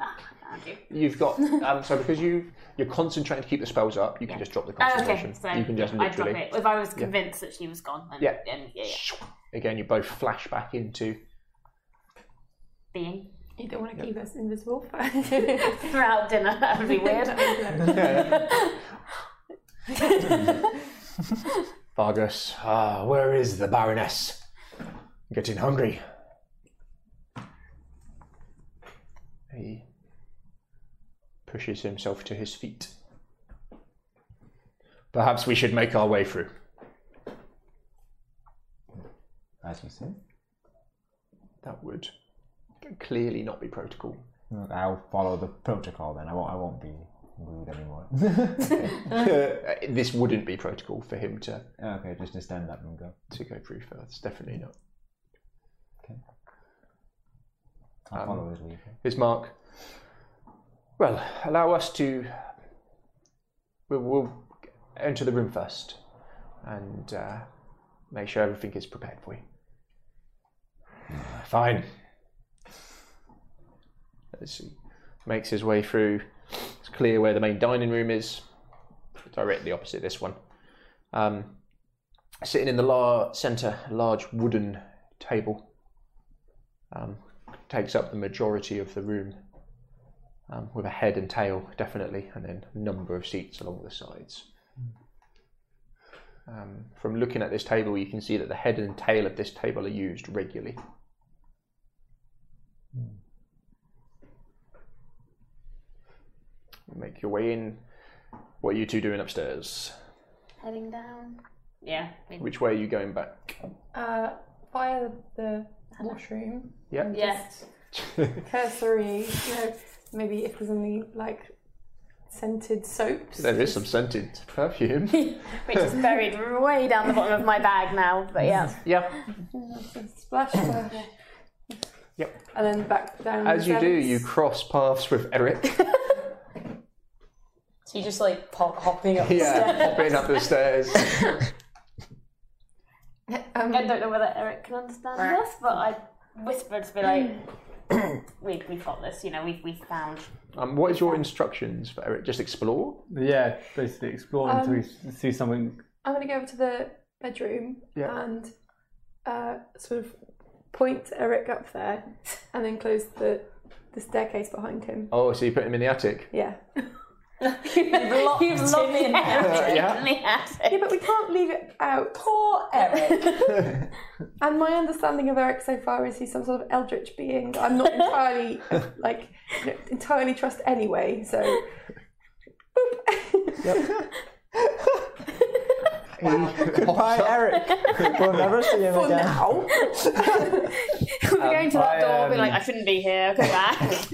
S1: ah, I found you.
S10: You've got um, so because you you're concentrating to keep the spells up, you can just drop the
S1: Oh, okay,
S10: concentration.
S1: so
S10: you can just
S1: yeah, I drop
S10: literally
S1: it. If I was
S10: Yeah.
S1: convinced that she was gone, then,
S10: Yeah.
S1: then yeah, yeah.
S10: again you both flash back into
S1: being
S7: You don't want to keep us invisible.
S1: throughout dinner, that would be weird.
S10: Vargas. Ah, where is the Baroness? I'm getting hungry. He pushes himself to his feet. Perhaps we should make our way through.
S5: As you say.
S10: That would clearly not be protocol.
S5: Look, I'll follow the protocol then. I won't, I won't be rude anymore.
S10: Uh, this wouldn't be protocol for him to
S5: okay, just to stand up and go.
S10: to go through first. Definitely not.
S5: I'll
S10: Um,
S5: follow his lead.
S10: Is Mark? Well, allow us to. We'll, we'll enter the room first, and uh, make sure everything is prepared for you. Ah, Fine. Let's see. Makes his way through. It's clear where the main dining room is, directly opposite this one. Um, sitting in the lar- centre, a large wooden table um, takes up the majority of the room um, with a head and tail, definitely, and then a number of seats along the sides. Um, from looking at this table, you can see that the head and tail of this table are used regularly. Make your way in. What are you two doing upstairs?
S1: Heading down. Yeah. I mean,
S10: Which way are you going back?
S7: uh, via the washroom.
S10: Yeah.
S7: and
S1: Yeah.
S7: just Cursory, you know, maybe if there's any like scented soaps.
S10: There is some scented perfume.
S1: Which is buried way down the bottom of my bag now, but yeah.
S10: yeah.
S7: Splash, splash.
S29: Yep.
S7: and then back down.
S10: As
S7: the
S10: you do,
S7: stairs.
S10: you cross paths with Eric.
S3: So you just like pop hopping up the
S10: yeah,
S3: stairs.
S10: hopping up the stairs.
S1: I don't know whether Eric can understand this, but I whispered to be like, we, we've got this, you know, we've, we've found.
S10: Um, what is your instructions for Eric? Just explore?
S6: Yeah, basically explore until
S7: Um,
S6: we see something.
S7: I'm going to go over to the bedroom
S6: Yeah.
S7: and uh, sort of point Eric up there, and then close the the staircase behind him.
S10: Oh, so you put him in the attic.
S7: Yeah.
S3: locked him in there.
S10: Yeah.
S7: Yeah, but we can't leave it out. Poor
S3: Eric.
S7: and my understanding of Eric so far is he's some sort of eldritch being. that I'm not entirely like entirely trust anyway. So
S5: Bye, Eric. we'll never see him again.
S1: We're going to that
S10: I,
S1: door, be
S10: um,
S1: like, I shouldn't be here, go back.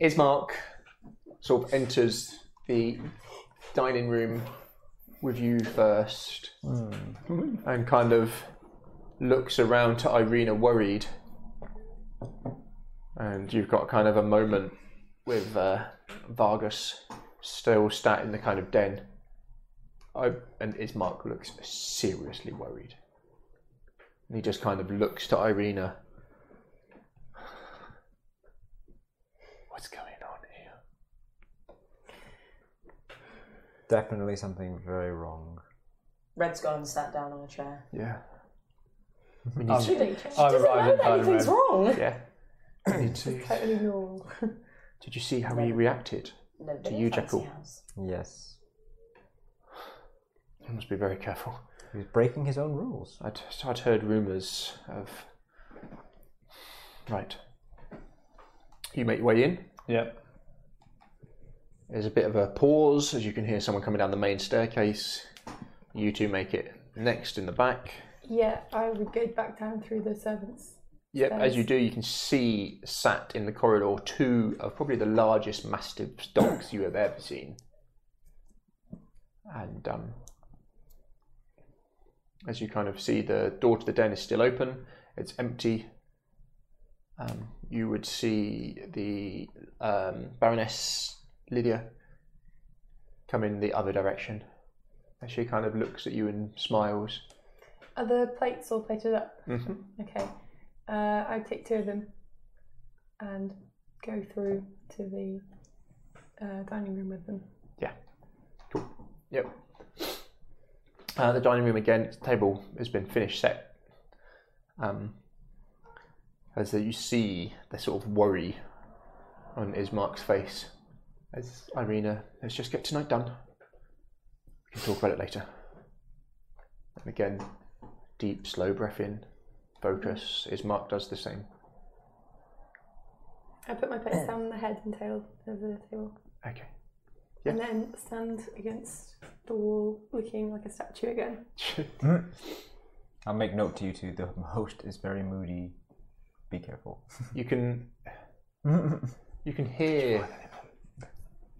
S10: Ismark sort of enters the dining room with you first and kind of looks around to Irina worried. And you've got kind of a moment with uh, Vargas still sat in the kind of den. I, and Ismark looks seriously worried. And he just kind of looks to Irina. What's going on here?
S5: Definitely something very wrong.
S3: Red's gone and sat down on a chair.
S10: Yeah.
S6: I've-
S3: She, don't- she
S6: I've
S3: doesn't know
S6: arrived
S3: that
S6: at the
S3: anything's
S6: dining room.
S3: wrong.
S10: Yeah. Me too.
S7: totally normal.
S10: Did you see how he reacted
S3: No,
S10: to
S3: but
S10: you,
S3: fancy
S10: Jekyll?
S3: house.
S5: Yes.
S10: You must be very careful.
S5: He's breaking his own rules.
S10: I'd, I'd heard rumours of. Right. You make your way in.
S6: Yep.
S10: There's a bit of a pause as you can hear someone coming down the main staircase. You two make it next in the back.
S7: yeah, I would go back down through the servants.
S10: Yep, as you
S7: Stairs.
S10: do, you can see sat in the corridor two of probably the largest mastiff dogs you have ever seen. And um, as you kind of see, the door to the den is still open, it's empty. Um, you would see the um, Baroness Lydia come in the other direction. And she kind of looks at you and smiles.
S7: Are the plates all plated up?
S10: Mm-hmm.
S7: Okay. Uh, I take two of them and go through to the uh, dining room with them.
S10: Yep. Uh, the dining room again. its table has been finished set. Um, as you see the sort of worry on Ismark's face, as Irina, let's just get tonight done. We can talk about it later. And again, deep, slow breath in, focus. Ismark does the same.
S7: I put my plates down on the head and tail of the table
S10: Okay.
S7: and then stand against the wall looking like a statue again.
S5: I'll make note to you two. The host is very moody. Be careful.
S10: you can you can hear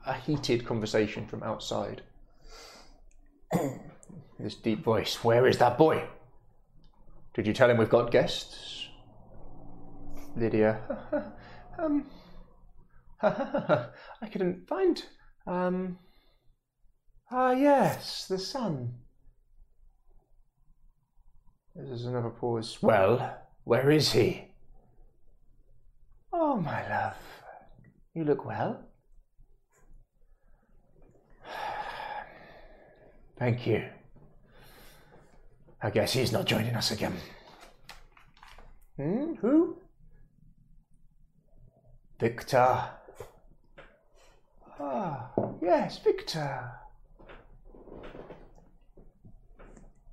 S10: a heated conversation from outside. this deep voice, where is that boy? Did you tell him we've got guests? Lydia. um I couldn't find um Ah yes, the sun. There's another pause. Well, where is he? Oh, my love, you look well. Thank you. I guess he's not joining us again. Hmm? Who? Victor. Ah, yes, Victor.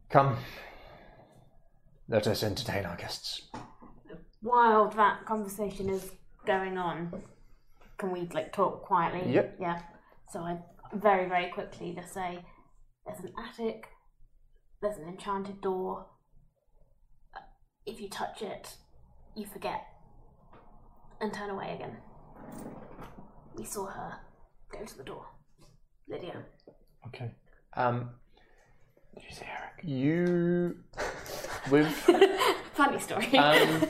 S10: Come. Let us entertain our guests.
S1: While that conversation is going on, can we like talk quietly?
S10: Yep.
S1: Yeah. So I very, very quickly just say there's an attic, there's an enchanted door. If you touch it, you forget and turn away again. We saw her go to the door. Lydia.
S10: Okay. Um, You with
S1: Funny story.
S10: um,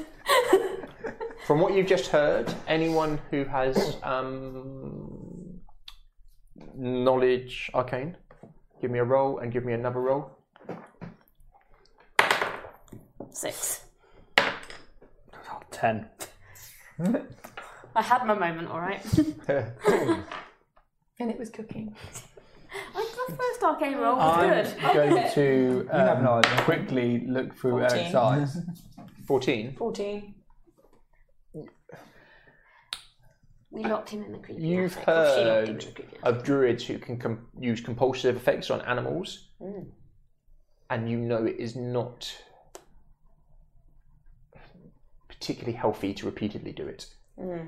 S10: From what you've just heard, anyone who has um, knowledge arcane, give me a roll and give me another roll.
S1: Six.
S10: Ten.
S1: I had my moment, all right.
S7: and it was cooking.
S1: My first arcade roll was good.
S6: I'm going to um, quickly look through Eric's
S1: 14.
S6: eyes.
S10: 14.
S3: 14.
S1: We locked him in the creepy
S10: You've
S1: attic, or she locked him in
S10: heard
S1: the creepy attic.
S10: of druids who can com- use compulsive effects on animals,
S1: Mm.
S10: and you know it is not particularly healthy to repeatedly do it.
S3: Mm.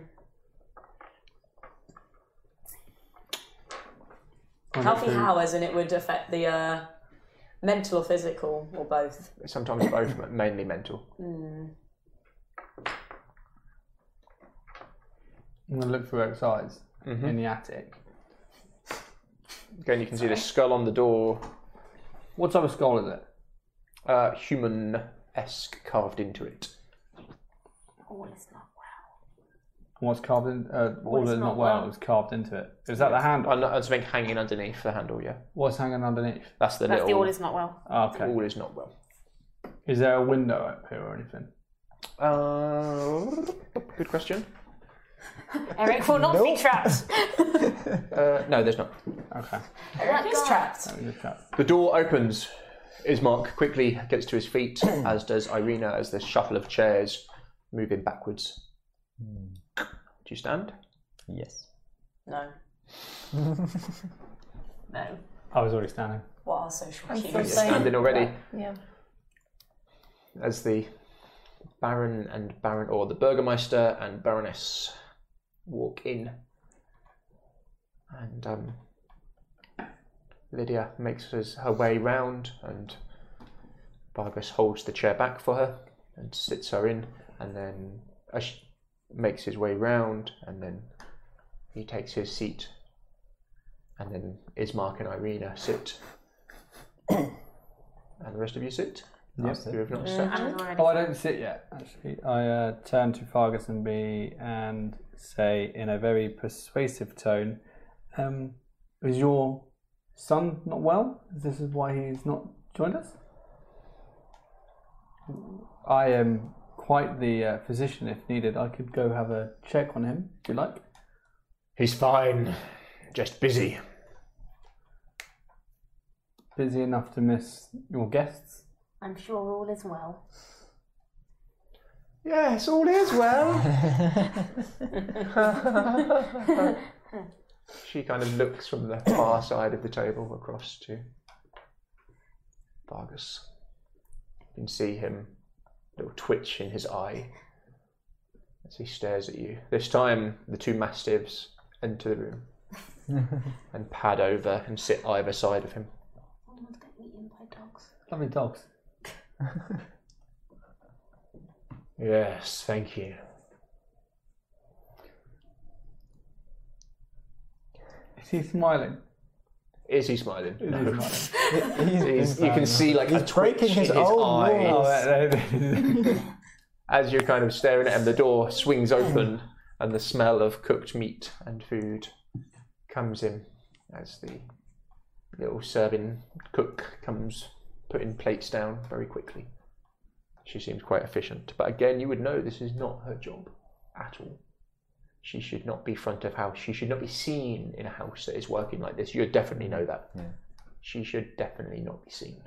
S10: Wonderful.
S3: Healthy hours, and it would affect the uh, mental or physical or both.
S10: Sometimes both, but mainly mental.
S3: Mm.
S6: I'm going to look through Eric's eyes
S10: Mm-hmm.
S6: in the attic.
S10: Again, you can see the skull on the door.
S6: What type of skull is it?
S10: Uh, Human esque carved into it.
S1: All is not
S6: What's carved in? Uh, all
S1: is
S6: that's
S1: not
S6: not well
S1: well?
S6: is carved into it. Is that the handle?
S10: Uh, no, there's something hanging underneath the handle, yeah.
S6: What's hanging underneath?
S10: That's the
S1: That's the
S10: little.
S1: all is not well.
S6: Okay.
S10: All is not well.
S6: Is there a window up here or anything?
S10: Uh, good question.
S1: Eric will not be trapped.
S10: Uh, no, there's not.
S6: Okay.
S1: Eric is trapped.
S10: The door opens. Ismark quickly gets to his feet, as does Irina, as the shuffle of chairs moving backwards. Do you stand?
S5: Yes.
S3: No. No.
S6: I was already standing.
S3: What are social
S7: I'm
S3: cues?
S7: so
S10: You're standing already.
S7: Yeah.
S10: As the Baron and Baron, or the Burgermeister and Baroness walk in. And um, Lydia makes his, her way round, and Vargas holds the chair back for her and sits her in, and then Ash makes his way round, and then he takes his seat, and then Ismark and Irina sit, and the rest of you sit.
S6: Yep.
S10: You have not sat.
S6: Oh, I don't sit yet. Actually, I uh, turn to Fargus and B and say in a very persuasive tone, um, "Is your son not well? This is why he's not joined us." I am quite the uh, physician. If needed, I could go have a check on him if you like.
S10: He's fine, just busy.
S6: Busy enough to miss your guests.
S1: I'm sure all is well.
S10: Yes, all is well. she kind of looks from the far side of the table across to Vargas. You can see him, little twitch in his eye as he stares at you. This time, the two mastiffs enter the room and pad over and sit either side of him.
S1: Someone's getting eaten by dogs.
S6: Lovely dogs.
S10: Yes, thank you.
S6: Is he smiling?
S10: Is he smiling?
S6: Is he smiling?
S10: He's- you can see like a twitch in his, eye
S6: Oh,
S10: as you're kind of staring at him. The door swings open, and the smell of cooked meat and food comes in as the little serving cook comes putting plates down very quickly. She seems quite efficient, but again, you would know this is not her job at all. She should not be front of house. She should not be seen in a house that is working like this. You definitely know that. She should definitely not be seen.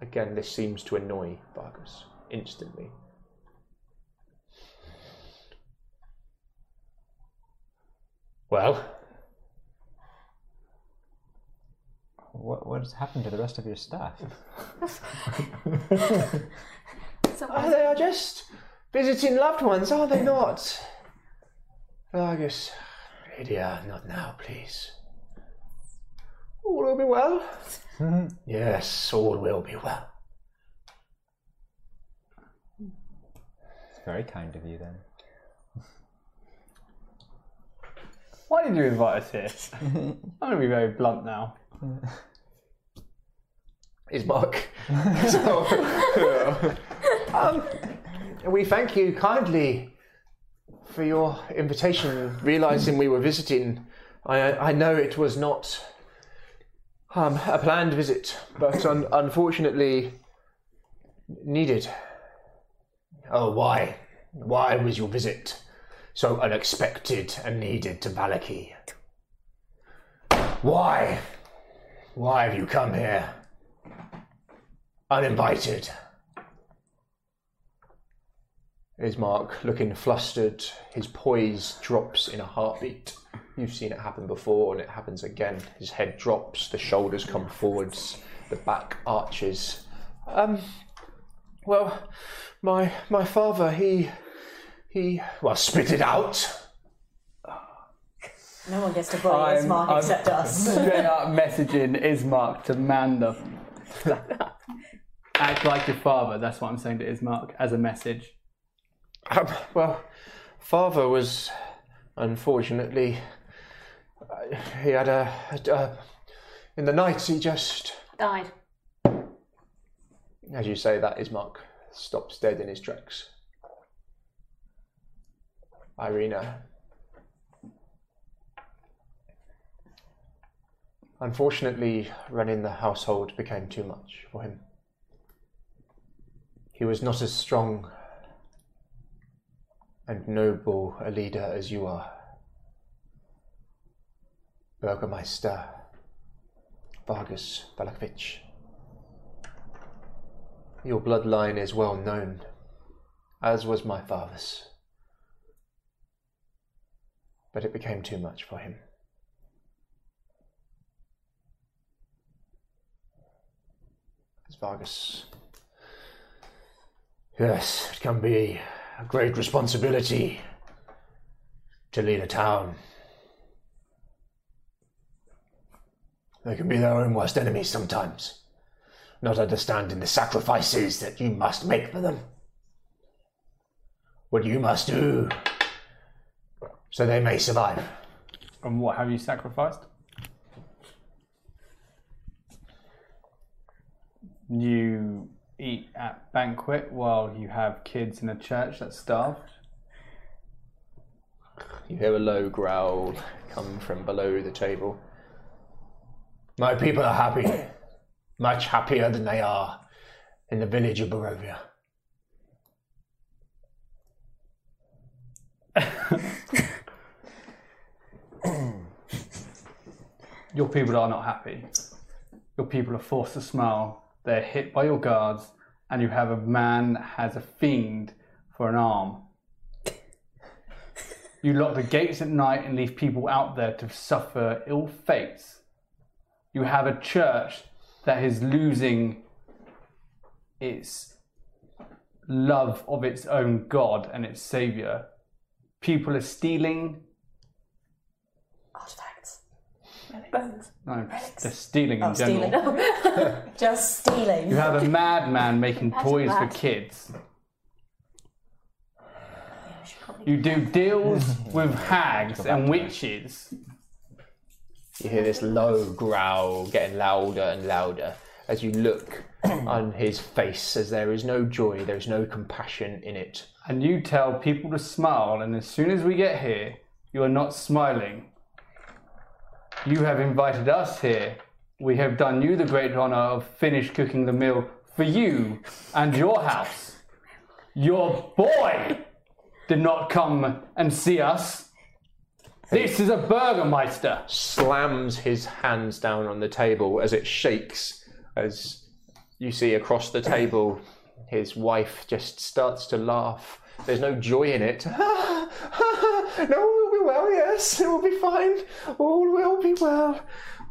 S10: Again, this seems to annoy Vargas instantly. Well,
S5: What what's happened to the rest of your staff?
S10: Oh, they are just visiting loved ones, are they not? Vargas, Lydia, not now, please. All will be well. yes, all will be well.
S5: It's very kind of you then.
S6: Why did you invite us here? I'm going to be very blunt now.
S10: Is Mark. so, Um, we thank you kindly for your invitation. Realizing we were visiting, I, I know it was not um, a planned visit, but un- unfortunately needed.
S30: Oh, why? Why was your visit so unexpected and needed to Valaki? Why? Why have you come here? Uninvited.
S10: Is Mark looking flustered? His poise drops in a heartbeat. You've seen it happen before, and it happens again. His head drops, the shoulders come forwards, the back arches.
S30: Um, well, my my father, he he well spit it out.
S3: No one gets to bully his mark except us.
S6: straight up messaging Ismark to Manda. Act like your father. That's what I'm saying to Ismark as a message.
S10: Um, well,
S31: Father was, unfortunately, uh, he had a, a- a- in the night he just
S32: Died.
S10: As you say that, Ismark stops dead in his tracks. Irina. Unfortunately, running the household became too much for him.
S31: he was not as strong
S10: and noble a leader as you are. Burgermeister Vargas Balakovic. Your bloodline is well known, as was my father's. But it became too much for him.
S30: It's Vargas. Yes, it can be a great responsibility to lead a town. They can be their own worst enemies sometimes, not understanding the sacrifices that you must make for them. What you must do so they may survive.
S6: And what have you sacrificed? You eat at banquet while you have kids in a church that's starved.
S10: You hear a low growl come from below the table.
S30: My people are happy, much happier than they are in the village of Barovia.
S6: Your people are not happy. Your people are forced to smile. They're hit by your guards, and you have a man that has a fiend for an arm. You lock the gates at night and leave people out there to suffer ill fates. You have a church that is losing its love of its own God and its savior. People are stealing
S3: Artifacts.
S33: Bones.
S6: No, they're stealing in
S3: Oh,
S6: general.
S3: stealing. Just stealing.
S6: You have a madman making
S3: That's
S6: toys for
S3: bad.
S6: kids. You do deals with hags and witches.
S10: You hear this low growl getting louder and louder as you look on his face, as there is no joy, there is no compassion in it.
S6: And you tell people to smile, and as soon as we get here, you are not smiling. You have invited us here. We have done you the great honor of finish cooking the meal for you and your house. Your boy did not come and see us. This is a burgermeister.
S10: Slams his hands down on the table as it shakes, as you see across the table, his wife just starts to laugh. There's no joy in it.
S30: no, all will be well, yes. It will be fine. All will be well.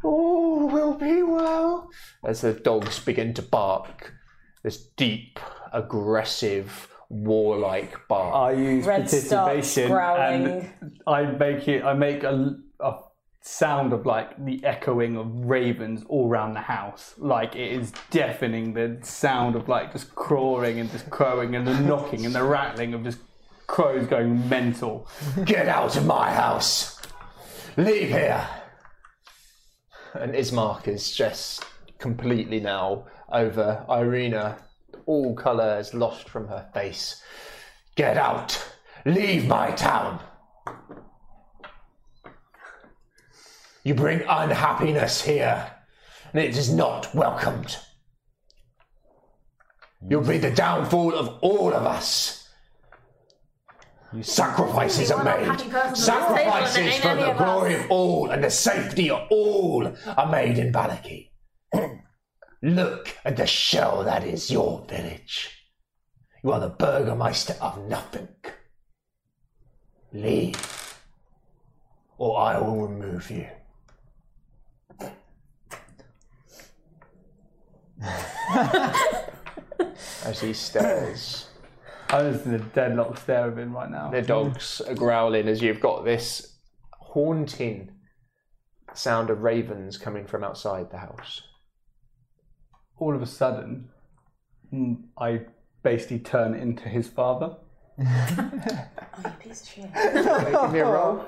S30: All will be well.
S10: as the dogs begin to bark. This deep, aggressive, warlike bark.
S6: I use
S10: Red starts
S6: participation
S10: growling.
S6: and I make it. I make a, a sound of like the echoing of ravens all round the house. Like it is deafening. The sound of like just crawling and just crowing and the knocking and the rattling of just crows going mental.
S30: Get out of my house.
S10: Leave here! And Ismark is just completely now over Irina,
S2: all colour is lost from her face. Get out! Leave my town! You bring unhappiness here, and it is not welcomed. You'll be the downfall of all of us. Sacrifices are made. Sacrifices for the glory of all and the safety of all are made in Balaki. Look at the shell that is your village. You are the burgermeister of nothing. Leave, or I will remove you.
S10: As he stares.
S6: I was in a deadlock stare of him right now.
S10: The dogs are growling as you've got this haunting sound of ravens coming from outside the house.
S6: All of a sudden, mm, I basically turn into his father.
S34: you piece of shit.
S6: Give me a roll.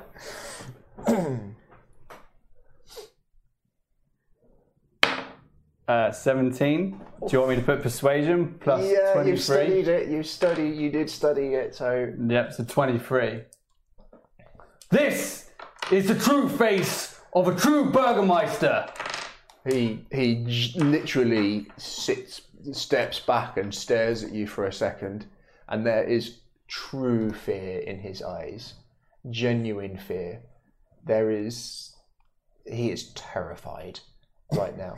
S6: Uh, 17. Do you want me to put persuasion plus
S2: yeah, you
S6: 23?
S2: studied it. You study. You did study it. So
S6: Yep, so 23. This is the true face of a true burgermeister.
S10: He he j- literally sits, steps back, and stares at you for a second, and there is true fear in his eyes, genuine fear. There is, he is terrified right now,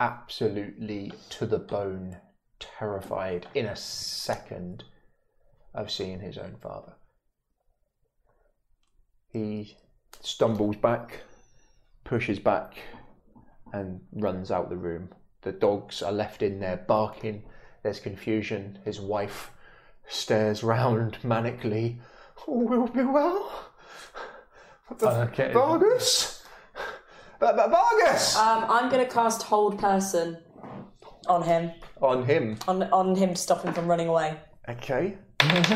S10: absolutely to the bone, terrified in a second of seeing his own father. He stumbles back, pushes back, and runs out the room. The dogs are left in there barking. There's confusion. His wife stares round manically. All will be well.
S6: Okay.
S2: Vargas?
S10: Uh,
S2: Ba- ba- Vargas!
S3: Um, I'm going to cast Hold Person on him.
S10: On him.
S3: On, on him to stop him from running away.
S10: Okay.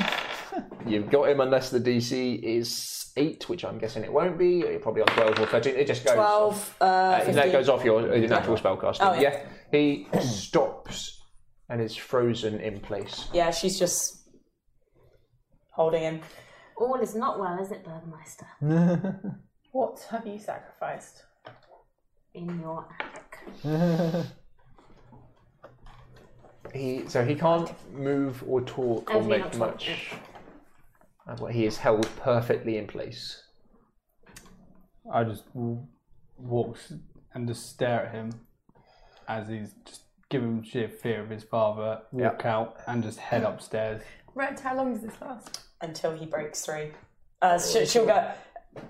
S10: You've got him unless the DC is 8, which I'm guessing it won't be. You're probably on 12 or 13. It just goes.
S3: 12, uh,
S10: Uh, that
S3: 15.
S10: goes off your, your natural spell casting.
S3: Oh, yeah.
S10: yeah. He stops and is frozen in place.
S3: Yeah, she's just holding him.
S1: All is not well, is it, Burgermeister?
S7: What have you sacrificed?
S1: In your
S10: He so he can't move or talk or
S1: As we
S10: make
S1: not talk,
S10: much. And what he is held perfectly in place.
S6: I just w- walk s- and just stare at him as he's just give him sheer fear of his father, walk out and just head
S1: Mm.
S6: upstairs.
S7: Right, how long does this last?
S3: Until he breaks through. Uh, she, she'll go.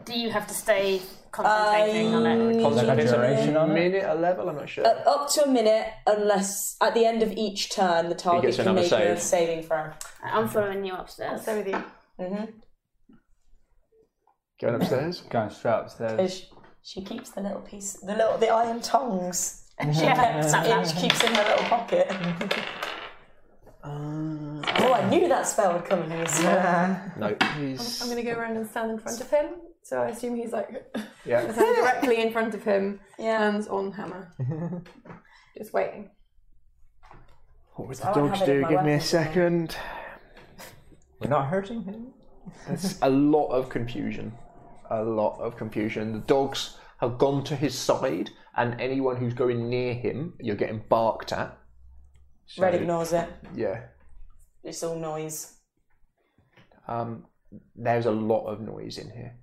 S1: Do you have to stay concentrating on it?
S10: minute, a level, I'm not sure.
S3: Uh, up to a minute, unless at the end of each turn the target
S10: gets
S3: can
S10: another
S3: make a
S10: save.
S3: saving throw.
S1: I'm following you upstairs.
S7: So with you.
S3: hmm
S10: Going upstairs?
S6: Going straight upstairs.
S3: She, she keeps the little piece, the little, the iron tongs. She,
S1: Yeah.
S3: keeps, in, she keeps in her little pocket. oh, I knew that spell would come in useful.
S10: No,
S7: I'm
S10: he's
S7: going to go around and stand in front of him. So I assume he's like I
S10: yeah.
S7: stand directly in front of him,
S3: Yeah.
S7: hands on hammer, just waiting.
S2: What would
S3: I
S2: the
S3: won't
S2: dogs
S3: have it in
S2: do?
S3: my
S2: Give me a
S3: weapons.
S2: second.
S5: We're not hurting him.
S10: That's a lot of confusion. A lot of confusion. The dogs have gone to his side, and anyone who's going near him, you're getting barked at. So,
S3: Red ignores it.
S10: Yeah.
S3: It's all noise.
S10: Um, there's a lot of noise in here.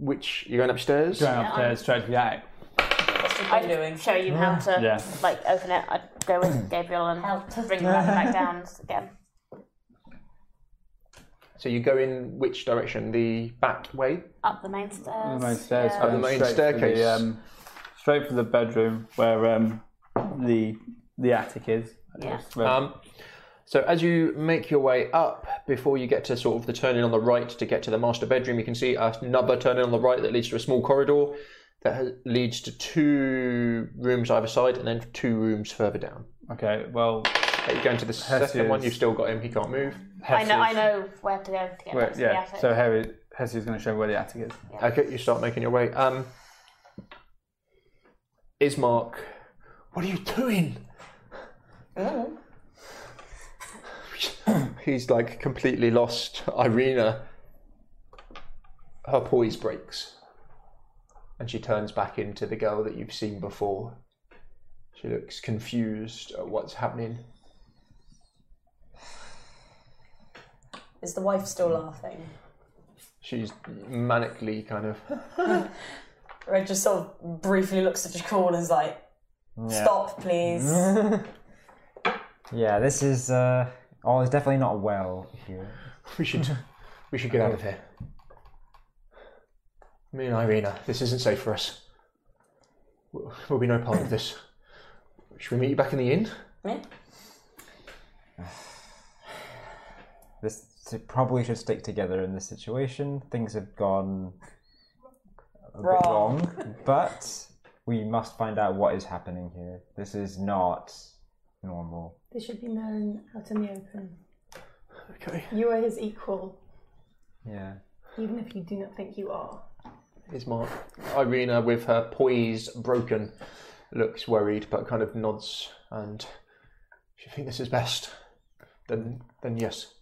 S10: Which you're going upstairs?
S6: Going upstairs straight to the attic.
S3: That's what
S1: I'd
S3: they're doing.
S1: show you how to
S6: Yeah.
S1: like open it. I'd go with Gabriel and help bring the ladder back down again.
S10: So you go in which direction? The back way?
S1: Up the main stairs.
S6: The main stairs.
S1: yeah.
S10: Up the
S6: going
S10: main
S6: straight for the,
S10: staircase.
S6: um, straight for the bedroom where um, the the attic is.
S1: Yeah.
S6: Where-
S10: Um, so as you make your way up, before you get to sort of the turning on the right to get to the master bedroom, you can see another turning on the right that leads to a small corridor that ha- leads to two rooms either side and then two rooms further down.
S6: okay. Well,
S10: But you go into the second
S6: Hessius.
S10: one, you've still got him, he can't move.
S1: I know. I know where to go to get
S6: Where,
S1: back to the
S6: yeah.
S1: attic.
S6: So Harry, Hessie's going to show where the attic is.
S10: Okay, you start making your way. Um, Ismark,
S35: What are you doing?
S10: He's like completely lost. Irina, her poise breaks. And she turns back into the girl that you've seen before. She looks confused at what's happening.
S3: Is the wife still laughing?
S10: She's manically kind of.
S3: Red just sort of briefly looks at Jacool and is like,
S5: Yeah.
S3: stop, please.
S5: yeah, this is uh, all is definitely not well here.
S10: We should we should get out of here. Me and Irina, this isn't safe for us. Will will be no part of this. Should we meet you back in the inn?
S5: This they probably should stick together in this situation. Things have gone a bit
S3: Wrong.
S5: wrong, but we must find out what is happening here. This is not normal.
S4: They should be known out in the open.
S10: Okay.
S4: You are his equal,
S5: Yeah.
S4: even if you do not think you are.
S10: Is Mark Irina with her poise broken, looks worried but kind of nods and if you think this is best, then then yes.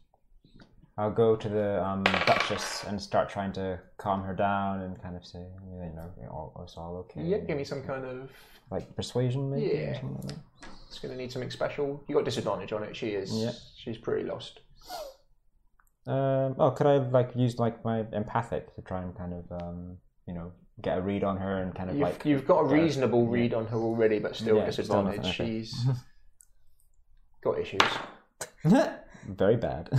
S5: I'll go to the um, Duchess and start trying to calm her down and kind of say, you know, all- it's all okay.
S10: Yeah, give me some kind of
S5: Like persuasion, maybe? or
S10: Yeah.
S5: something like that.
S10: It's gonna need something special. You got disadvantage on it, she is
S5: Yeah.
S10: she's pretty lost.
S5: Um, oh, could I have like used like my empathic to try and kind of um, you know get a read on her and kind of
S10: You've,
S5: like
S10: you've got a
S5: uh,
S10: reasonable
S5: yeah.
S10: read on her already, but still
S5: Yeah, still nothing,
S10: disadvantage.
S5: okay.
S10: She's got issues.
S5: Very bad.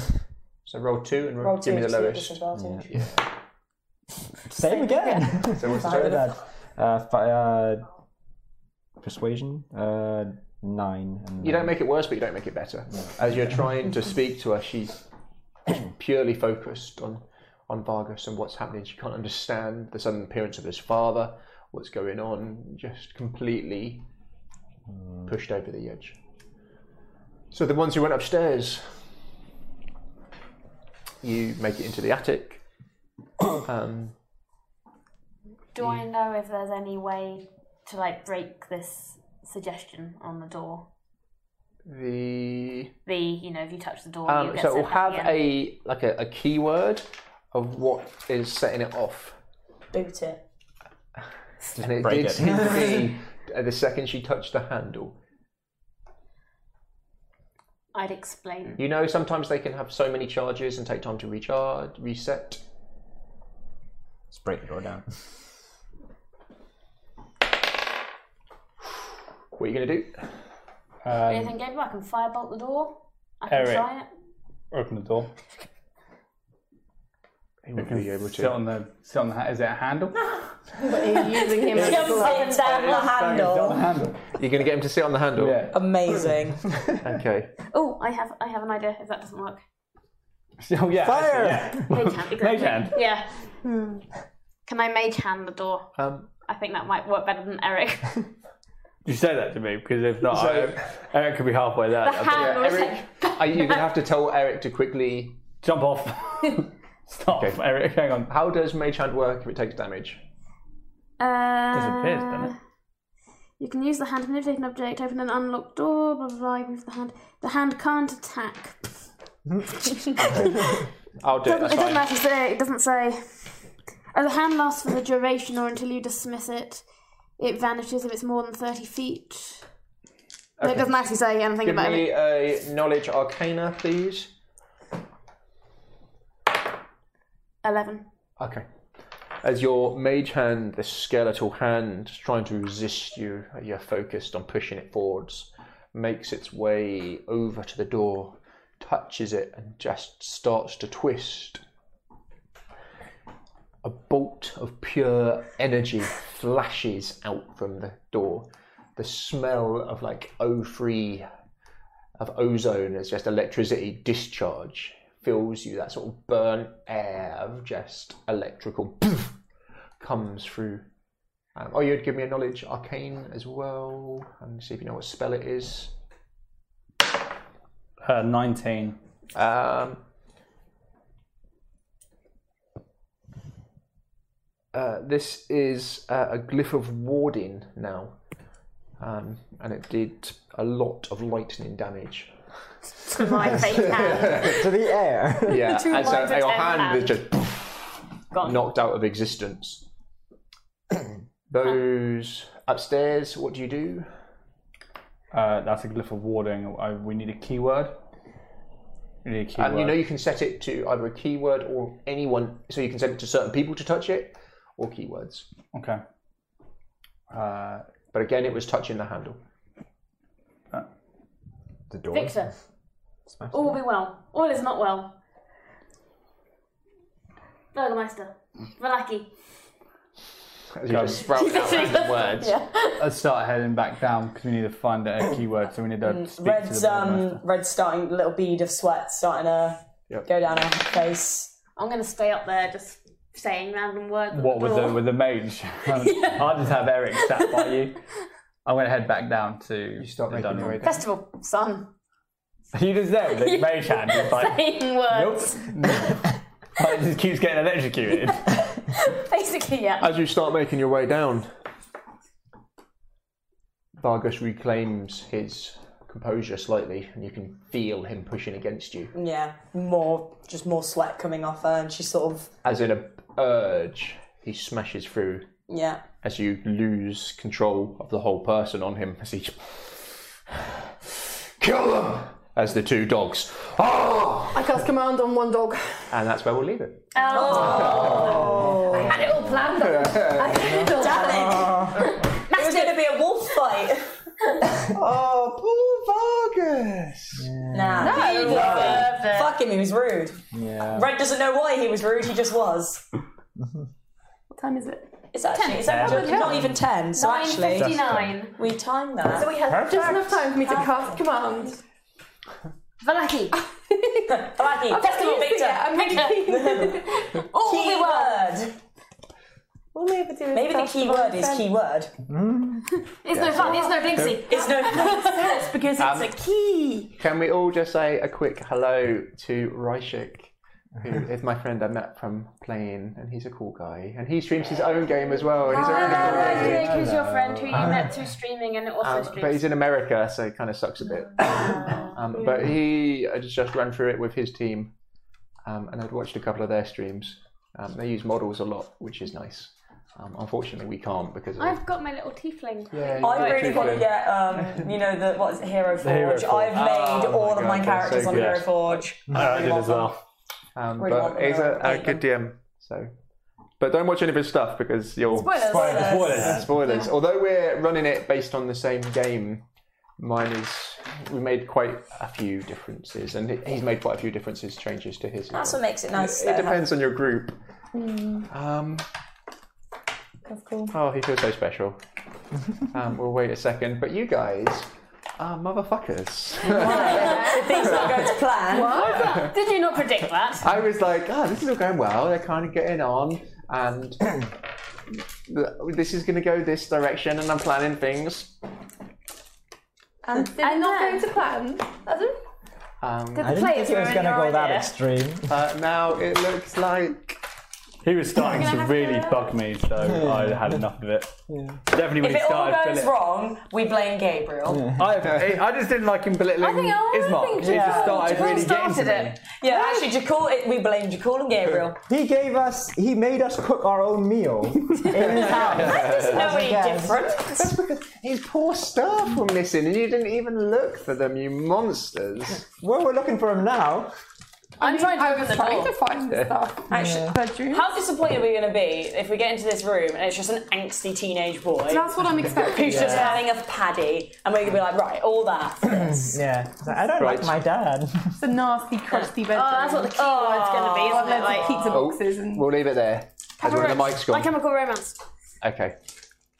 S10: So roll two and roll,
S3: Roll
S10: give me
S3: two
S10: the
S3: to see
S10: lowest.
S3: disadvantage.
S10: Yeah.
S5: Same again.
S10: So what's the
S5: Very
S10: total?
S5: bad. Uh, fi uh, persuasion. Uh, nine. And
S10: You don't make it worse, but you don't make it better. As you're trying to speak to her, she's purely focused on on Vargas and what's happening. She can't understand the sudden appearance of his father, what's going on, just completely
S5: Mm.
S10: pushed over the edge. So the ones who went upstairs, you make it into the attic. um,
S1: Do I know if there's any way to like break this suggestion on the door?
S10: the
S1: The you know if you touch the door, you
S10: Um,
S1: get
S10: so
S1: sent
S10: we'll
S1: back
S10: have
S1: again.
S10: a like a, a keyword of what is setting it off,
S3: Boot it.
S10: and it
S5: break
S10: did
S5: it.
S10: seem to be uh, the second she touched the handle.
S1: I'd explain.
S10: You know, sometimes they can have so many charges and take time to recharge, reset.
S5: Just break the door down.
S10: What are you gonna do? Um,
S1: Anything good? I can firebolt the door. I can
S6: Eric.
S1: try it.
S6: Open the door.
S10: He won't be able to.
S36: Sit on the sit on the. ha- Is it a handle?
S4: But you're using him as a
S3: Jumps up
S4: glove.
S3: and down the handle.
S10: You're gonna get him to sit on the handle. Yeah.
S3: Amazing.
S10: Okay.
S1: Oh, I have I have an idea. If that doesn't work,
S6: Oh yeah.
S5: Fire!
S1: mage hand.
S6: Mage
S1: Exactly.
S6: hand.
S1: Yeah. Can I mage hand the door?
S10: Um,
S1: I think that might work better than Eric.
S6: You say that to me because if not,
S10: So-
S6: I, Eric could be halfway there.
S1: the hand was
S10: Eric,
S1: like,
S10: are you gonna have to tell Eric to quickly?
S6: Jump off. Stop, Eric. Hang on.
S10: How does mage hand work if it takes damage?
S1: uh,
S6: Disappears, doesn't it?
S1: You can use the hand to manipulate an object, open an unlocked door, blah blah blah. Move the hand. The hand can't attack.
S10: I'll do
S1: Doesn't-
S10: it.
S1: it doesn't
S10: That's
S1: matter. Say, it doesn't say. Oh, the hand lasts for the duration or until you dismiss it. It vanishes if it's more than thirty feet. But It doesn't actually say anything
S10: Give
S1: about it.
S10: me a knowledge arcana, please.
S1: Eleven.
S10: Okay. As your mage hand, this skeletal hand, is trying to resist you, you're focused on pushing it forwards, makes its way over to the door, touches it, and just starts to twist. A bolt of pure energy flashes out from the door. The smell of like O3 of ozone as just electricity discharge fills you. That sort of burnt air of just electrical poof comes through. Um, oh, you'd give me a knowledge arcane as well, and see if you know what spell it is.
S6: Uh, Nineteen.
S10: Um, uh, this is uh, a glyph of warding now. um, and it did a lot of lightning damage.
S37: To my fake hand.
S10: to the air. Yeah,
S37: To
S10: and so
S37: my pretend
S10: your hand, is
S37: hand.
S10: just knocked out of existence. Those upstairs, what do you do?
S6: Uh, that's a glyph of warding. I, we need a keyword. We need a keyword.
S10: Um, you know, you can set it to either a keyword or anyone. So you can set it to certain people to touch it, or keywords.
S6: Okay.
S10: Uh, but again, it was touching the handle.
S5: The
S1: Victor. All will be well. All is not well. Burgermeister. Valaki.
S6: As you just sprout
S1: out random words. Yeah.
S6: Let's start heading back down because we need to find a keyword. So we need to speak to
S3: Red's
S6: the um,
S3: um, Red's starting little bead of sweat starting to
S6: Yep.
S3: go down her face.
S1: I'm going to stay up there just saying random words. at
S6: What with the
S3: Oh.
S1: door.
S6: with the mage? I'll just have Eric sat by you. I'm going to head back down to. You start making your
S1: Festival, son.
S6: You just know the mage hand is like.
S1: saying words.
S6: Like, just keeps getting electrocuted.
S1: Basically, yeah.
S38: As you start making your way down,
S10: Vargas reclaims his composure slightly, and you can feel him pushing against you,
S3: Yeah, more just more sweat coming off her, and she sort of
S10: as in a urge. He smashes through
S3: yeah.
S10: as you lose control of the whole person on him as he kill them as the two dogs. Oh!
S7: I cast command on one dog.
S10: And that's where we'll leave it.
S7: Oh. I had it all planned. I had it all
S3: It was going to be a wolf fight.
S39: oh, poor Vargas.
S3: Nah,
S39: No,
S3: he
S39: he
S3: didn't.
S39: deserved
S3: Fuck him, he was rude.
S5: Yeah.
S3: Red doesn't know why he was rude. He just was.
S7: What time is it?
S3: It's actually it's
S7: Ten.
S3: actually
S7: Ten.
S3: not even ten. So actually,
S7: 9:59.
S3: we timed that.
S7: So we have just enough time for me to cast command.
S1: Valaki.
S3: Valaki. Festival Victor.
S7: I'm really keen.
S1: All
S3: will be well.
S7: All we ever do is
S3: Maybe the
S7: cast
S3: key
S7: command
S3: word is
S7: then.
S3: keyword.
S1: It's no fun. It's no Binksy.
S3: It's no.
S7: That's because
S10: Um,
S7: it's a key.
S10: Can we all just say a quick hello to Ryshik, who is my friend I met from playing, and he's a cool guy. And he streams his own game as well. and He's a really cool
S1: Hello,
S10: guy.
S1: Jake, who's your friend who you met through streaming and also
S10: Um, but
S1: streams.
S10: he's in America, so it kind of sucks a bit.
S3: Oh,
S10: um, but he I just, just ran through it with his team, um, and I'd watched a couple of their streams. Um, they use models a lot, which is nice. Um, unfortunately, we can't because of
S1: I've got my little tiefling.
S10: Yeah, you
S3: I
S10: got
S3: really
S10: two
S3: want to
S10: things.
S3: get um, you know the what is it, Hero
S10: The Hero
S3: Forge.
S10: Forge.
S3: I've made
S10: Oh
S3: all
S10: my
S3: of my
S10: God, they're
S3: characters
S10: so
S3: on
S10: good.
S3: Hero Forge.
S10: I did as
S3: well.
S10: Um,
S3: Really want
S10: but he's
S3: them.
S10: a, a good DM, so. But don't watch any of his stuff because you'll
S39: Spoilers. Spoilers. Spoilers.
S10: Spoilers. Although we're running it based on the same game, mine is we made quite a few differences, and he- he's made quite a few differences, changes to his. as
S3: That's
S10: well.
S3: what makes it nice,
S10: It, it
S3: though.
S10: depends on your group.
S3: Mm,
S10: Um,
S7: that's cool.
S10: oh, he feels so special. um, we'll wait a second, but you guys are motherfuckers.
S3: Things not going to plan.
S1: What? Did you not predict that?
S10: I was like, oh, this is all going well. They're kind of getting on, and th- this is going to go this direction, and I'm planning things.
S7: And I'm not going to plan. That's it.
S10: Um,
S7: Did the I didn't players think it were was in gonna your go that idea?
S10: extreme. Uh, now it looks like
S6: He was starting to really bug me, so I had enough of it. Definitely when he
S3: If it all
S6: started.
S3: goes wrong, we blame Gabriel.
S6: I, I just didn't like him belittling Ismark. He just started really getting to me.
S3: Yeah, actually, Jacool, it, we blame Jacool and Gabriel.
S5: He gave us. He made us cook our own meal in his house.
S3: There's no
S5: As a
S3: any
S5: guest.
S3: different.
S10: That's because his poor staff were missing, and you didn't even look for them, you monsters.
S5: Well, we're looking for him now.
S3: I'm trying to
S7: I was trying to find
S10: Yeah.
S7: stuff.
S3: Actually,
S7: bedroom.
S3: How disappointed are we going to be if we get into this room and it's just an angsty teenage boy?
S7: That's what I'm expecting.
S3: Who's just
S7: Yeah.
S3: having a paddy, and we're going to be like, right, all that.
S5: yeah. He's like, I don't like my dad.
S7: It's a nasty, crusty bedroom. Oh, that's what the
S1: keyword's gonna be, isn't it? Like-
S7: pizza
S10: Oh,
S7: boxes and
S10: We'll leave it there. As we're the mic's
S1: My
S10: gone.
S1: Chemical Romance.
S10: Okay.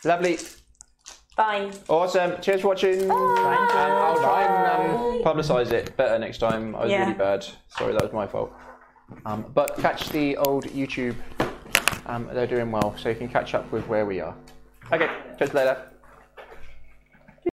S10: Lovely.
S3: Bye.
S10: Awesome. Cheers for watching. And I'll try and um, publicise it better next time. I was
S38: Yeah.
S10: really bad. Sorry, that was my fault. Um, but catch the old YouTube. Um, they're doing well, so you can catch up with where we are. Okay, catch you later.